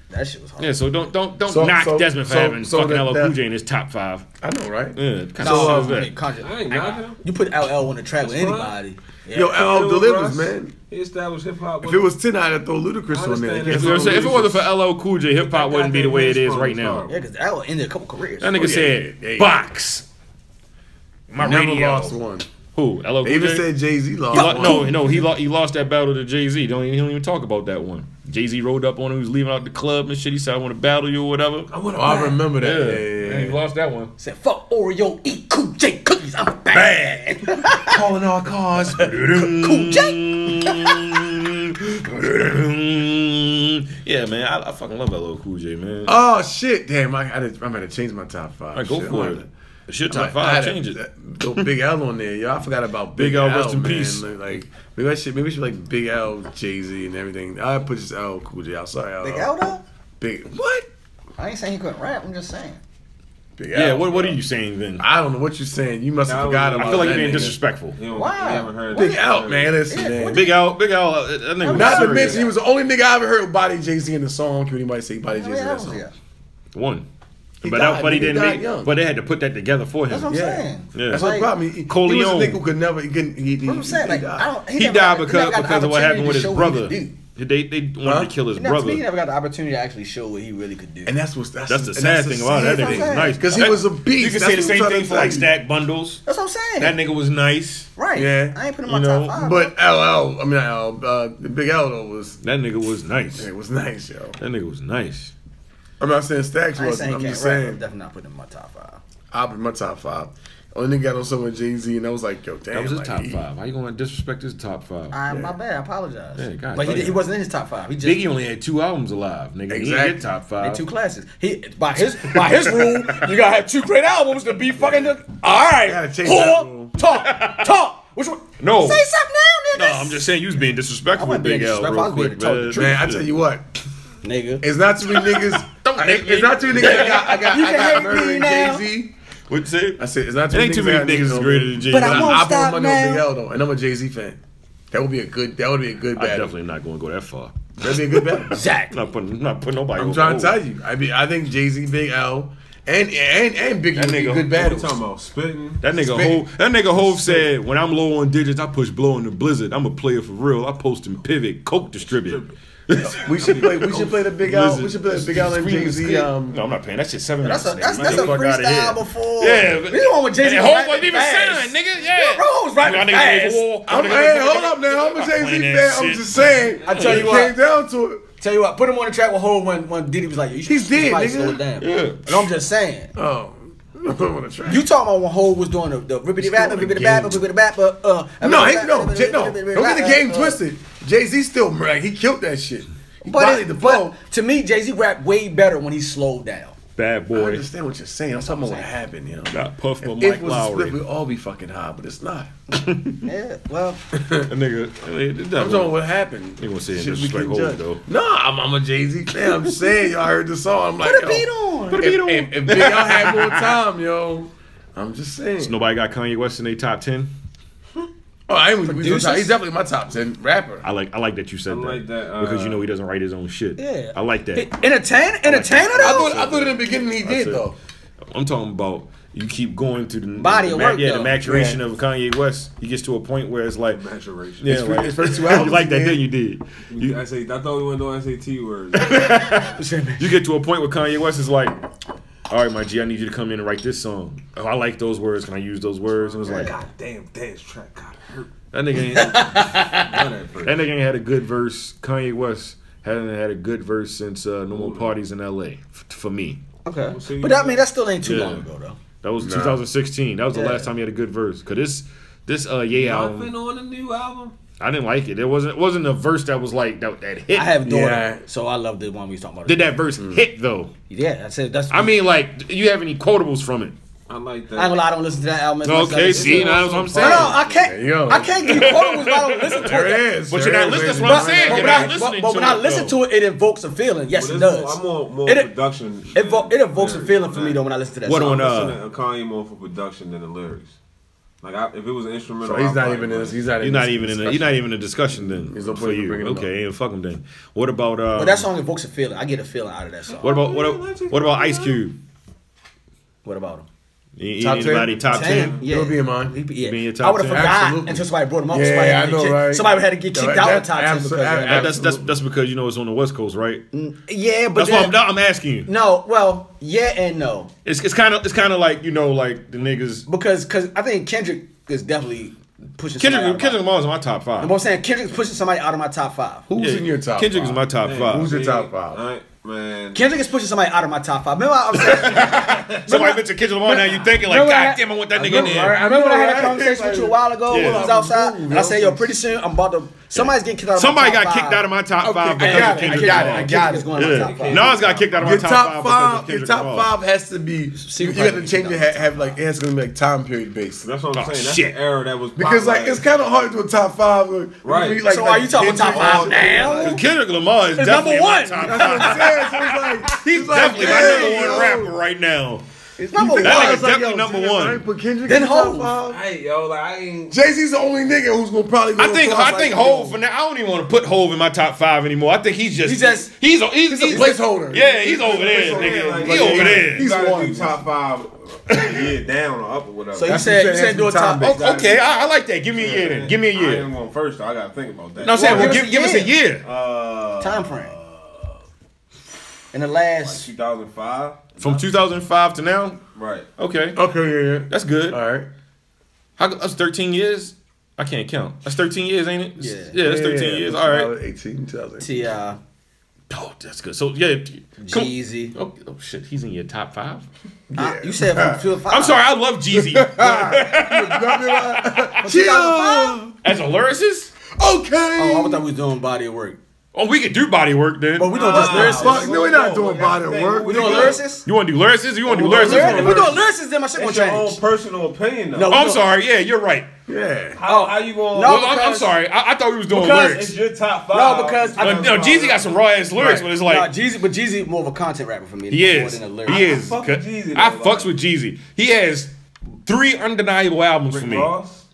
Speaker 5: That shit was hard.
Speaker 6: Yeah, so don't don't don't
Speaker 4: So-
Speaker 6: knock
Speaker 4: so-
Speaker 6: Desmond for
Speaker 4: so-
Speaker 6: having
Speaker 4: so
Speaker 6: fucking
Speaker 4: that-
Speaker 6: LL
Speaker 4: that-
Speaker 6: Cool J in his top five.
Speaker 4: I know, right?
Speaker 6: Yeah, what kind
Speaker 5: No,
Speaker 6: of
Speaker 5: I
Speaker 6: shit is
Speaker 5: mean, conscious-
Speaker 7: I ain't knocking him.
Speaker 5: You put LL on the track with
Speaker 7: fine.
Speaker 5: anybody.
Speaker 4: Yo, LL
Speaker 7: Lil
Speaker 4: delivers,
Speaker 7: Russ,
Speaker 4: man.
Speaker 7: He established hip hop.
Speaker 4: If it was ten, I'd throw Ludacris on there.
Speaker 7: understand
Speaker 6: that?
Speaker 4: Can't
Speaker 6: If
Speaker 7: that.
Speaker 6: it,
Speaker 4: throw
Speaker 6: was, if it
Speaker 4: Ludacris.
Speaker 6: wasn't for LL Cool J, hip hop wouldn't be the way it is right now.
Speaker 5: Yeah, because LL ended a couple careers.
Speaker 6: That nigga said
Speaker 4: Oh, yeah, yeah.
Speaker 6: box. My
Speaker 4: never
Speaker 6: radio.
Speaker 4: lost one.
Speaker 6: Who? LL Cool
Speaker 4: They even
Speaker 6: J.
Speaker 4: said Jay Z lost
Speaker 6: He lo-
Speaker 4: one.
Speaker 6: no, no, he lost. He lost that battle to Jay Z. Don't even, he don't even talk about that one. Jay Z rode up on him. He was leaving out the club and shit. He said, "I want to battle you" or whatever.
Speaker 4: I, wanna- I remember that.
Speaker 6: Yeah,
Speaker 4: Oh, Yeah, yeah,
Speaker 6: And
Speaker 4: yeah.
Speaker 6: he lost that one.
Speaker 5: said, fuck Oreo, eat Cool J cookies. I'm bad.
Speaker 4: Calling all cars.
Speaker 5: cool J.
Speaker 6: yeah, man, I, I fucking love LL Cool J, man.
Speaker 4: oh shit! Damn, I, I did, I'm gonna change my top five.
Speaker 6: I go
Speaker 4: Shit,
Speaker 6: for
Speaker 4: I'm
Speaker 6: it.
Speaker 4: gonna-
Speaker 6: It's your
Speaker 4: I'm
Speaker 6: top
Speaker 4: like, I
Speaker 6: five.
Speaker 4: had
Speaker 6: Change
Speaker 4: a-
Speaker 6: it.
Speaker 4: that- throw Big L on there, yo. I forgot about Big,
Speaker 6: Big L, rest in
Speaker 4: man.
Speaker 6: peace.
Speaker 4: Like, like, maybe I should maybe we should like Big L, Jay Z, and everything. I put just L Cool J. out. Sorry, L.
Speaker 5: Big L, though?
Speaker 4: Big what?
Speaker 5: I ain't saying he couldn't rap. I'm just saying.
Speaker 4: Big
Speaker 6: Yeah.
Speaker 4: L,
Speaker 6: What What are
Speaker 4: bro.
Speaker 6: you saying then? I
Speaker 4: I don't know what you're saying. You must
Speaker 7: That
Speaker 4: have
Speaker 7: was-
Speaker 4: forgot
Speaker 7: I
Speaker 4: about.
Speaker 6: feel like
Speaker 4: that
Speaker 6: you're being
Speaker 4: nigga.
Speaker 6: disrespectful.
Speaker 5: Wow.
Speaker 7: Wow. You haven't heard
Speaker 4: Big L, man. Listen,
Speaker 5: Yeah,
Speaker 4: man.
Speaker 5: what
Speaker 6: Big Al, Big Al, uh, that nigga. was
Speaker 4: Not to
Speaker 6: serious.
Speaker 4: mention, he was the only nigga I ever heard body Jay Z in the song. Can anybody say body Jay Z
Speaker 5: How many
Speaker 4: in that
Speaker 5: albums
Speaker 4: song?
Speaker 5: he got?
Speaker 6: one.
Speaker 4: He
Speaker 6: but that,
Speaker 4: died-
Speaker 6: but he
Speaker 4: he
Speaker 6: didn't
Speaker 4: died
Speaker 6: make.
Speaker 4: young.
Speaker 6: But they had to put that together for
Speaker 5: That's what
Speaker 6: him.
Speaker 5: I'm
Speaker 4: Yeah.
Speaker 5: saying.
Speaker 6: Yeah.
Speaker 4: That's
Speaker 6: Like,
Speaker 4: no problem. He, he, he was a
Speaker 6: Corleone.
Speaker 4: nigga who could never. He couldn't. He, he,
Speaker 5: What I'm saying,
Speaker 4: he
Speaker 5: like,
Speaker 4: died.
Speaker 5: I don't,
Speaker 6: He
Speaker 5: never
Speaker 6: died
Speaker 5: got- he
Speaker 6: because
Speaker 5: never got the
Speaker 6: because of
Speaker 5: opportunity
Speaker 6: what happened with
Speaker 5: to
Speaker 6: his
Speaker 5: show what
Speaker 6: brother.
Speaker 5: he could do.
Speaker 6: They they wanted
Speaker 4: Huh?
Speaker 6: to kill his
Speaker 5: He never, to me, he
Speaker 6: brother.
Speaker 5: never got the opportunity to actually show what he really could do.
Speaker 4: And that's what's that's,
Speaker 6: That's the
Speaker 4: and
Speaker 6: sad
Speaker 4: the
Speaker 6: thing about it.
Speaker 4: sad
Speaker 6: That nigga
Speaker 4: thing.
Speaker 6: was nice
Speaker 4: because he was a beast.
Speaker 6: You can
Speaker 4: That's what
Speaker 6: say
Speaker 4: I'm
Speaker 6: the same
Speaker 4: trying to
Speaker 6: thing for
Speaker 4: tell
Speaker 6: like
Speaker 4: you.
Speaker 6: Stack Bundles.
Speaker 5: that's what I'm saying.
Speaker 6: That nigga was nice.
Speaker 5: right.
Speaker 4: Yeah.
Speaker 5: I ain't put him
Speaker 6: You
Speaker 5: on
Speaker 6: know,
Speaker 5: top five.
Speaker 4: But LL, I mean LL, uh, the Big L though was
Speaker 6: That nigga was nice.
Speaker 4: it was nice, yo.
Speaker 6: That nigga was nice.
Speaker 4: I'm not saying Stacks
Speaker 5: I ain't
Speaker 4: was.
Speaker 5: saying he
Speaker 4: I'm
Speaker 5: can't
Speaker 4: just
Speaker 5: rap. I'm
Speaker 4: saying
Speaker 5: definitely not putting him in my top five.
Speaker 4: I'll be my top five. Oh, and they got on some with Jay Z, and I was like, yo, damn.
Speaker 6: That was his
Speaker 4: like,
Speaker 6: top
Speaker 4: he-
Speaker 6: five. How you gonna disrespect his top five?
Speaker 5: I, My bad. I apologize.
Speaker 6: Yeah, God
Speaker 5: but he,
Speaker 6: damn.
Speaker 5: he wasn't in his top five. He just
Speaker 6: Biggie only had two albums alive, nigga. He didn't
Speaker 4: Exactly.
Speaker 6: get top
Speaker 5: They
Speaker 6: five.
Speaker 5: two classes. He by his by his rule, you gotta have two great albums to be fucking. The, all right,
Speaker 4: Gotta change
Speaker 5: Hold
Speaker 4: that
Speaker 5: on.
Speaker 4: rule.
Speaker 5: talk, talk. Which one?
Speaker 6: No.
Speaker 5: say something now,
Speaker 6: No,
Speaker 5: nigga.
Speaker 6: I'm just saying you was being disrespectful
Speaker 5: I
Speaker 6: with
Speaker 5: wasn't
Speaker 6: Big
Speaker 5: being
Speaker 6: L
Speaker 5: disrespectful. I
Speaker 6: real
Speaker 5: was being
Speaker 6: quick,
Speaker 5: told the
Speaker 6: man.
Speaker 5: truth.
Speaker 4: Man, I tell you what,
Speaker 5: nigga.
Speaker 4: it's not too many niggas. Don't hate It's not too many niggas. I got, I got,
Speaker 5: You
Speaker 4: I
Speaker 5: can
Speaker 4: got
Speaker 5: hate me
Speaker 4: Murder and
Speaker 5: now.
Speaker 4: Jay Z.
Speaker 6: What'd you say?
Speaker 4: I said, it's not too
Speaker 6: It ain't
Speaker 4: many
Speaker 6: too many niggas
Speaker 4: out
Speaker 6: is
Speaker 4: there.
Speaker 6: greater than Jay.
Speaker 5: But I
Speaker 6: I'm-
Speaker 5: won't
Speaker 4: I
Speaker 5: stop
Speaker 4: put money on
Speaker 5: now.
Speaker 4: Big L though, and I'm a Jay Z fan. That would be a good. That would be a good
Speaker 6: I'm
Speaker 4: battle.
Speaker 6: definitely not gonna go that far.
Speaker 4: That'd be a good battle.
Speaker 6: I'm
Speaker 5: Exactly.
Speaker 6: not putting, I'm not putting nobody.
Speaker 4: I'm
Speaker 6: over
Speaker 4: trying to
Speaker 6: Hov.
Speaker 4: tell you. I mean, I think Jay Z, Big L, and and and Biggie
Speaker 6: That
Speaker 4: would be
Speaker 6: nigga-
Speaker 4: good
Speaker 7: What you
Speaker 4: battles.
Speaker 7: talking about? Spitting?
Speaker 6: That nigga
Speaker 4: Spit.
Speaker 6: Hove, that nigga Hove said, when I'm low on digits, I push blow in the blizzard. I'm a player for real. I post and pivot, coke distribute.
Speaker 4: We should play. We should play the Big L. We should play the Big L and
Speaker 6: Scream
Speaker 4: Jay
Speaker 6: is
Speaker 4: Z.
Speaker 6: clear.
Speaker 4: Um,
Speaker 6: no, I'm not paying. That shit seven
Speaker 5: That's a
Speaker 6: minutes.
Speaker 5: that's, that's a freestyle before.
Speaker 6: Yeah, but-
Speaker 5: we the one with Jay Z.
Speaker 6: And Hov wasn't even signed, nigga. Yeah,
Speaker 5: Bro, Hov's rapping
Speaker 6: Y'all niggas ready
Speaker 5: fast.
Speaker 6: for war?
Speaker 4: I'm,
Speaker 6: Y'all niggas
Speaker 4: hey,
Speaker 6: ready for
Speaker 4: hold
Speaker 6: war?
Speaker 4: up now. I'm a Jay Z
Speaker 6: Plain
Speaker 4: fan.
Speaker 6: ass
Speaker 4: I'm
Speaker 6: shit.
Speaker 4: just saying.
Speaker 5: I tell
Speaker 4: It
Speaker 5: you what.
Speaker 4: Came down to it.
Speaker 5: Tell you what, put him on the track with Hov when when Diddy was like, you should,
Speaker 4: He's
Speaker 5: you should
Speaker 4: dead,
Speaker 5: probably
Speaker 4: nigga.
Speaker 5: slow it down. And I'm just saying.
Speaker 4: Oh, I don't want to try.
Speaker 5: You talking about when Hov was doing the, the ribbity
Speaker 4: Still
Speaker 5: rapper,
Speaker 4: in the
Speaker 5: ribbity
Speaker 4: game.
Speaker 5: rapper, ribbity rapper, uh.
Speaker 4: No, he,
Speaker 5: ribbity
Speaker 4: no,
Speaker 5: rapper,
Speaker 4: J- no. Don't
Speaker 5: ribbity
Speaker 4: get the
Speaker 5: rapper,
Speaker 4: game
Speaker 5: uh,
Speaker 4: twisted. Jay Z still like he killed that shit. He
Speaker 5: But,
Speaker 4: bodied
Speaker 5: it,
Speaker 4: the
Speaker 5: but
Speaker 4: ball.
Speaker 5: to me, Jay Z rapped way better when he slowed down.
Speaker 6: Bad
Speaker 4: I
Speaker 6: boy.
Speaker 4: understand what you're saying. I'm talking about what happened, yo.
Speaker 6: Got puffed by
Speaker 4: If
Speaker 6: Mike
Speaker 4: it was a
Speaker 6: Lowry.
Speaker 4: split, we'd all be fucking high, but it's not.
Speaker 5: Yeah, well,
Speaker 6: That nigga, I mean, it
Speaker 4: I'm talking about
Speaker 6: doesn't-
Speaker 4: what happened.
Speaker 6: You gonna say it
Speaker 4: Shit, we
Speaker 6: disrespect
Speaker 4: can
Speaker 6: Hov,
Speaker 4: judge.
Speaker 6: though.
Speaker 4: Nah, I'm, I'm a Jay Z fan. I'm saying, y'all heard the song. I'm like,
Speaker 5: put a
Speaker 4: yo,
Speaker 5: beat on.
Speaker 4: If, if, if Big L had more time, yo, I'm just saying.
Speaker 6: Nobody got Kanye West in their top ten.
Speaker 4: Oh, I ain't, we- we- he's
Speaker 5: Producers?
Speaker 4: definitely my top ten rapper.
Speaker 6: I like, I like that you said
Speaker 7: I
Speaker 6: that,
Speaker 7: like that, uh,
Speaker 6: because you know he doesn't write his own shit.
Speaker 5: Yeah.
Speaker 6: I like that.
Speaker 5: Entertainer, entertainer
Speaker 4: I
Speaker 5: though.
Speaker 4: thought, I thought in the beginning he did
Speaker 6: it.
Speaker 4: though.
Speaker 6: I'm talking about you keep going through the
Speaker 5: Body
Speaker 6: the
Speaker 5: of
Speaker 6: ma-
Speaker 5: work,
Speaker 6: yeah, the
Speaker 5: though.
Speaker 6: maturation of Kanye West. He gets to a point where it's like
Speaker 7: Maturation.
Speaker 6: Yeah,
Speaker 4: His fir-
Speaker 6: like,
Speaker 4: his first two albums,
Speaker 6: you like that
Speaker 4: man.
Speaker 6: thing you did. You,
Speaker 7: I say I thought we went on SAT words.
Speaker 6: you get to a point where Kanye West is like, "All right, my G, I need you to come in and write this song. Oh, I like those words. Can I use those words?" And it's like,
Speaker 7: God damn, dance track got hurt.
Speaker 6: that nigga, ain't, that
Speaker 7: None at first.
Speaker 6: nigga ain't had a good verse. Kanye West hadn't had a good verse since uh, "No More Parties in L.A." F- for me,
Speaker 5: Okay, but I mean that still ain't too
Speaker 6: Yeah.
Speaker 5: long ago though.
Speaker 6: that was 2016. That was the
Speaker 5: Yeah.
Speaker 6: last time he had a good verse. Cause this, this uh, yeah
Speaker 7: Nothing
Speaker 6: album,
Speaker 7: on the new album.
Speaker 6: I didn't like it. It wasn't, it wasn't a verse that was like that, that hit.
Speaker 5: I have daughter,
Speaker 4: Yeah.
Speaker 5: so I love the one we was talking about.
Speaker 6: Did that verse
Speaker 4: Mm.
Speaker 6: hit though?
Speaker 5: Yeah, I said that's.
Speaker 6: I mean, like, do you have any quotables from it?
Speaker 7: I like that.
Speaker 5: I ain't gonna lie, I don't listen to that album. as much as I
Speaker 6: Okay,
Speaker 5: listen
Speaker 6: see,
Speaker 5: to-
Speaker 6: now that's what I'm
Speaker 5: No,
Speaker 6: saying.
Speaker 5: no, I can't.
Speaker 4: There you go.
Speaker 5: I can't give you quotables. if I don't listen to
Speaker 4: There
Speaker 5: it.
Speaker 4: it is.
Speaker 6: But you're
Speaker 4: There
Speaker 6: not
Speaker 4: it is,
Speaker 6: listening,
Speaker 4: ladies
Speaker 6: that's what I'm
Speaker 4: and
Speaker 6: saying.
Speaker 5: But
Speaker 6: You're
Speaker 5: when
Speaker 6: not
Speaker 5: I, but-
Speaker 6: listening
Speaker 5: but
Speaker 6: to
Speaker 5: when I
Speaker 6: it,
Speaker 5: listen
Speaker 6: though.
Speaker 5: to it, it evokes a feeling. Yes,
Speaker 7: But
Speaker 5: it
Speaker 7: it's
Speaker 5: does.
Speaker 7: More, I'm more, more
Speaker 5: It-
Speaker 7: production.
Speaker 5: It, evo- it evokes a
Speaker 7: lyrics
Speaker 5: feeling
Speaker 7: on
Speaker 5: for me
Speaker 7: that.
Speaker 5: though when I listen to that.
Speaker 6: What
Speaker 5: song.
Speaker 6: on,
Speaker 7: I'm
Speaker 6: uh,
Speaker 7: listening to Kanye more for production than the lyrics. Like I, if it was an instrumental,
Speaker 4: So he's
Speaker 7: I'd
Speaker 4: not
Speaker 7: probably
Speaker 4: even in
Speaker 7: like
Speaker 4: this.
Speaker 7: it.
Speaker 4: He's not.
Speaker 6: You're
Speaker 4: in
Speaker 6: not
Speaker 4: this
Speaker 6: even in a,
Speaker 4: discussion.
Speaker 6: you're not even in a discussion then
Speaker 4: There's no
Speaker 6: for
Speaker 4: point in
Speaker 6: you.
Speaker 4: bringing them
Speaker 6: Okay, and fuck them then. What about uh?
Speaker 5: But that song evokes a feeling. I get a feeling out of that song.
Speaker 6: What about what? What about Ice Cube?
Speaker 5: What about him?
Speaker 6: Any-
Speaker 4: Top
Speaker 6: Anybody
Speaker 4: 10?
Speaker 6: top ten?
Speaker 5: Yeah.
Speaker 4: He'll be in mine.
Speaker 5: He be- yeah.
Speaker 6: Be in your top
Speaker 5: I would have
Speaker 6: 10.
Speaker 5: forgot
Speaker 4: Absolutely.
Speaker 5: until somebody brought him up.
Speaker 4: Yeah,
Speaker 5: somebody, had
Speaker 4: I
Speaker 5: to
Speaker 4: know,
Speaker 5: kick-
Speaker 4: right?
Speaker 5: somebody had to get
Speaker 4: Yeah,
Speaker 5: kicked out of
Speaker 4: that's
Speaker 5: top ten
Speaker 4: abso-
Speaker 5: because of that.
Speaker 6: That- That's that's that's because you know it's on the West Coast, right?
Speaker 5: Yeah, but
Speaker 6: That's why I'm,
Speaker 5: then,
Speaker 6: I'm asking you.
Speaker 5: no, well, yeah and no
Speaker 6: It's it's kind of it's kind of like you know like the niggas.
Speaker 5: because because I think Kendrick is definitely pushing. somebody out
Speaker 6: Kendrick
Speaker 5: of
Speaker 6: Kendrick
Speaker 5: My,
Speaker 6: Lamar is my top
Speaker 5: You know
Speaker 6: five.
Speaker 5: what I'm saying Kendrick's pushing somebody out of my top five.
Speaker 4: Who's
Speaker 6: Yeah,
Speaker 4: in your top?
Speaker 6: Kendrick
Speaker 4: five?
Speaker 6: is my top
Speaker 4: Who's
Speaker 6: five.
Speaker 4: your top five?
Speaker 7: All right, man.
Speaker 5: Kendrick is pushing somebody out of my top five. Remember, I was saying,
Speaker 6: Somebody mentioned Kendrick Lamar now. You thinking like,
Speaker 5: Remember I-
Speaker 6: God damn, I want that nigga in
Speaker 4: know,
Speaker 6: there.
Speaker 4: right?
Speaker 5: remember when I had
Speaker 4: Right.
Speaker 5: a conversation with you a while ago
Speaker 6: Yeah.
Speaker 5: when I was outside, and I said, "Yo, pretty soon I'm about to somebody's getting kicked out." of
Speaker 6: Somebody
Speaker 5: my top
Speaker 6: got kicked
Speaker 5: five.
Speaker 6: out of my top five
Speaker 4: I
Speaker 6: because
Speaker 4: got it,
Speaker 6: of
Speaker 4: I
Speaker 6: Kendrick
Speaker 4: got it,
Speaker 6: Lamar.
Speaker 4: I
Speaker 5: Kendrick is going to my top
Speaker 6: Yeah.
Speaker 5: five.
Speaker 6: Nas got kicked out of my
Speaker 4: Your
Speaker 6: top,
Speaker 4: top
Speaker 6: five. because of
Speaker 4: five, your
Speaker 6: Kendrick
Speaker 4: top
Speaker 6: Lamar.
Speaker 4: five has to be. You, you got to change your hat. Have like it has to be like time period based.
Speaker 7: That's what I'm
Speaker 6: Oh,
Speaker 7: saying. That's
Speaker 6: shit.
Speaker 7: the era that was
Speaker 4: Because like
Speaker 7: popular.
Speaker 4: it's kind of hard to do a top five. Like,
Speaker 7: Right.
Speaker 4: we,
Speaker 5: So are you talking about top
Speaker 4: Kendrick
Speaker 5: five
Speaker 4: on-
Speaker 5: now?
Speaker 6: Kendrick Lamar is definitely
Speaker 5: number
Speaker 6: my
Speaker 5: one.
Speaker 6: top
Speaker 4: That's what
Speaker 6: five.
Speaker 4: I'm saying. So it's like he's
Speaker 6: Definitely my number one rapper right now.
Speaker 5: number one.
Speaker 6: That nigga definitely number one.
Speaker 5: Then
Speaker 4: then
Speaker 5: Hov.
Speaker 4: Hov.
Speaker 7: Hey yo, like I ain't.
Speaker 4: Jay Z's the only nigga who's gonna probably. go
Speaker 6: I think
Speaker 4: across,
Speaker 6: I think
Speaker 4: like,
Speaker 6: Hove for now. I don't even want to put Hove in my top five anymore. I think he's just
Speaker 5: He's just-
Speaker 6: he's a, he's,
Speaker 4: He's a placeholder.
Speaker 6: Yeah, he's over there,
Speaker 4: placeholder.
Speaker 6: nigga.
Speaker 4: Like,
Speaker 6: he
Speaker 4: yeah,
Speaker 6: over there.
Speaker 7: You
Speaker 4: He's
Speaker 7: gotta
Speaker 4: one.
Speaker 7: do top five, yeah, down or up or whatever.
Speaker 5: So you
Speaker 4: That's
Speaker 5: said
Speaker 4: what
Speaker 5: you
Speaker 4: I'm
Speaker 5: said
Speaker 4: saying,
Speaker 5: do a
Speaker 4: that's
Speaker 5: top.
Speaker 4: what
Speaker 5: Oh,
Speaker 4: time
Speaker 6: O- okay, I, I like that. Give me a year then. Give me a
Speaker 7: I
Speaker 6: year.
Speaker 7: am going first. Though. I gotta think about that.
Speaker 6: No, I'm saying,
Speaker 5: Well,
Speaker 6: well,
Speaker 5: give
Speaker 6: give,
Speaker 5: us
Speaker 6: give
Speaker 5: a
Speaker 6: us a year.
Speaker 5: time frame. In the last,
Speaker 7: 2005.
Speaker 6: From 2005 to now?
Speaker 7: Right.
Speaker 6: Okay.
Speaker 4: Okay, yeah, yeah.
Speaker 6: That's good.
Speaker 4: All right.
Speaker 6: How, that's 13 years? I can't count. That's 13 years, ain't it?
Speaker 5: Yeah.
Speaker 6: Yeah, that's 13
Speaker 4: Yeah,
Speaker 6: years.
Speaker 4: yeah,
Speaker 6: All
Speaker 4: I
Speaker 6: right.
Speaker 4: was 18, 2000.
Speaker 5: Ti,
Speaker 6: Oh, that's good. So yeah, come-
Speaker 5: Jeezy.
Speaker 6: Oh, oh shit, he's in your top five.
Speaker 5: Uh, you said from two to five.
Speaker 6: I'm sorry, I love Jeezy
Speaker 5: Oh,
Speaker 6: as a lyricist.
Speaker 4: Okay.
Speaker 5: I thought we was doing body of work.
Speaker 6: Oh, we could do body work then.
Speaker 5: But we don't just lyricists.
Speaker 4: Fuck, no, we're not Uh, doing body
Speaker 7: Hey,
Speaker 4: work.
Speaker 5: Oh, We doing lyricists?
Speaker 6: You want to do lyricists? You want to do
Speaker 4: Well,
Speaker 6: Oh, lyricists?
Speaker 4: lyric-
Speaker 5: If we doing lyricists, then my shit gonna
Speaker 7: It's your own
Speaker 5: change.
Speaker 7: personal opinion, though.
Speaker 5: No.
Speaker 6: Oh, I'm sorry. Yeah, you're right.
Speaker 4: Yeah.
Speaker 7: How, how you gonna?
Speaker 5: No,
Speaker 6: Well, I'm, I'm
Speaker 5: because-
Speaker 6: sorry. I, I thought we was doing
Speaker 5: Because
Speaker 6: lyrics.
Speaker 7: It's your top five.
Speaker 5: No, because I,
Speaker 6: But no, Jeezy got some raw ass lyrics, but it's
Speaker 5: nah,
Speaker 6: like
Speaker 5: Jeezy, but Jeezy more of a content rapper for me.
Speaker 6: he
Speaker 5: more
Speaker 6: is.
Speaker 5: than a lyricist.
Speaker 6: He is.
Speaker 7: fuck with Jeezy,
Speaker 6: I
Speaker 7: though, like-
Speaker 6: fucks with Jeezy. He has three undeniable albums
Speaker 7: Rick
Speaker 6: for me.
Speaker 7: Ross.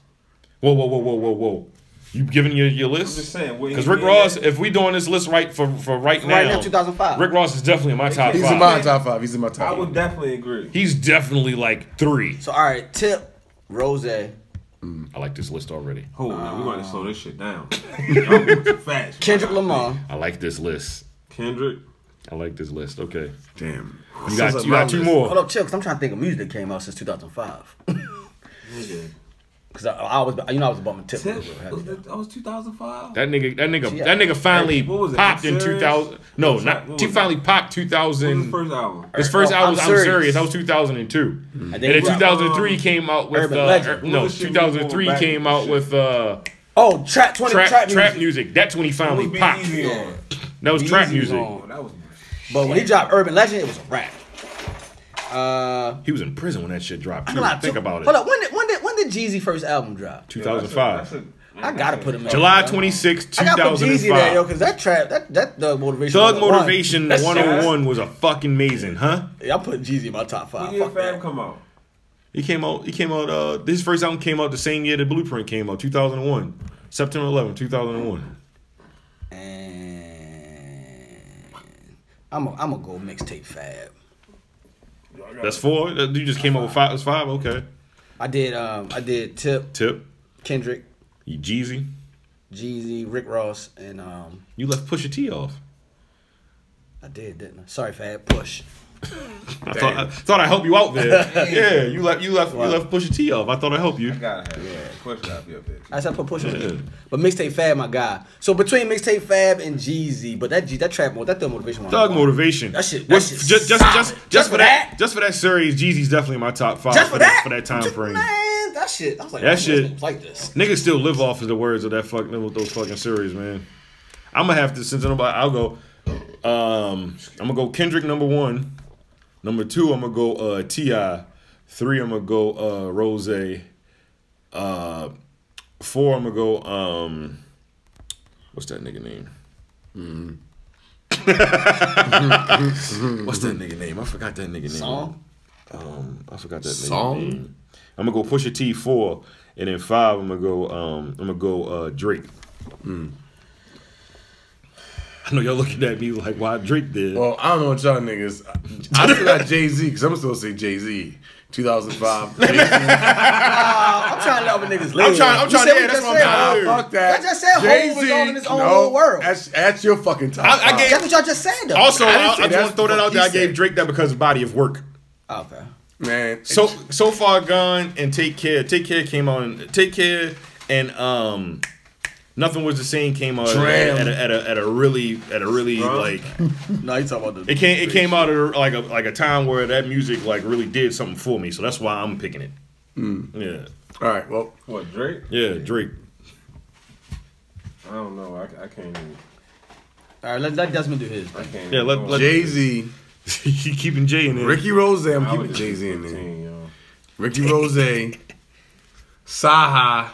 Speaker 6: Whoa, whoa, whoa, whoa, whoa, whoa. You giving your, your list?
Speaker 7: just saying, what he
Speaker 6: Because Rick
Speaker 7: did.
Speaker 6: Ross, if we doing this list right for, for right now,
Speaker 5: Right now, 2005.
Speaker 6: Rick Ross is definitely in my top
Speaker 4: He's
Speaker 6: five.
Speaker 4: in my top five. He's in my top
Speaker 7: I
Speaker 4: five.
Speaker 7: would definitely agree.
Speaker 6: He's definitely like three.
Speaker 5: So all right, tip Rose.
Speaker 6: I like this list already.
Speaker 7: Hold on, we gotta slow this shit down. Y'all moving fast.
Speaker 5: Kendrick Lamar.
Speaker 6: I like this list.
Speaker 7: Kendrick.
Speaker 6: I like this list. Okay,
Speaker 4: Damn.
Speaker 6: you got you got two
Speaker 5: Hold
Speaker 6: more.
Speaker 5: up, chill, because I'm trying to think of music that came out since 2005.
Speaker 7: Nigga.
Speaker 5: Because I, I always, you know, I was bumming tip.
Speaker 7: Tip.
Speaker 5: real heavy.
Speaker 7: Was that, that was 2005.
Speaker 6: That nigga, that nigga,
Speaker 5: Yeah.
Speaker 6: that nigga finally
Speaker 7: What was it?
Speaker 6: popped in
Speaker 7: Serious?
Speaker 6: two thousand. No,
Speaker 7: What was that?
Speaker 6: not
Speaker 7: What
Speaker 6: he
Speaker 7: was
Speaker 6: finally popped two
Speaker 7: What was his
Speaker 6: thousand.
Speaker 7: first album?
Speaker 6: His first
Speaker 5: Oh,
Speaker 6: album, was
Speaker 5: I'm
Speaker 6: I'm serious.
Speaker 5: Serious.
Speaker 6: That was 2002. And,
Speaker 5: then
Speaker 6: then in
Speaker 5: he-
Speaker 6: 2003 he came out with
Speaker 5: Urban
Speaker 6: uh,
Speaker 5: Legend.
Speaker 6: Ur- no,
Speaker 7: What shit we
Speaker 6: 2003
Speaker 7: going back
Speaker 6: came
Speaker 7: to
Speaker 6: out
Speaker 7: shit?
Speaker 6: with uh,
Speaker 5: Oh, trap 20,
Speaker 6: trap
Speaker 5: trap,
Speaker 6: trap
Speaker 5: music.
Speaker 6: music. That's when he
Speaker 7: That
Speaker 6: finally
Speaker 7: was Be
Speaker 6: popped.
Speaker 7: Easy on.
Speaker 6: That was trap
Speaker 5: Easy was
Speaker 6: music.
Speaker 5: on.
Speaker 7: Oh, that was.
Speaker 5: But when he dropped Urban Legend, it was a rap. Uh,
Speaker 6: He was in prison when that shit dropped.
Speaker 5: hold
Speaker 6: Too.
Speaker 5: up,
Speaker 6: Think
Speaker 5: so-
Speaker 6: about it.
Speaker 5: Hold up, when did when did when did Jeezy first album drop?
Speaker 6: 2005.
Speaker 5: I
Speaker 7: Mm.
Speaker 5: gotta put him. up,
Speaker 6: July
Speaker 5: bro.
Speaker 6: 26,
Speaker 5: I gotta put Jeezy
Speaker 6: 2005.
Speaker 5: there, yo, because that trap, that that the motivation.
Speaker 6: Thug
Speaker 5: 101.
Speaker 6: Motivation
Speaker 5: That shit-
Speaker 6: 101 was a fucking amazing, huh?
Speaker 5: Yeah, I'm putting Jeezy in my top five.
Speaker 7: When did
Speaker 5: Fuck
Speaker 7: Fab
Speaker 5: that.
Speaker 7: come out?
Speaker 6: He came out. He came out. Uh, his first album came out the same year the Blueprint came out, 2001, September 11, 2001.
Speaker 5: And I'm a, I'm gonna go mixtape Fab.
Speaker 6: That's four. Uh, You just came out with five. That's five. Okay.
Speaker 5: I did um I did Tip,
Speaker 6: Tip.
Speaker 5: Kendrick,
Speaker 6: You Jeezy.
Speaker 5: Jeezy, Rick Ross, and um
Speaker 6: You left Pusha T off.
Speaker 5: I did didn't I? Sorry Fab, Push.
Speaker 6: I thought I, thought I helped you out there. yeah. You left. You left. You left Pusha T off. I thought I helped you.
Speaker 7: I gotta have. Yeah, of course I'll be up there.
Speaker 5: I said I put Push on
Speaker 6: Yeah.
Speaker 5: it. But mixtape Fab, my guy. So between mixtape Fab and Jeezy, but that G that trap mo- that Thug motivation. one-
Speaker 6: Thug motivation.
Speaker 5: That shit- that
Speaker 6: Was-
Speaker 5: shit's
Speaker 6: ju- just, just,
Speaker 5: solid.
Speaker 6: just,
Speaker 5: Just
Speaker 6: for
Speaker 5: for
Speaker 6: that,
Speaker 5: that?
Speaker 6: Just for that series, Jeezy's definitely my top five.
Speaker 5: Just for that
Speaker 6: for that time
Speaker 5: Just-
Speaker 6: frame.
Speaker 5: Man, that shit. I was like,
Speaker 6: That
Speaker 5: that
Speaker 6: shit-
Speaker 5: shit like this.
Speaker 6: Niggas still live off of the words of that fucking with those fucking series, man. I'm gonna have to since nobody. I'll go. Um, I'm gonna go Kendrick number one. Number two, I'm gonna go uh, Ti. Three, I'm gonna go uh, Rose. Uh, four, I'm gonna go. Um, what's that nigga name? Mm-hmm. what's that nigga name? I forgot that nigga name.
Speaker 5: Song?
Speaker 6: Um, I forgot that nigga
Speaker 4: Song?
Speaker 6: name. I'm gonna go Pusha T four, and then five. I'm gonna go. Um, I'm gonna go uh, Drake. Hmm. I know y'all looking at me like, why Drake did?
Speaker 4: Well, I don't know what y'all niggas. I still got Jay Z because I'm supposed to say Jay Z. 2005. Jay-Z.
Speaker 5: I'm trying to let other niggas live.
Speaker 6: trying- I'm
Speaker 5: You
Speaker 6: trying-
Speaker 5: said we
Speaker 6: yeah, that's
Speaker 5: just
Speaker 6: what
Speaker 5: said,
Speaker 6: I'm trying
Speaker 4: Nah,
Speaker 6: to
Speaker 5: uh,
Speaker 6: do.
Speaker 4: fuck that.
Speaker 5: Y'all just said Hov was on in his own little world.
Speaker 4: That's, that's your fucking top.
Speaker 6: I- I
Speaker 4: five.
Speaker 6: gave-
Speaker 5: That's what y'all just said though.
Speaker 6: also,
Speaker 4: I
Speaker 6: I,
Speaker 4: didn't
Speaker 6: I,
Speaker 4: say
Speaker 6: just want
Speaker 4: that's
Speaker 6: to throw that
Speaker 4: what
Speaker 6: out
Speaker 4: he
Speaker 6: there. I
Speaker 4: said.
Speaker 6: gave Drake that because of body of work.
Speaker 5: Oh, okay.
Speaker 4: man.
Speaker 6: So so far gone and take care. Take care came on. Take care and um, nothing was the same. Came out at a,
Speaker 4: Dram.
Speaker 6: at a at a at a really at a really
Speaker 7: Drum.
Speaker 6: like
Speaker 5: No, you talking about the
Speaker 6: it came it came out at like a like a time where that music like really did something for me. So that's why I'm picking it. Hmm. Yeah.
Speaker 4: all right. Well,
Speaker 7: What Drake?
Speaker 6: Yeah, Drake.
Speaker 7: I don't know. I, I can't. Even,
Speaker 5: All right, let, let Desmond do his.
Speaker 7: I can't.
Speaker 6: Yeah,
Speaker 7: even
Speaker 6: let-
Speaker 7: go.
Speaker 6: let-
Speaker 4: Jay Z,
Speaker 6: you keeping Jay in there.
Speaker 4: Ricky Rose. I'm
Speaker 7: I would
Speaker 4: keeping
Speaker 7: just
Speaker 4: Jay Z
Speaker 7: do
Speaker 4: in there.
Speaker 7: 15, yo.
Speaker 4: Ricky Rose, Saha,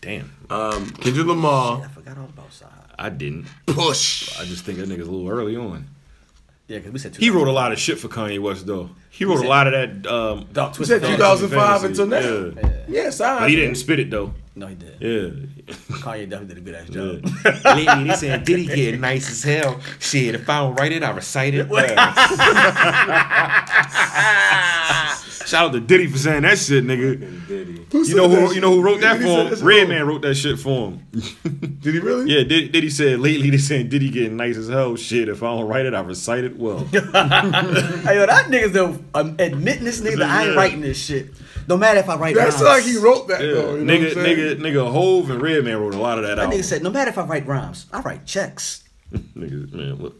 Speaker 6: Damn.
Speaker 4: um, Kendrick Lamar,
Speaker 5: I forgot all about Side.
Speaker 6: I didn't.
Speaker 4: Push.
Speaker 6: I just think that nigga's a little early on.
Speaker 5: Yeah, because we said two.
Speaker 6: He wrote a lot of shit for Kanye West though. He wrote a lot of that um
Speaker 5: Dog,
Speaker 4: You
Speaker 5: Twisted
Speaker 4: said
Speaker 5: Fantasy.
Speaker 4: 2005
Speaker 6: Fantasy.
Speaker 4: until now.
Speaker 6: Yeah.
Speaker 4: Yeah, Saha.
Speaker 6: But he didn't spit it though.
Speaker 5: No, he did.
Speaker 6: Yeah.
Speaker 5: Kanye definitely did a good ass job.
Speaker 6: Lately they saying Diddy get nice as hell. Shit, if I don't write it, I recite it. Shout out to Diddy for saying that shit, nigga.
Speaker 7: And Diddy.
Speaker 6: You know who you know who wrote that
Speaker 4: Diddy said
Speaker 6: for
Speaker 4: that's
Speaker 6: him? Red
Speaker 4: wrong.
Speaker 6: Man wrote that shit for him.
Speaker 4: Did he really?
Speaker 6: Yeah, Diddy, Diddy said lately they saying Diddy getting nice as hell. Shit, if I don't write it, I recite it well.
Speaker 5: Hey, yo, that nigga's the, um, admitting this nigga that I ain't
Speaker 6: Yeah.
Speaker 5: writing this shit. No matter if I write
Speaker 4: That's like
Speaker 5: rhymes.
Speaker 4: he wrote that
Speaker 6: Yeah,
Speaker 4: though. You know
Speaker 6: nigga,
Speaker 4: what I'm saying?
Speaker 6: nigga, nigga, Hove and Redman wrote a lot of that
Speaker 5: That
Speaker 6: out.
Speaker 5: nigga said, no matter if I write rhymes, I write checks.
Speaker 6: Niggas, man, look.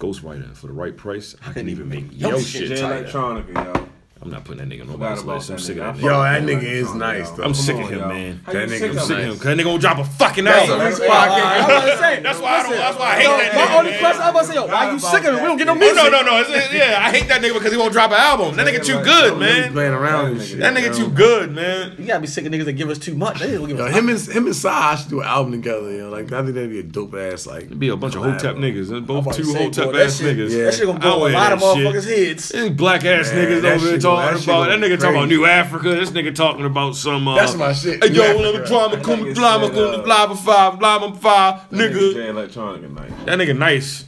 Speaker 6: Ghostwriter for the right price, I can even make
Speaker 5: yo
Speaker 6: yo
Speaker 5: shit
Speaker 6: shit
Speaker 7: J
Speaker 6: tighter.
Speaker 7: Electronica, yo.
Speaker 6: I'm not putting that nigga on
Speaker 7: Forgot
Speaker 6: nobody's
Speaker 7: about
Speaker 6: list. I'm
Speaker 7: that
Speaker 6: sick
Speaker 7: nigga.
Speaker 6: of that.
Speaker 7: I
Speaker 4: Yo,
Speaker 6: nigga.
Speaker 7: fuck
Speaker 4: that nigga
Speaker 7: with
Speaker 4: is
Speaker 7: Electronica,
Speaker 4: nice,
Speaker 7: yo.
Speaker 4: though.
Speaker 6: I'm
Speaker 4: Come
Speaker 6: sick
Speaker 4: on,
Speaker 6: of him,
Speaker 7: yo.
Speaker 6: man.
Speaker 7: How
Speaker 4: That
Speaker 7: you
Speaker 4: nigga-
Speaker 7: sick
Speaker 4: I'm
Speaker 7: of
Speaker 6: Sick
Speaker 7: him?
Speaker 6: of him. That nigga gonna drop a fucking
Speaker 5: That's
Speaker 6: album.
Speaker 5: a-
Speaker 6: That's
Speaker 5: that's why I can't- I'm
Speaker 6: why I
Speaker 5: about to say,
Speaker 6: hate That's why I don't. That's why I hate
Speaker 5: Yo,
Speaker 6: that
Speaker 5: my
Speaker 6: nigga.
Speaker 5: only
Speaker 6: man.
Speaker 5: question I'm about to say, yo, why you
Speaker 7: about
Speaker 5: sick of it? We
Speaker 7: that.
Speaker 5: don't get no
Speaker 7: Oh,
Speaker 6: Oh
Speaker 5: music.
Speaker 6: no no no! It's, it's- yeah, I hate that nigga because he won't drop an album. That nigga too good, man.
Speaker 4: Playing around and shit.
Speaker 6: That nigga too good, man.
Speaker 5: You gotta be sick of niggas that give us too much. They don't give
Speaker 4: Yo,
Speaker 5: us
Speaker 4: him and him and Sai should do an album together. Yo, like I think that'd be a dope ass like.
Speaker 6: It'd be a bunch of
Speaker 4: collab,
Speaker 6: hotep
Speaker 4: bro.
Speaker 6: niggas. and
Speaker 5: I'm
Speaker 6: Both
Speaker 5: about to
Speaker 6: two
Speaker 5: say, bro,
Speaker 6: hotep
Speaker 5: that
Speaker 6: ass
Speaker 5: shit-
Speaker 6: niggas.
Speaker 4: yeah.
Speaker 5: That shit gonna
Speaker 6: I don't
Speaker 5: blow a
Speaker 6: wear
Speaker 5: lot of
Speaker 6: that shit.
Speaker 5: motherfuckers' heads.
Speaker 6: These black ass
Speaker 4: Man,
Speaker 6: niggas
Speaker 4: that
Speaker 6: over there
Speaker 4: shit go- that
Speaker 6: talking
Speaker 4: shit
Speaker 6: about that
Speaker 4: go
Speaker 6: nigga talking about
Speaker 4: crazy.
Speaker 6: New Africa. This nigga talking about some. Uh,
Speaker 4: That's my shit,
Speaker 6: Hey,
Speaker 4: New
Speaker 6: yo,
Speaker 4: Africa.
Speaker 6: I'm drama, come
Speaker 7: nigga
Speaker 6: drama,
Speaker 7: said,
Speaker 6: come
Speaker 7: uh,
Speaker 6: drama five, drama five, nigga.
Speaker 7: J Electronica night.
Speaker 6: That nigga nice.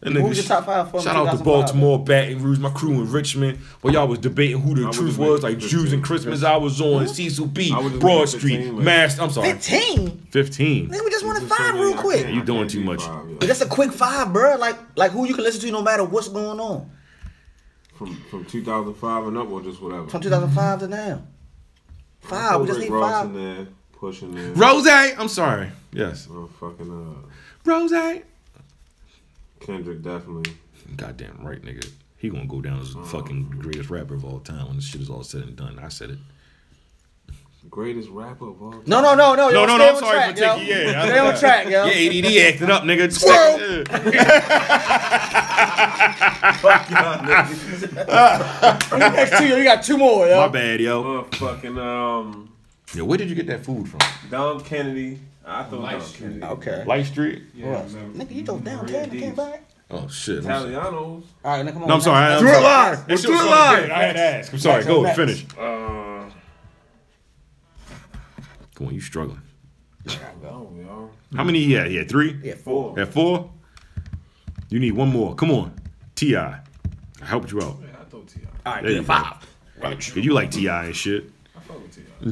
Speaker 6: That nigga.
Speaker 5: was your top five for him
Speaker 6: Shout
Speaker 5: in
Speaker 6: out to
Speaker 5: 2005?
Speaker 6: Baltimore, Baton Rouge, my crew in Richmond. Where y'all was debating who the
Speaker 7: was
Speaker 6: truth
Speaker 7: just
Speaker 6: was, like
Speaker 7: making
Speaker 6: Jews and
Speaker 7: 15.
Speaker 6: Christmas. I was on Cecil B,
Speaker 7: I was just
Speaker 6: Broad
Speaker 7: making 15,
Speaker 6: Street,
Speaker 7: like-
Speaker 6: Mass. I'm sorry,
Speaker 5: 15?
Speaker 6: 15.
Speaker 5: Nigga, we just wanted five real quick.
Speaker 6: You doing too much.
Speaker 5: But that's a quick five, bro. Like, like who you can listen to no matter what's going on
Speaker 7: From from 2005 and up, or just whatever.
Speaker 5: from 2005 to now. Five, we just need
Speaker 7: Rick Ross in
Speaker 5: five.
Speaker 7: there, pushing there.
Speaker 6: Rose, I'm sorry. Yes,
Speaker 7: Oh, fucking
Speaker 6: Rose.
Speaker 7: uh, Kendrick definitely.
Speaker 6: Goddamn right, nigga. He gonna go down as the fucking greatest rapper of all time when this shit is all said and done. I said it.
Speaker 7: Greatest rapper of all time.
Speaker 5: No, no, no, no.
Speaker 6: No,
Speaker 5: yo,
Speaker 6: no,
Speaker 5: stay
Speaker 6: no. I'm
Speaker 5: on
Speaker 6: sorry
Speaker 5: track,
Speaker 6: for taking.
Speaker 5: yo.
Speaker 6: Yeah, I-
Speaker 5: Stay on track, yo.
Speaker 6: Yeah, ADD acting up, nigga.
Speaker 5: Squirrel. Next two, yo, you got two more, yo.
Speaker 6: My bad, yo.
Speaker 7: Oh, fucking um,
Speaker 6: Yo, where did you get that food from?
Speaker 7: Dom Kennedy. I thought Dom Kennedy.
Speaker 5: Okay.
Speaker 6: Light Street?
Speaker 7: Yeah, I remember.
Speaker 5: Nigga, you go downtown and came back.
Speaker 6: Oh shit. I'm sorry.
Speaker 7: Italianos.
Speaker 5: All right, now come on.
Speaker 6: No, I'm sorry. I- I'm
Speaker 4: Do it
Speaker 6: sorry.
Speaker 4: live.
Speaker 6: That
Speaker 4: Let's
Speaker 6: shit
Speaker 4: do
Speaker 6: was
Speaker 4: it
Speaker 6: so
Speaker 4: live.
Speaker 6: good, I had to ask. I'm sorry. Go
Speaker 5: Next.
Speaker 6: finish.
Speaker 7: Uh,
Speaker 6: Come on, you struggling.
Speaker 7: no, y'all.
Speaker 6: How many he had? He had three.
Speaker 5: Yeah, four.
Speaker 7: Four.
Speaker 6: At four. You need one more. Come on, Ti. I helped you out.
Speaker 7: Yeah, I thought T.I.
Speaker 5: All right,
Speaker 6: There you
Speaker 5: good.
Speaker 6: go.
Speaker 5: Five.
Speaker 6: Cause you like Ti and shit.
Speaker 7: I fuck with T.I.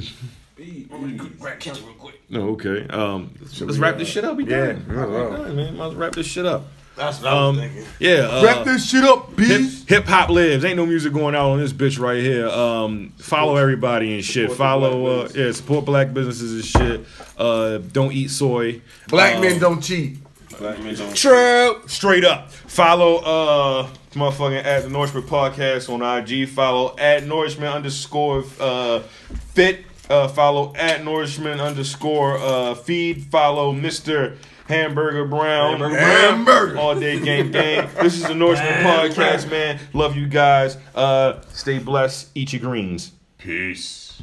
Speaker 7: B. E.
Speaker 6: No, okay. Um, let's wrap this shit up. We
Speaker 4: Yeah,
Speaker 6: done.
Speaker 4: yeah,
Speaker 6: We done, man. Might as well wrap this shit up.
Speaker 7: That's what I was
Speaker 6: Um,
Speaker 7: thinking.
Speaker 6: yeah. Uh,
Speaker 4: Wrap this shit up, bitch.
Speaker 6: Hip hop lives. Ain't no music going out on this bitch right here. Um, follow everybody and shit.
Speaker 7: Support the
Speaker 6: Follow,
Speaker 7: black
Speaker 6: uh, yeah, support black businesses and shit. Uh, don't eat soy.
Speaker 4: Black men don't cheat.
Speaker 7: Black men don't.
Speaker 6: True. Straight up. Follow uh motherfucking at the Norseman podcast on IG. Follow at Norseman underscore uh fit. Uh, follow at Norseman underscore uh feed. Follow Mr. Hamburger Brown.
Speaker 7: Hamburger
Speaker 4: Hamburger.
Speaker 6: All day game game. This is the Norseman podcast, man. Love you guys. Uh stay blessed. Eat your greens. Peace.